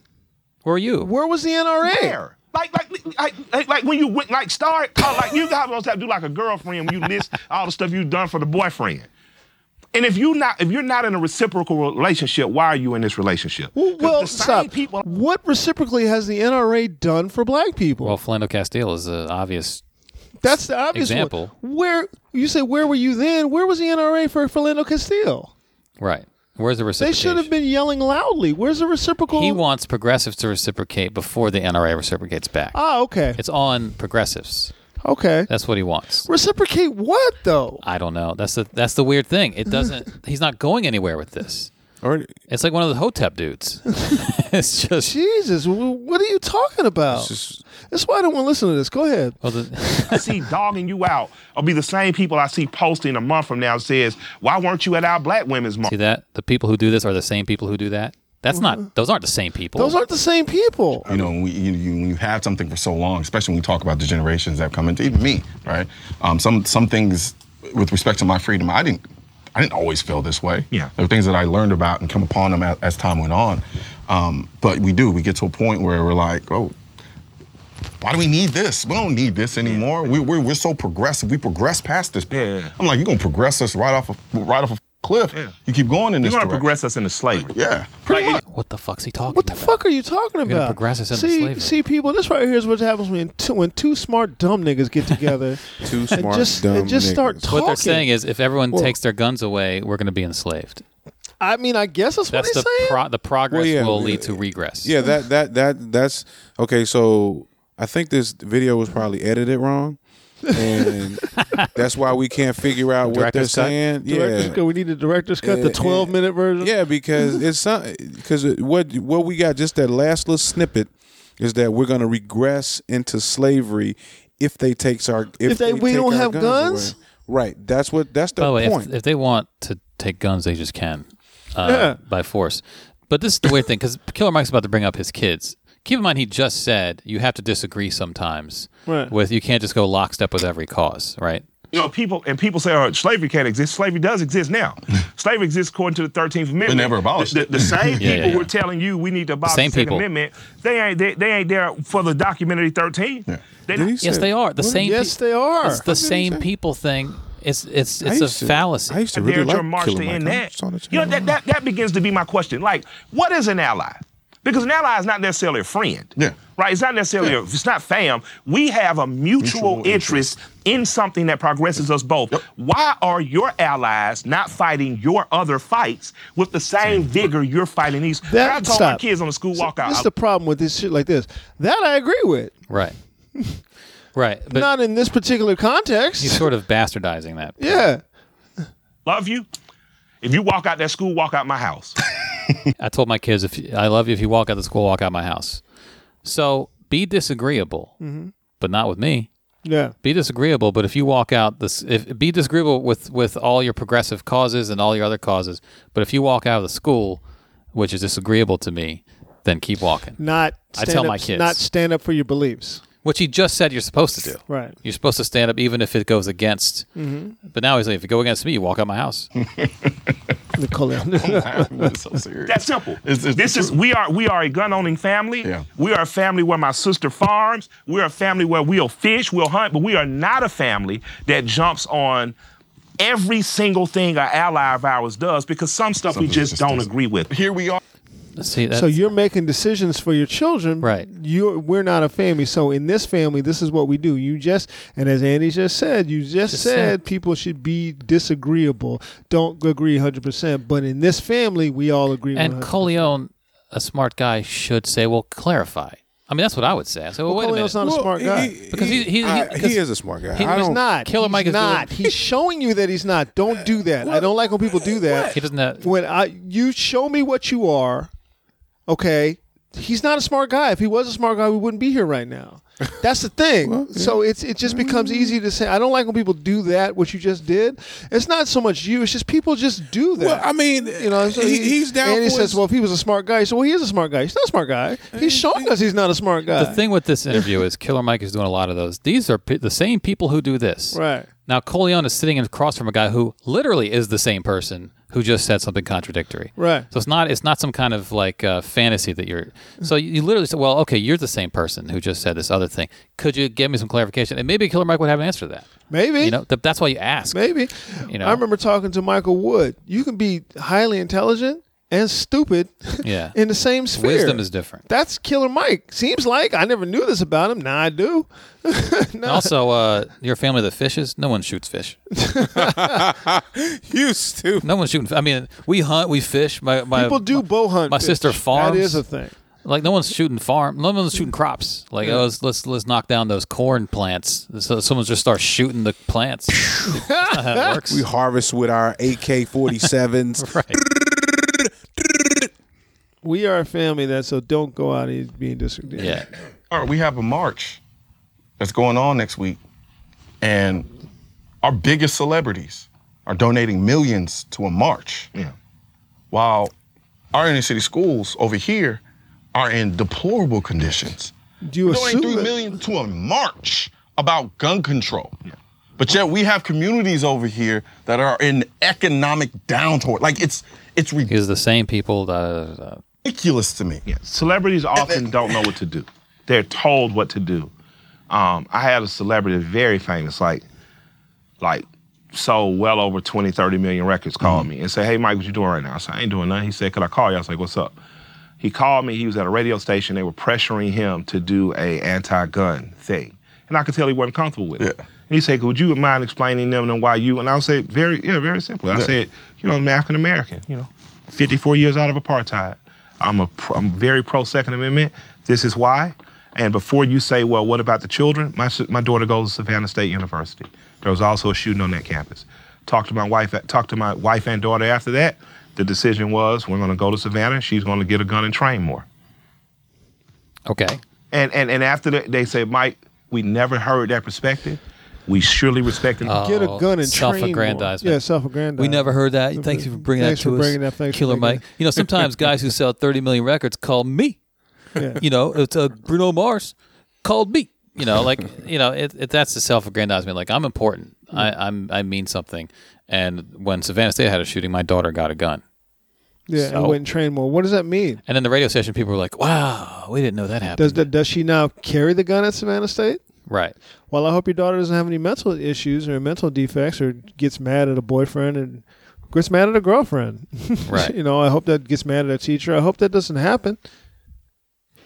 Where are you?
Where was the NRA?
Where? Like, like, like, like, like when you went, like, start, call, like, you guys supposed to have to do like a girlfriend when you list all the stuff you've done for the boyfriend. And if you not if you're not in a reciprocal relationship, why are you in this relationship?
Well,
'Cause
well
the same
stop.
people-
What reciprocally has the NRA done for black people?
Well, Philando Castile is an obvious.
That's the obvious
example.
One. Where you say where were you then? Where was the NRA for Philando Castile?
Right. Where's the
They
reciprocation?
should have been yelling loudly. Where's the reciprocal?
He wants progressives to reciprocate before the NRA reciprocates back.
ah, okay,
It's on progressives.
okay.
That's what he wants.
Reciprocate what though?
I don't know. That's the that's the weird thing. It doesn't. he's not going anywhere with this.
Or
It's like one of the Hotep dudes. it's just.
Jesus, wh- what are you talking about?
just-
That's why I don't want to listen to this. Go ahead.
Well, the,
I see dogging you out will be the same people I see posting a month from now says, "Why weren't you at our Black Women's Month?"
see that the people who do this are the same people who do that. That's not. Those aren't the same people.
Uh-huh. Those aren't the same people.
you know, we, you, you, when you have something for so long, especially when we talk about the generations that come into even me, right? Um, some some things with respect to my freedom, I didn't I didn't always feel this way.
Yeah.
there were things that I learned about and come upon them as, as time went on. Um, but we do we get to a point where we're like, oh. Why do we need this? We don't need this anymore. We, we're, we're so progressive. We progress past this.
Yeah.
I'm like, you're gonna progress us right off a right off a cliff.
Yeah.
You keep going in
You're
this.
going to
direction.
progress us into slavery.
Yeah. Pretty much.
What the fuck's he talking?
What the
about?
fuck are you talking
gonna
about?
progress us into
see,
slavery.
see, people. This right here is what happens when two, when two smart dumb niggas get together
two
and
smart
just
dumb
and just start
niggas.
talking.
What they're saying is, if everyone takes their guns away, we're going to be enslaved.
I mean, I guess that's,
That's
what they're
the
saying.
pro- the progress
Well, yeah,
will
yeah,
lead to regress.
Yeah, that that that that's okay. So I think this video was probably edited wrong, and that's why we can't figure out what they're
Director's cut?
saying.
Director's
yeah,
cut. We need a director's cut, the
Uh,
12 minute version.
Yeah, because it's some because what what we got just that last little snippet is that we're gonna regress into slavery if they takes our if,
If they- we
take
don't
our
have guns?
away. Right. That's what that's
By
the
the way,
point.
if, if they want to take guns, they just can. uh,
Yeah.
by force. But this is the weird thing because Killer Mike's about to bring up his kids. Keep in mind, he just said you have to disagree sometimes.
Right.
With you can't just go lockstep with every cause, right?
You know, people and people say, "Oh, slavery can't exist." Slavery does exist now. slavery exists according to the Thirteenth Amendment.
never abolished
the,
it.
the, the same people
Yeah, yeah,
who
yeah.
are telling you we need to abolish the,
same
Second
people.
Amendment, they ain't they, they ain't there for the documentary Thirteen.
Yeah.
They,
Did he
Yes,
say-
they are the
what-
same.
Yes,
pe-
they are.
It's the same
say?
people thing. It's it's
I
it's a
used to-
fallacy.
I used to
there's
really
your
like
march
Killer
to
Mike.
end
I'm
that.
just on the
You know,
channel.
that, that that begins to be my question. Like, what is an ally? Because an ally is not necessarily a friend.
Yeah.
Right? It's not necessarily a, it's not fam. We have a mutual,
Mutual
interest, in something that progresses us both. Why are your allies not fighting your other fights with the same vigor you're fighting these?
That-
I told my
stop.
kids on the school walkout.
This
I-
is the problem with this shit like this. That I agree with.
right. right. But
Not in this particular
he's
context.
sort of bastardizing that.
Yeah.
love you. If you walk out that school, walk out my house.
I told my kids, if you, I love you, if you walk out of school, walk out my house. So be disagreeable,
Mm-hmm.
but not with me.
Yeah.
Be disagreeable, but if you walk out, this if be disagreeable with with all your progressive causes and all your other causes. But if you walk out of the school, which is disagreeable to me, then keep walking.
Not
I
stand
tell
up,
my kids.
Not stand up for your beliefs.
Which he just said you're supposed to do.
Right. Mm-hmm.
You're supposed to stand up even if it goes against. But now he's like, if you go against me, you walk out my house.
Nicole.
It's so serious.
That's simple.
It's- it's
this
the
is
truth.
we are we are a gun owning family.
Yeah.
We are a family where my sister farms. We're a family where we'll fish, we'll hunt, but we are not a family that jumps on every single thing an ally of ours does because some stuff we
Something
just,
just
don't
doesn't-
agree with.
Here we are.
See, that's,
so you're making decisions for your children.
Right.
You're we're not a family. So in this family, this is what we do. You just and as Andy just said, you just,
Just
said,
said.
people should be disagreeable. Don't agree 100%, but in this family, we all agree
And
100%.
Coleone, a smart guy, should say, "Well, clarify." I mean, that's what I would say. I say, "Well, wait a minute."
Coleo's not a smart guy.
Because he- he- he-
I-
because
is a smart guy.
he
I
was
don't,
not.
Killer
He's
Mike is doing-
not. He's showing you that he's not. Don't do that. I don't like when people do that.
he doesn't. Have,
When I you show me what you are, okay? He's not a smart guy. If he was a smart guy, we wouldn't be here right now. That's the thing. So it's it just becomes easy to say I don't like when people do that what you just did. It's not so much you, it's just people just do that.
Well, I mean,
you know, so
he-
he-
he's down
And he
for
says,
his-
"Well, if he was a smart guy, so well, he is a smart guy. He's not a smart guy. He's showing us he's not a smart guy."
the thing with this interview is Killer Mike is doing a lot of those. These are pe- the same people who do this.
Right.
Now, Coleone is sitting across from a guy who literally is the same person who just said something contradictory.
Right.
So it's not it's not some kind of like uh, fantasy that you're. So you, you literally said, "Well, okay, you're the same person who just said this other thing. Could you give me some clarification?" And maybe Killer Mike would have an answer to that.
Maybe.
You know, th- that's why you ask.
Maybe.
You know?
I remember talking to Michael Wood. You can be highly intelligent and stupid
Yeah.
in the same sphere.
Wisdom is different.
That's Killer Mike. Seems like I never knew this about him. Now I do.
And also, uh, your family that fishes, no one shoots fish.
used to.
No one's shooting. I mean, we hunt, we fish. My, my
People do
my-
bow hunt.
My
fish.
sister farms.
That is a thing.
Like no one's shooting farm. No one's shooting crops. Like oh, let's, let's let's knock down those corn plants. So someone just starts shooting the plants. That's not how it works.
We harvest with our AK 47s.
right.
We are a family that so don't go out and be disagreeable.
Yeah.
All right, we have a march that's going on next week, and our biggest celebrities are donating millions to a march.
Yeah.
While our inner city schools over here are in deplorable conditions.
Do you
Donating
assume
three
that-
million to a march about gun control. But yet we have communities over here that are in economic downturn. Like it's it's
Because the same people. That, uh,
ridiculous to me.
Celebrities often don't know what to do. They're told what to do. Um, I had a celebrity very famous, like, like sold well over 20, 30 million records, called
Mm-hmm.
me and said, Hey, Mike, what you doing right now? I said, I ain't doing nothing. He said, Could I call you? I was like, What's up? He called me. He was at a radio station. They were pressuring him to do a anti-gun thing, and I could tell he wasn't comfortable with it.
Yeah.
And he said, "Would you mind explaining them and why you?" And I said, "Very, yeah, very simply." I said, "You know, I'm African American. You know, 54 years out of apartheid. I'm a, pro- I'm very pro Second Amendment. This is why." And before you say, "Well, what about the children?" My s- my daughter goes to Savannah State University. There was also a shooting on that campus. Talked to my wife. Talked to my wife and daughter after that. The decision was, we're going to go to Savannah. She's going to get a gun and train more.
okay. uh,
And and and after that, they say, Mike, we never heard that perspective. We surely respect him.
Get a
Oh,
gun and
self-aggrandizement.
Train more. Yeah, self-aggrandizement.
We never heard that. Thank you for bringing
Thanks
that
for
to us,
bringing that. Thanks for
Killer
bringing
Mike. You know, sometimes guys who sell 30 million records call me. You know, it's uh, Bruno Mars called me. You know, like you know, it, it, that's the self-aggrandizement. Like I'm important. I, I'm I mean something. And when Savannah State had a shooting, my daughter got a gun.
Yeah, I
So-
went and train more. What does that mean?
And in the radio session, people were like, "Wow, we didn't know that happened."
Does that does she now carry the gun at Savannah State?
right?
Well, I hope your daughter doesn't have any mental issues or mental defects or gets mad at a boyfriend and gets mad at a girlfriend.
Right.
you know, I hope that gets mad at a teacher. I hope that doesn't happen.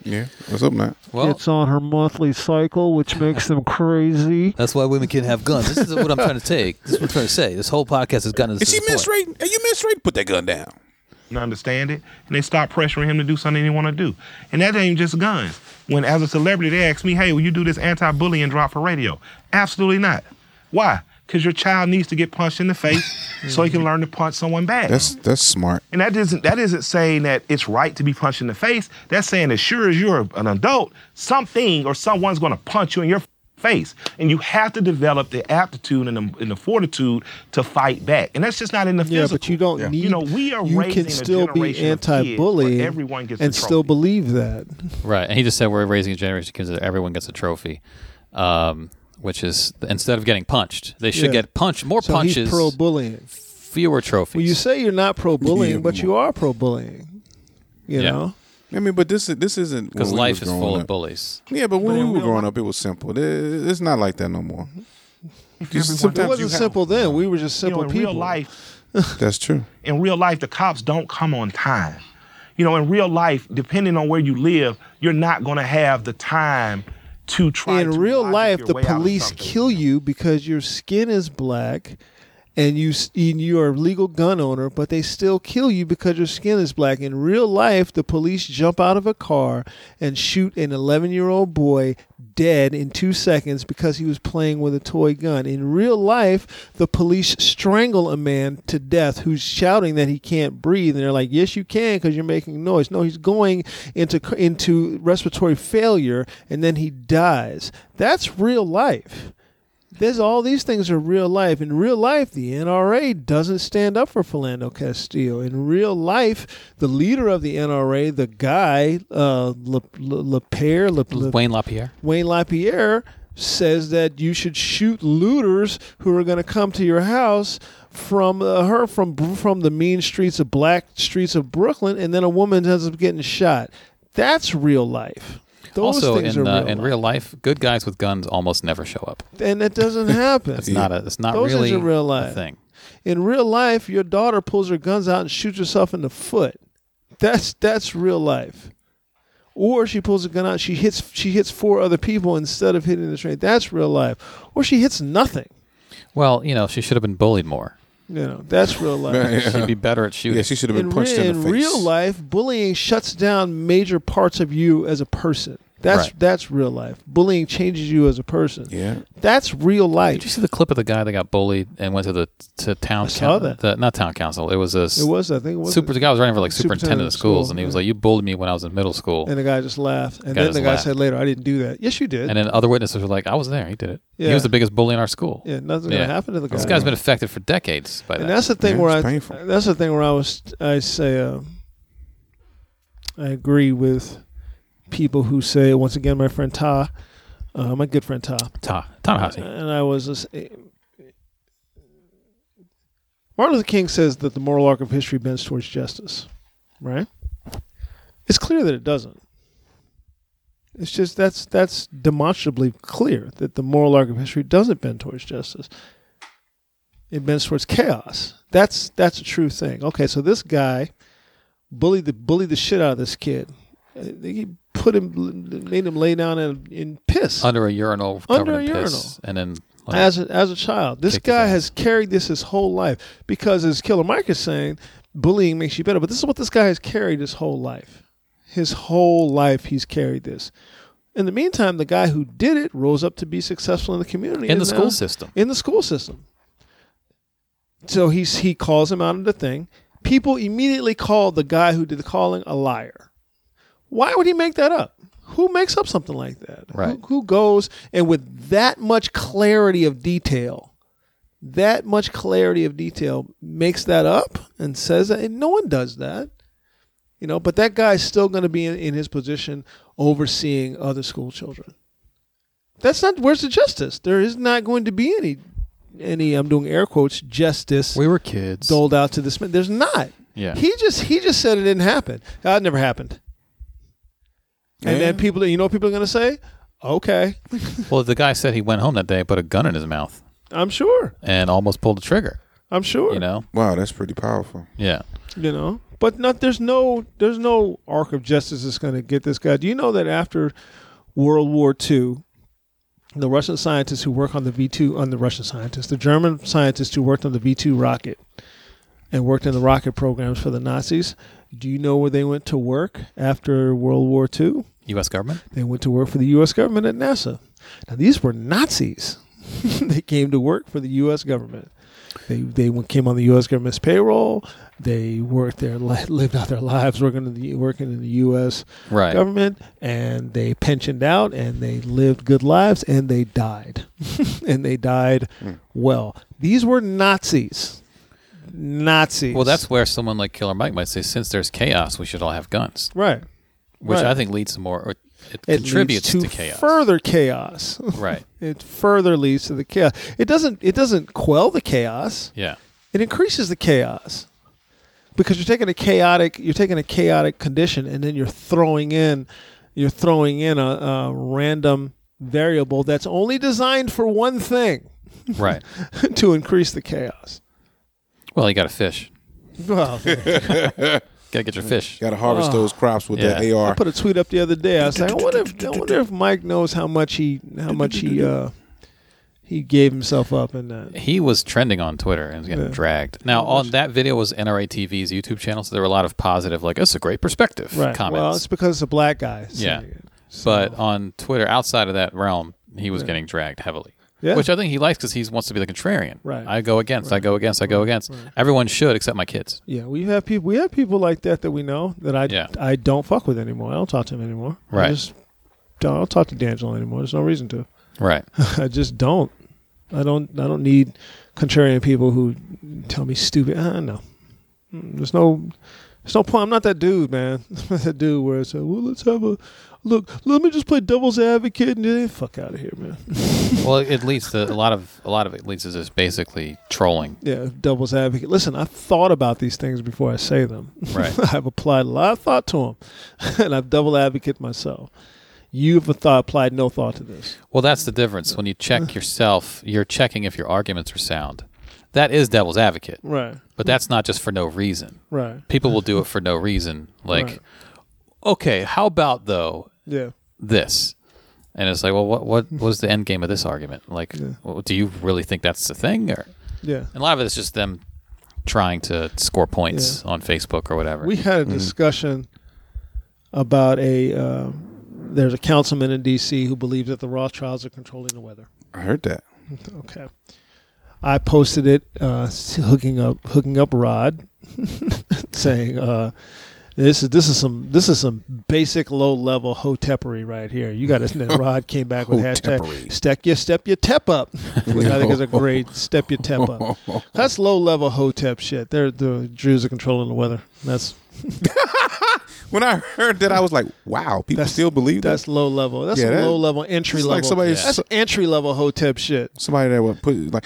Yeah. What's up, man?
Well,
on her monthly cycle, which makes them crazy.
that's why women can have guns. This is what I'm trying to take. This is what I'm trying to say. This whole podcast has gotten us.
Is
to
he
this point.
menstruating? Are you menstruating? Put that gun down.
and understand it, and they stop pressuring him to do something he want to do. And that ain't just guns. When as a celebrity they ask me, "Hey, will you do this anti-bullying drop for radio?" Absolutely not. Why? Because your child needs to get punched in the face so he can learn to punch someone back.
That's that's smart.
and that isn't that isn't saying that it's right to be punched in the face. That's saying as sure as you're an adult, something or someone's going to punch you in your face, and you have to develop the aptitude and the, and the fortitude to fight back. And that's just not in the
Yeah,
physical.
but you don't need.
You know, we are
You
raising
can still
a
be
generation of kids where
anti-bullying
everyone gets a
and still
trophy.
believe that.
Right, and he just said we're raising a generation because everyone gets a trophy, um, which is instead of getting punched, they should
Yeah.
get punched more
So he's
punches,
pro-bullying.
fewer trophies.
Well, you say you're not pro-bullying,
Yeah.
but you are pro-bullying. You
Yeah.
know.
I mean, but this is this isn't
because
when we
life
was
is
growing
full
up.
of bullies.
Yeah, but when we were growing up, it was simple. It- It's not like that no more. Just
It
sometimes you
wasn't
have-
simple then. We were just
You
simple
know, in
people.
real life,
That's true.
in real life, the cops don't come on time. You know, in real life, depending on where you live, you're not going to have the time to try.
in
to
real
logic
life,
your
the
way out of
police
something.
kill you because your skin is black, and you s- and you are a legal gun owner, but they still kill you because your skin is black. In real life, the police jump out of a car and shoot an 11 year old boy dead in two seconds because he was playing with a toy gun. In real life, the police strangle a man to death who's shouting that he can't breathe, and they're like, "Yes, you can, because you're making noise." No, he's going into c- into respiratory failure, and then he dies. That's real life. There's all these things are real life. In real life, the NRA doesn't stand up for Philando Castillo. In real life, the leader of the NRA, the guy, uh, Le, Le, Lepere, Le, Le,
Wayne LaPierre.
Wayne LaPierre says that you should shoot looters who are going to come to your house from uh, her from from the mean streets of black streets of Brooklyn, and then a woman ends up getting shot. That's real life. Those
Also,
things
in
are
uh,
real
in
life.
real life, good guys with guns almost never show up.
and it doesn't happen.
It's not a. It's not
Those
really
things are real
a
life.
thing.
in real life, your daughter pulls her guns out and shoots herself in the foot. That's that's real life. Or she pulls a gun out, she hits she hits four other people instead of hitting the train. That's real life. Or she hits nothing.
Well, you know, she should have been bullied more.
You know, that's real life.
She'd be better at shooting.
Yeah, she should have been
in
punched
re-
in, the face.
in real life, bullying shuts down major parts of you as a person. That's
Right.
that's real life. Bullying changes you as a person.
Yeah.
That's real
Did you
life.
see the clip of the guy that got bullied and went to the to town?
I saw
coun-
that.
the- not town council. It was a s-
It was, I think, it was
super. The guy was running for like
Superintendent
superintendent of
of school,
schools, and he was
yeah.
like, "You bullied me when I was in middle school."
And the guy just laughed. And
Guy
then
just
the guy
laughed.
said later, I didn't do that. Yes, you did.
And then other witnesses were like, "I was there. He did it. He
Yeah.
was the biggest bully in our school."
yeah, nothing's gonna happen to the guy.
This guy's been affected for decades by
And
that.
that's the thing
Yeah,
where I
it's painful.
that's the thing where I was I say um, I agree with people who say once again my friend Ta, uh, my good friend Ta,
Ta- Ta-Nehisi.
and I was just, eh, Martin Luther King says that the moral arc of history bends towards justice, right? It's clear that it doesn't. It's just that's that's demonstrably clear that the moral arc of history doesn't bend towards justice. It bends towards chaos. That's that's a true thing. Okay, so this guy bullied the bullied the shit out of this kid. Uh, He put him made him lay down in, in piss
under a urinal, covered
Under a
in piss,
urinal.
and then like,
as a, as a child. This
Kicked his
guy
ass.
has carried this his whole life because, as Killer Mike is saying, bullying makes you better. But this is what this guy has carried his whole life. His whole life, he's carried this. In the meantime, the guy who did it rose up to be successful in the community
in the
and now-
school system.
In the school system. So he's he calls him out of the thing. People immediately call the guy who did the calling a liar. Why would he make that up? who makes up something like that?
Right.
Who, who goes and with that much clarity of detail, that much clarity of detail makes that up and says that? And no one does that. You know, but that guy's still going to be in, in his position overseeing other school children. That's not where's the justice? There is not going to be any any I'm doing air quotes justice
We were kids.
doled out to the Smith. There's not.
Yeah.
He just he just said it didn't happen. That never happened. And then people, you know, what people are gonna say, okay,
Well, the guy said he went home that day, put a gun in his mouth,
I'm sure,
and almost pulled the trigger.
I'm sure,
You know?
Wow, that's pretty powerful.
Yeah.
you know. But not there's no there's no arc of justice that's gonna get this guy. Do you know that after World War II, the Russian scientists who work on the V two on the Russian scientists, the German scientists who worked on the V two rocket and worked in the rocket programs for the Nazis, do you know where they went to work after World War II?
U.S. government?
They went to work for the U.S. government at NASA. Now these were Nazis. they came to work for the U.S. government. They they went- came on the U.S. government's payroll. They worked their li- lived out their lives working in the working in the U.S.
Right.
government, and they pensioned out and they lived good lives and they died, and they died
Hmm.
well. These were Nazis. Nazis.
Well, that's where someone like Killer Mike might say, since there's chaos, we should all have guns,
right.
which
Right.
I think leads to more, or it,
It
contributes
leads to,
to, chaos.
further chaos.
Right.
it further leads to the chaos. It doesn't it doesn't quell the chaos.
Yeah.
It increases the chaos. Because you're taking a chaotic you're taking a chaotic condition and then you're throwing in you're throwing in a, a random variable that's only designed for one thing
Right.
to increase the chaos.
Well, you got to fish.
Well,
Got to get your fish.
Got to harvest those crops with that
Yeah.
I
AR.
put a tweet up the other day. I was like, I wonder if, I wonder if Mike knows how much he how much he uh, he gave himself up in that.
He was trending on Twitter and was getting dragged. Now, on that video was NRA TV's YouTube channel, so there were a lot of positive, like, that's a great perspective
Right. Well, it's
comments.
because it's a black guy.
yeah.
saying it.
But on Twitter, outside of that realm, he was getting dragged heavily.
Yeah.
Which I think he likes because he wants to be the contrarian.
Right.
I go against, I go against, I go against. Everyone should except my kids.
Yeah, we have people. We have people like that that we know that I
Yeah.
I don't fuck with anymore. I don't talk to him anymore.
Right.
I just don't, I don't talk to D'Angelo anymore. There's no reason to.
Right.
I just don't. I don't. I don't need contrarian people who tell me stupid. I don't know. Mm, There's no. There's no point. I'm not that dude, man. I'm not that dude where it's like, well, let's have a look. Let me just play devil's advocate and eh, fuck out of here, man.
well, it leads to a lot of a lot of it leads to just basically trolling.
Yeah, devil's advocate. Listen, I've thought about these things before I say them.
Right.
I've applied a lot of thought to them, and I've double advocate myself. You've a thought, applied no thought to this.
Well, that's the difference. When you check yourself, you're checking if your arguments are sound. That is devil's advocate,
Right,
but that's not just for no reason.
right,
People will do it for no reason. Like,
Right.
okay, how about though
yeah.
this? And it's like, well, what what was the end game of this argument? Like, well, do you really think that's the thing? Or
Yeah.
and a lot of it's just them trying to score points on Facebook or whatever.
We had a discussion about a. Uh, there's a councilman in D.C. who believes that the Rothschilds are controlling the weather.
I heard that.
Okay. I posted it uh, s- hooking up hooking up Rod, saying uh, this is this is some this is some basic low level hotepery right here. You got to. Rod came back with hashtag
Hotepery.
step your step your tep up, which I think is a great step your tep up. That's low level hotep shit. They're the Jews are controlling the weather. That's
When I heard that, I was like, "Wow, people
That's-
still believe that."
that's low level. That's
Yeah, that-
low level entry
it's
level.
like somebody-
that's entry level hotep shit.
Somebody that would put like,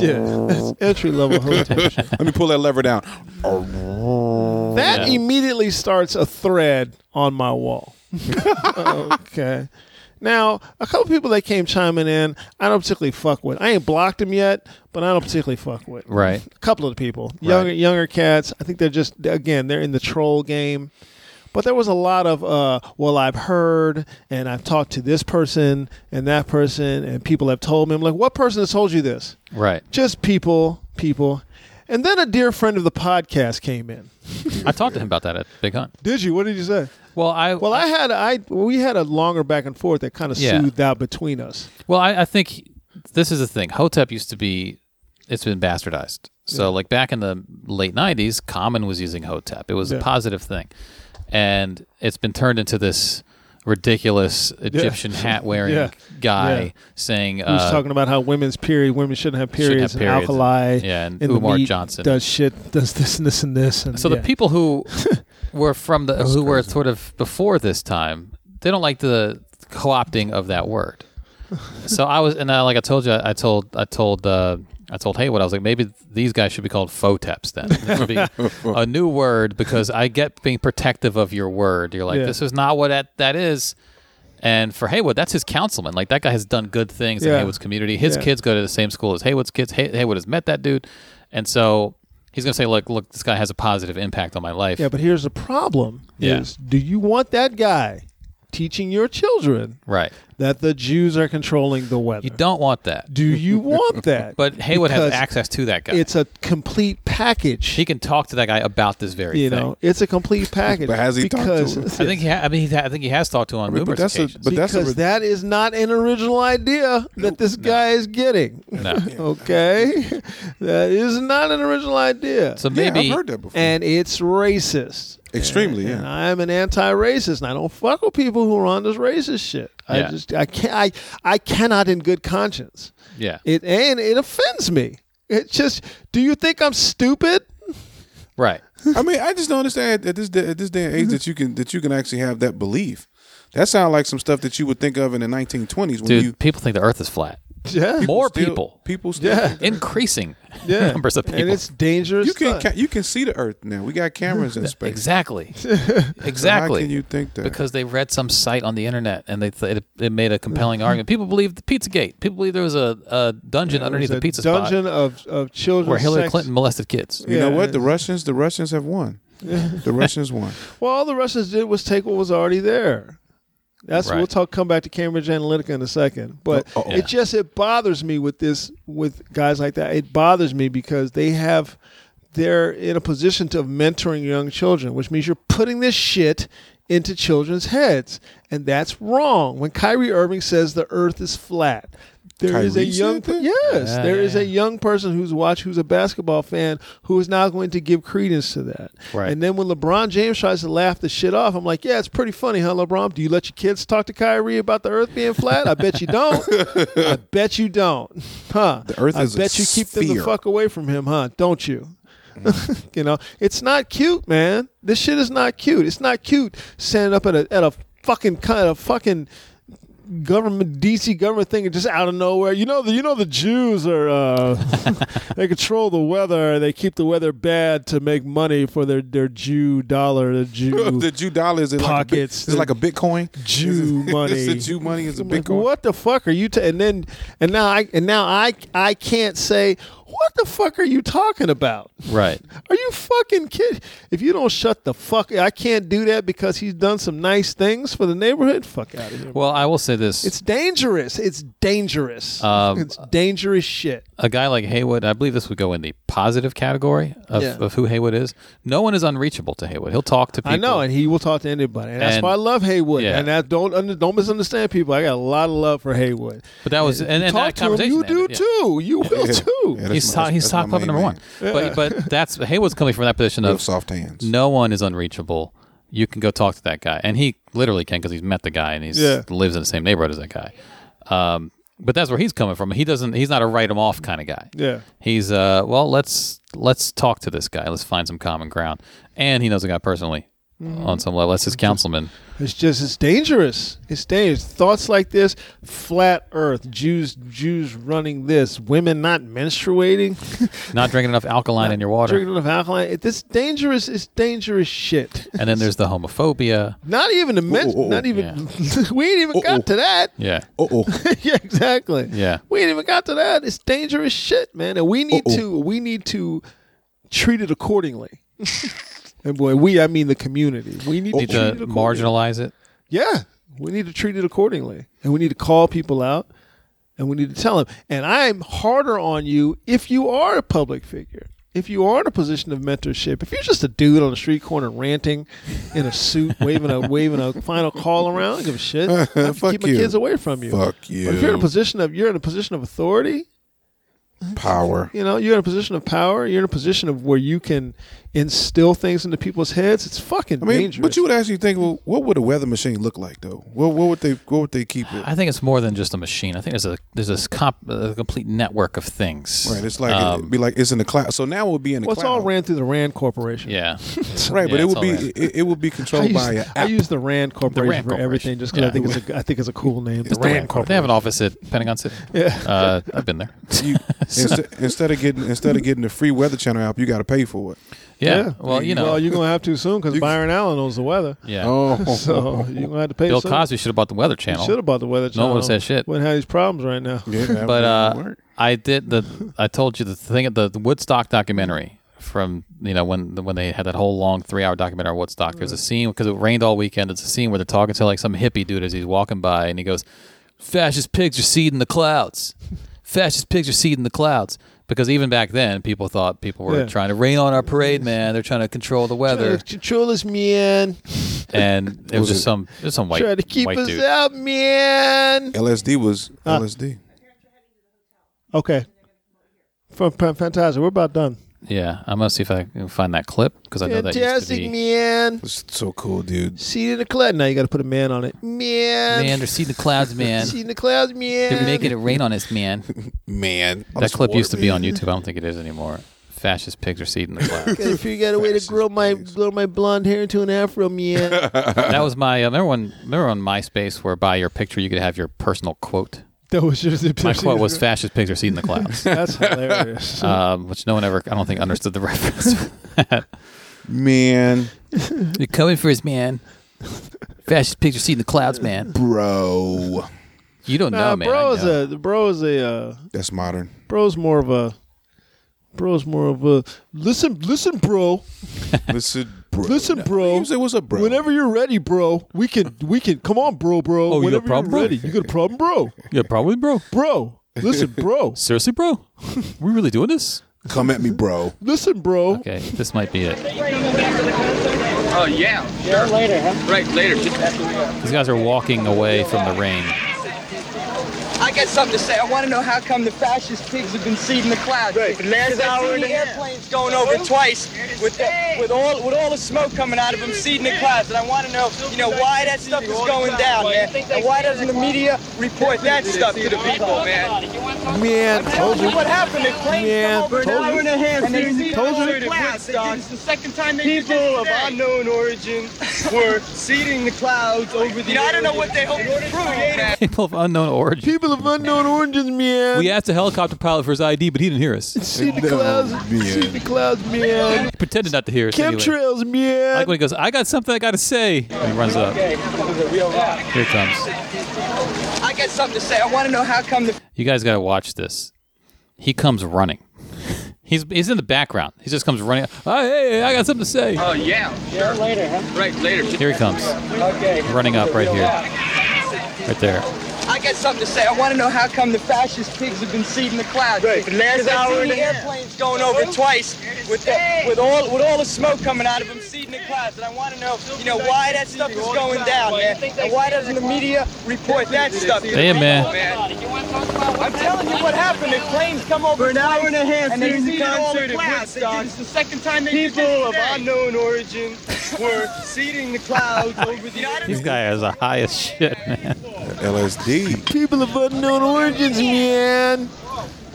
Yeah, that's entry level hotep shit.
"Let me pull that lever down."
That
Oh, Yeah.
immediately starts a thread on my wall. okay. Now, a couple people that came chiming in, I don't particularly fuck with. I ain't blocked them yet, but I don't particularly fuck with.
right.
A couple of the people, younger younger cats. I think they're just again they're in the troll game. But there was a lot of uh, well, I've heard and I've talked to this person and that person and people have told me. I'm like, what person has told you this?
Right.
Just people, people. And then a dear friend of the podcast came in.
I talked to him about that at Big Hunt.
Did you? What did you say?
Well, I
Well, I had I we had a longer back and forth that kind of
Yeah.
soothed out between us.
Well, I, I think he- this is the thing. Hotep used to be, it's been bastardized. So, like back in the late 90s, Common was using Hotep. It was
Yeah.
a positive thing. and it's been turned into this ridiculous Egyptian hat wearing
Yeah.
guy
Yeah.
saying
He was
uh,
talking about how women's period, women shouldn't have
shouldn't
periods.
have periods.
And alkali,
Yeah, and
the
Umar
meat
Johnson.
does shit, does this and this and this. And
So
yeah.
the people who were from the who were sort of before this time, they don't like the co-opting of that word. so I was, and I, like I told you, I, I told, I told, uh, I told Haywood, I was like, maybe these guys should be called foteps then. It should be a new word because I get being protective of your word. You're like,
Yeah.
this is not what that, that is. And for Haywood, that's his councilman. Like that guy has done good things in
Yeah.
Haywood's community. His
Yeah.
kids go to the same school as Haywood's kids. Hay- Haywood has met that dude, and so he's gonna say, "Look, look, this guy has a positive impact on my life."
yeah, but here's the problem:
Yeah.
is do you want that guy teaching your children
right.
that the Jews are controlling the weather?
You don't want that.
Do you want that?
But Haywood has
Because
access to that guy.
It's a complete package.
he can talk to that guy about this very
you
thing.
know, it's a complete package.
But has he talked to
because
him? I
I think he. Ha- I mean, he ha- I think he has talked to him on
mean, but
numerous
that's a-
occasions.
but that's a
because
re-
that is not an original idea that this guy is getting.
No.
okay, that is not an original idea,
So
Yeah,
maybe
I've heard that before.
and it's racist.
Extremely,
And
yeah.
I'm an anti-racist, and I don't fuck with people who are on this racist shit. I
Yeah.
just I can't I I cannot in good conscience.
yeah,
It and it offends me. It just do you think I'm stupid?
right.
I mean, I just don't understand at this day, at this day
Mm-hmm.
and age that you can that you can actually have that belief. That sounds like some stuff that you would think of in the 1920s when
Dude,
you
people think the Earth is flat.
Yeah,
More
still-
people,
people still
Yeah.
think that-
increasing
yeah.
numbers of people.
and it's dangerous.
you can
stuff.
ca- you can see the Earth now. We got cameras in space.
exactly,
How
exactly.
can you think that?
because they read some site on the internet and they th- it, it made a compelling argument. People believe the Pizzagate. People believe there was a, a dungeon underneath
It's
the pizza
a dungeon
spot
of of children
where Hillary
sex-
Clinton molested kids.
you know
yeah,
what the Russians the Russians have won. the Russians won.
Well, all the Russians did was take what was already there. That's
Right.
we'll talk. Come back to Cambridge Analytica in a second, but it just it bothers me with this with guys like that. It bothers me because they have they're in a position to mentoring young children, which means you're putting this shit into children's heads, and that's wrong. When Kyrie Irving says the Earth is flat, there is a
Kyrie
young
said that?
yeah, Yes,
Yeah,
there
yeah,
is a young person who's watch who's a basketball fan who is now going to give credence to that.
Right.
And then when LeBron James tries to laugh the shit off, I'm like, yeah, it's pretty funny, huh, LeBron? Do you let your kids talk to Kyrie about the Earth being flat? I bet you don't. I bet you don't, huh? The
Earth
I
is a
bet you keep them the
sphere. Mm-hmm.
fuck away from him, huh? Don't you? you know, it's not cute, man. This shit is not cute. It's not cute standing up at a at a fucking kind of fucking government DC government thing and just out of nowhere. You know the you know the Jews are uh, they control the weather. They keep the weather bad to make money for their their Jew dollar, the Jew
the Jew dollar is it like a bit-
Pockets.
is it like a Bitcoin?
Jew
Is
money.
it Jew money is a
I'm like,
Bitcoin?
what the fuck are you? ta and then and now I and now I I can't say what the fuck are you talking about?
Right.
Are you fucking kidding? If you don't shut the fuck, I can't do that because he's done some nice things for the neighborhood. Fuck out of here.
Well, I will say this:
It's dangerous. It's dangerous.
Um,
it's dangerous shit.
a guy like Haywood, I believe this would go in the positive category of,
Yeah.
of who Haywood is. No one is unreachable to Haywood. He'll talk to people.
I know, and he will talk to anybody. And that's
And-
why I love Haywood.
yeah.
And I don't under, don't misunderstand people. I got a lot of love for Haywood.
but that was and, and
talk
that
to him.
conversation.
You do
ended, yeah.
too. You will too.
Yeah, that's
He's
my-
top,
that's-
he's
that's
top
my
puppy number
main
one. But but that's Haywood's coming from that position
man. Real
of
soft hands.
no one is unreachable. You can go talk to that guy, and he literally can because he's met the guy and he
Yeah.
lives in the same neighborhood as that guy. Um, but that's where he's coming from. He doesn't. He's not a write him off kind of guy.
Yeah.
He's uh well let's let's talk to this guy. Let's find some common ground, and he knows the guy personally on some level. That's his councilman.
It's just it's dangerous. It's dangerous. Thoughts like this, flat Earth, Jews Jews running this, women not menstruating,
not drinking enough alkaline in your water.
drinking enough alkaline. It- This dangerous is dangerous shit.
and then there's the homophobia.
Not even to mention.
oh, oh.
Not even. we ain't even got to that.
Yeah.
Uh oh.
yeah, exactly.
Yeah.
We ain't even got to that. It's dangerous shit, man. And we need to we need to treat it accordingly. and boy, we I mean the community. We need to treat
Need to
it accordingly.
marginalize it.
Yeah, we need to treat it accordingly, and we need to call people out, and we need to tell them. And I'm harder on you if you are a public figure, if you are in a position of mentorship, if you're just a dude on the street corner ranting in a suit, waving a waving a final call around, I don't give a shit. I have to
Fuck
keep my
you.
kids away from you.
Fuck
But if you're in
you.
a position of you're in a position of authority,
Power.
you know you're in a position of power you're in a position of where you can instill things into people's heads, it's fucking
I mean,
dangerous.
but you would actually think, well, what would a weather machine look like though? What, what would they what would they keep it?
I think it's more than just a machine. I think there's a there's this comp, a complete network of things.
Right, it's like
Um,
it'd be like it's in the cloud. So now it would be in the
well, it's
cloud.
all ran through the Rand Corporation.
yeah,
right, but it
Yeah, it's
would
all
be
ran.
it, it would be
I
controlled
use,
by an
I
app.
use the Rand Corporation
Rand
for
Corporation.
everything just because I
Yeah.
think it's a I think it's a cool name.
It's the Rand Corp. They have an office at Pentagon City. Yeah, uh, I've been there.
You- instead, instead of getting instead of getting the free Weather Channel app, you got to pay for it.
Yeah. Well, you know,
well, you're gonna have to soon because Byron Allen owns the weather.
yeah.
Oh,
So you're gonna have to pay.
Bill
soon.
Cosby should have bought the Weather Channel.
Should have bought the weather
No
channel.
one would've said shit.
Wouldn't have these problems right now.
yeah, that
but
would
uh,
work.
I did the. I told you the thing at the, the Woodstock documentary from you know when when they had that whole long three hour documentary on Woodstock. There's a scene because it rained all weekend. It's a scene where they're talking to like some hippie dude as he's walking by, and he goes, "Fascist pigs are seeding the clouds. Fascist pigs are seeding the clouds." Because even back then, people thought people were
Yeah.
trying to rain on our parade, man. They're trying to control the weather,
Chichulas, man.
and it was just some just some white
Try to keep
white
us
dude.
out, man.
LSD was
Uh,
LSD.
Okay. From Pan- Fantasia, we're about done.
Yeah, I'm gonna see if I can find that clip because I know that used to
Fantastic,
be.
man.
It's so cool, dude.
Seed in the cloud. Now you got to put a man on it. Man.
Man, they're seeding the clouds, man.
Seed in the clouds, man.
They're making it rain on us, man.
Man,
That clip used to be on YouTube. I don't think it is anymore. Fascist pigs are seeding the clouds.
Gotta figure out a way to grow my grow my blonde hair into an afro, man.
that was my. Uh, remember when? Remember on MySpace where by your picture you could have your personal quote.
that was just a
My quote was "Fascist pigs are seeding the clouds,"
That's hilarious.
um, which no one ever. I don't think understood the reference.
Man,
You're coming for us, man. Fascist pigs are seeding the clouds, man.
bro,
You don't know,
Nah,
man. I
bro is
know.
a bro is a uh,
that's modern.
bro's more of a bro's more of a listen listen bro
Listen, bro.
listen bro
You say what's up, bro?
whenever you're ready bro we can we can come on bro bro
Oh, you got a
whenever
problem,
you're
bro?
ready you got a problem bro
yeah, probably, bro.
bro listen bro
Seriously, bro. we really doing this?
come at me, bro.
listen bro
Okay, this might be it.
Oh yeah. Sure. Later, huh? Right later.
These guys are walking away from the rain.
I got something to say. I want to know how come the fascist pigs have been seeding the clouds. Right. Last hour the airplanes going over twice with the, with all with all the smoke coming out of them seeding the clouds, and I want to know you know why that stuff is going down, man, and why doesn't the media report that stuff to the people, man?
man told
Look
you
what happened. The planes
Yeah,
come over an
told you.
hour and a half, and they seeded
Told
all
you.
the clouds. It's the second time they People of unknown origin were seeding the clouds over the. You know, I don't know what they hope to prove. man.
People of unknown origin.
people of unknown origins man
We asked the helicopter pilot for his ID, but he didn't hear us.
see the clouds see the clouds man
He pretended not to hear us. anyway.
chemtrails
I
man
like when he goes, I got something I got to say. And he runs up. Here it comes.
I got something to say. I want to know how come the
You guys got to watch this. He comes running. He's, he's in the background. He just comes running. Oh, hey, I got something to say.
Oh yeah. Sure. Later, huh? Right later.
Here he comes,
Okay.
running up right here. Right there.
I got something to say. I want to know how come the fascist pigs have been seeding the clouds. Right. Last hour the airplanes going over twice with the, with all with all the smoke coming out of them seeding the clouds, and I want to know you know why that stuff is going down, man, and why doesn't the media report that stuff? to the
Damn, man.
people, I'm telling you what happened. The planes come over for an hour and a half, and they seeded all the clouds. It's the second time they people of unknown origin were seeding the clouds over the.
This guy has the highest shit, man.
LSD.
people of unknown origins man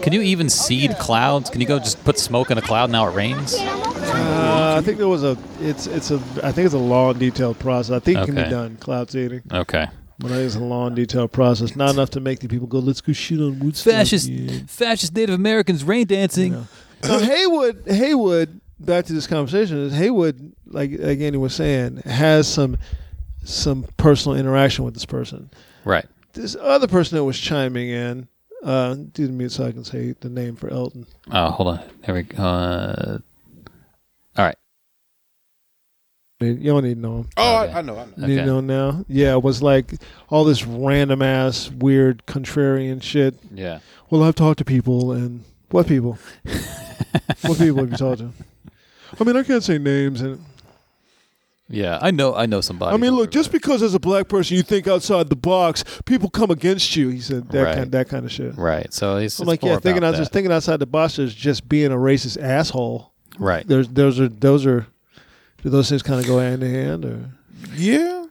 Can you even seed clouds? Can you go just put smoke in a cloud and now it rains?
uh, I think there was a it's it's a I think it's a long detailed process I think it can be
Okay.
done cloud seeding
Okay.
But I think it's a long, detailed process. Not enough to make the people go, "Let's go shoot on Woodstock."
Fascist,
yeah."
fascist Native Americans rain dancing.
Now, Haywood, Haywood. Back to this conversation is Haywood, like like Andy was saying, has some some personal interaction with this person.
Right.
This other person that was chiming in, uh, do the mute so I can say the name for Elton.
Oh, hold on. There we go. Uh, all right.
You don't need to know him.
Oh, I, I know, I know.
You
Okay.
know now? Yeah, it was like all this random ass, weird, contrarian shit.
Yeah.
Well, I've talked to people, and what people? what people have you talked to? I mean, I can't say names, and
Yeah. I know. I know somebody.
I mean, look, just
because.
because as a black person you think outside the box, people come against you. He said that
Right.
kind, that kind of shit.
right. So he's.
I'm like, yeah, thinking
I
out, just thinking outside the box is just being a racist asshole.
Right.
There's those are those are do those things kind of go hand in hand or
Yeah.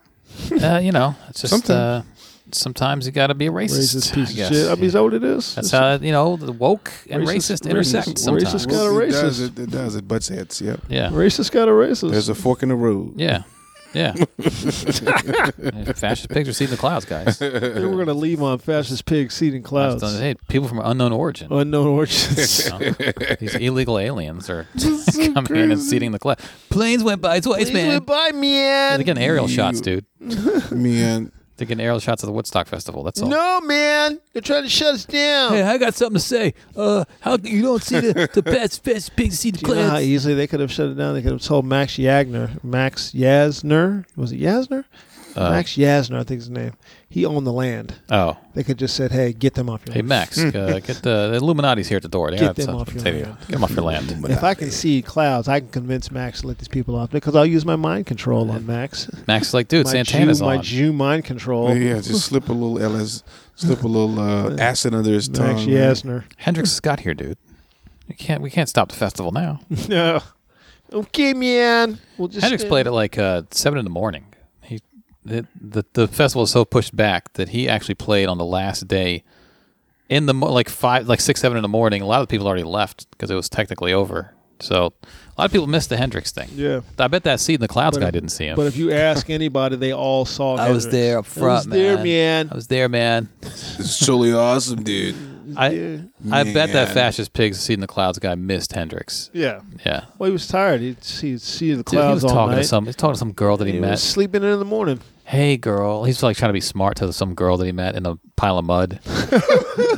Uh, you know, it's just
Sometimes.
sometimes, uh, sometimes you got to be a racist.
racist piece
I
of
guess.
shit? I mean, is that what it is?
That's how you know the woke and
Racist-
racist,
racist-
intersect
racist
sometimes.
guy. Kinda
It does.
racist.
It, it does. It butts heads. Yep.
Yeah,
racist got a racist.
There's a fork in the road.
yeah, yeah. Yeah, Fascist pigs are seeing the clouds, guys.
Maybe we're gonna leave on fascist pig seeding clouds.
Hey, people from unknown origin.
Unknown origins.
you know? These illegal aliens are coming in and seeding the clouds. Planes went by twice, man.
Bye, man.
They're getting aerial shots, dude.
Man,
They're getting aerial shots of the Woodstock Festival. That's all.
No, man. They're trying to shut us down.
Hey, I got something to say. Uh, how you don't see the the best best pigs see the
Do you know how
clouds?
easily they could have shut it down? They could have told Max Yagner, Max Yasner, was it Yasner?
Uh,
Max Yasner, I think is his name. He owned the land.
Oh,
They could just said, "Hey, get them off your
Hey
land."
Max, uh, get the, the Illuminati's here at the door. They
Hmm. Get
got
them
something
off
to
your
tell you.
land.
Get them off your land.
If I can see clouds, I can convince Max to let these people off because I'll use my mind control on Max.
Max is like, dude,
My
Santana's
Jew,
on.
my Jew mind
Oh.
control.
yeah, just slip a little LS, slip a little uh, acid under his tongue.
Max
man.
Yasner.
Hendrix has got here, dude. We can't we can't stop the festival now.
No. Okay, man. We'll just
Hendrix
stand-
played at like uh, seven in the morning. He the, the the festival is so pushed back that he actually played on the last day in the mo- like five like six seven in the morning. A lot of people already left because it was technically over. So a lot of people missed the Hendrix thing.
Yeah.
I bet that seed in the clouds
But
guy
if-
didn't see him.
But if you ask anybody, they all saw.
I
Hendrix.
was there up front,
I was there, man.
I was there, man.
It's truly awesome, dude.
I I bet that
Man.
fascist pigs seed in the clouds guy missed Hendrix.
Yeah.
Yeah,
Well, he was tired. He'd see, see the
Dude, he was
clouds all
talking
night.
to some. He's talking to some girl that he,
He
met.
was sleeping in the morning.
hey, girl. He's like trying to be smart to some girl that he met in a pile of mud.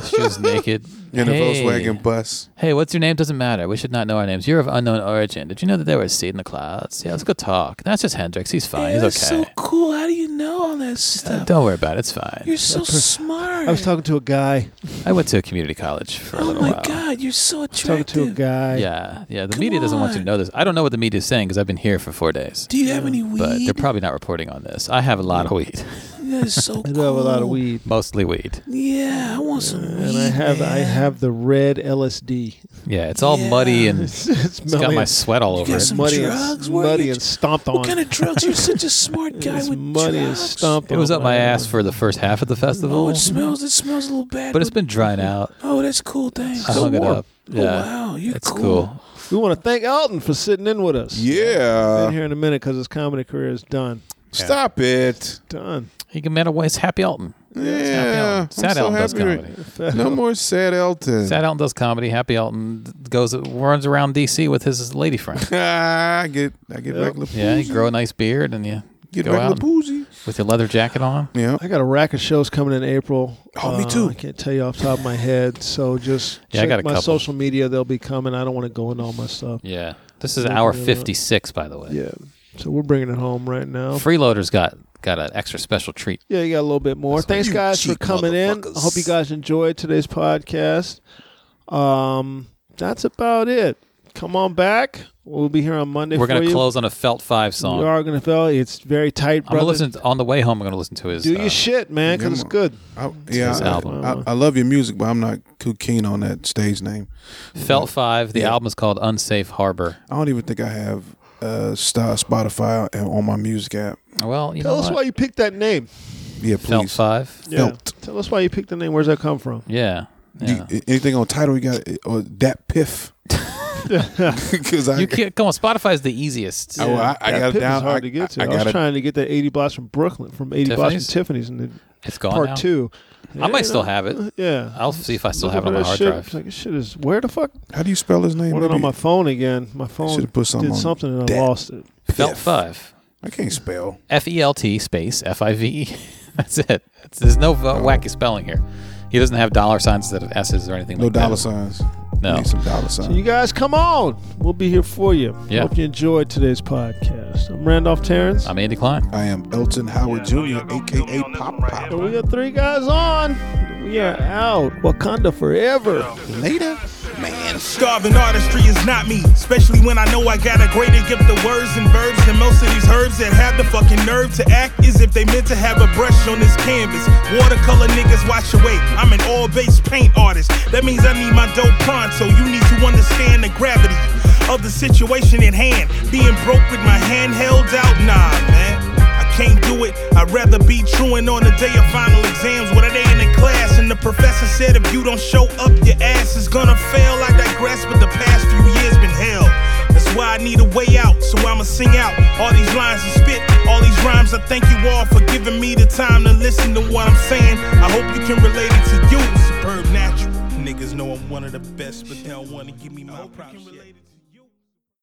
she was naked.
In a
hey,
Volkswagen bus.
Hey, what's your name? Doesn't matter. We should not know our names. You're of unknown origin. Did you know that there was seed in the clouds? Yeah, let's go talk. That's just Hendrix. He's fine. He's okay.
cool. How do you know all that
Uh,
stuff?
Don't worry about it. It's fine.
so smart. Oh
I was talking to a guy.
I went to a community college for a little while.
you're so
Talking to a guy.
Yeah, yeah. The media doesn't want you to
on.
know this. I don't know what the media is saying because I've been here for four days.
Do you have any weed?
But they're probably not reporting on this. I have a lot of weed,
That's so
I do have a lot of weed,
mostly weed.
Yeah, I want some weed.
and I have I have the red LSD.
Yeah, it's all muddy and it's
it's
got
smelly
my
and
sweat all over
got
it.
some
muddy
drugs?
and
Where
muddy
you-
and stomped on.
What kind of drugs? You're such a smart guy
it's
with
muddy and
drugs.
stomped
It
on.
was up
when
my
I-
ass for the first half of the
Oh,
festival,
it smells. It smells a little bad.
but it's been drying out.
oh, that's cool. Thanks.
I hung it up.
Oh,
Yeah,
wow, you're
it's
cool.
cool.
We want to thank Elton for sitting in with us. Been
Yeah.
here in a minute because his comedy career is done.
Stop it.
Done.
He can man away. It's Happy Elton.
Yeah. I'm
Sad
so
Elton does
happy right-
comedy.
No more sad Elton.
Sad Elton does comedy. Happy Elton goes runs around DC with his lady friend.
Ah, I get, I get back Lapuzzi.
Yeah, you grow a nice beard and you
get
go
back
out and-
Lapuzzi.
with your leather jacket on.
Yeah.
I got a rack of shows coming in April. Uh,
Oh, me too.
I can't tell you off the top of my head, so just
Yeah, I
check
got a
my
couple.
social media. They'll be coming. I don't want to go into all my stuff.
Yeah, this is
Yeah,
hour
yeah.
fifty six, by the way.
Yeah. So we're bringing it home right now.
Freeloader's got got an extra special treat.
Yeah, you got a little bit more. Thanks,
you
guys, for
cheap
coming in. I hope you guys enjoyed today's podcast. Um, that's about it. Come on back. We'll be here on Monday.
We're
going
gonna
to
close on a Felt Five
We
song.
are going to fail. It's very tight,
I'm gonna
brother.
listen on the way home. I'm gonna listen to his.
Do
uh,
your shit, man, because it's good.
I, yeah.
his
I,
album.
I, I love your music, but I'm not too keen on that stage name.
Felt Five. The
Yeah.
album is called Unsafe Harbor.
I don't even think I have uh, Star Spotify and on my music app.
Well, you
Tell
know
us
what?
why you picked that name.
Yeah,
Felt
please.
Five.
Yeah.
Felt.
Tell us why you picked the name. Where's that come from?
Yeah.
Do
yeah.
you- anything on title you got or that piff? Because I,
You can't come on. Spotify's the easiest.
I, Oh, well, I, I
That
got it
Pip
down.
was hard
I,
to get to.
I,
I,
I
was
got it.
trying to get that 80 blocks from Brooklyn, from 80 blocks from Tiffany's, and then
It's gone
part
now.
two.
I might
Yeah, Uh,
still have it.
Yeah.
I'll see if I still
Look
have it
over
on my
that
hard
shit.
drive.
It's like, this shit is where the fuck?
How do you spell his name?
I went on
Maybe-
my phone again. My phone
Should've put something
did
on
something and I
that.
lost it.
Felt
Piff.
Five.
I can't spell.
F E L T space F I V E. That's it. It's, there's no uh, wacky spelling here. He doesn't have dollar signs instead of S's or anything
No
like that.
dollar signs.
No.
Need some dollar
So you
signs.
guys, come on. We'll be here for you.
Yeah.
Hope you enjoyed today's podcast. I'm Randolph Terrence.
I'm Andy Klein.
I am Elton Howard Jr., aka Pop Pop.
and we got three guys on. We are out. Wakanda forever.
Later.
Starving artistry is not me, especially when I know I got a greater gift of words and verbs than most of these herbs that have the fucking nerve to act as if they meant to have a brush on this canvas. Watercolor niggas wash away. I'm an all-based paint artist. That means I need my dope pronto. You need to understand the gravity of the situation at hand. Being broke with my hand held out, nah, man. I can't do it. I'd rather be truant on the day of final exams when I ain't in class. And the professor said if you don't show up, your ass is gonna fail. I digress, but the past few years been hell. That's why I need a way out, so I'ma sing out all these lines and spit all these rhymes. I thank you all for giving me the time to listen to what I'm saying. I hope you can relate it to you. Superb natural. Niggas know I'm one of the best, but they don't wanna give me my props. yet.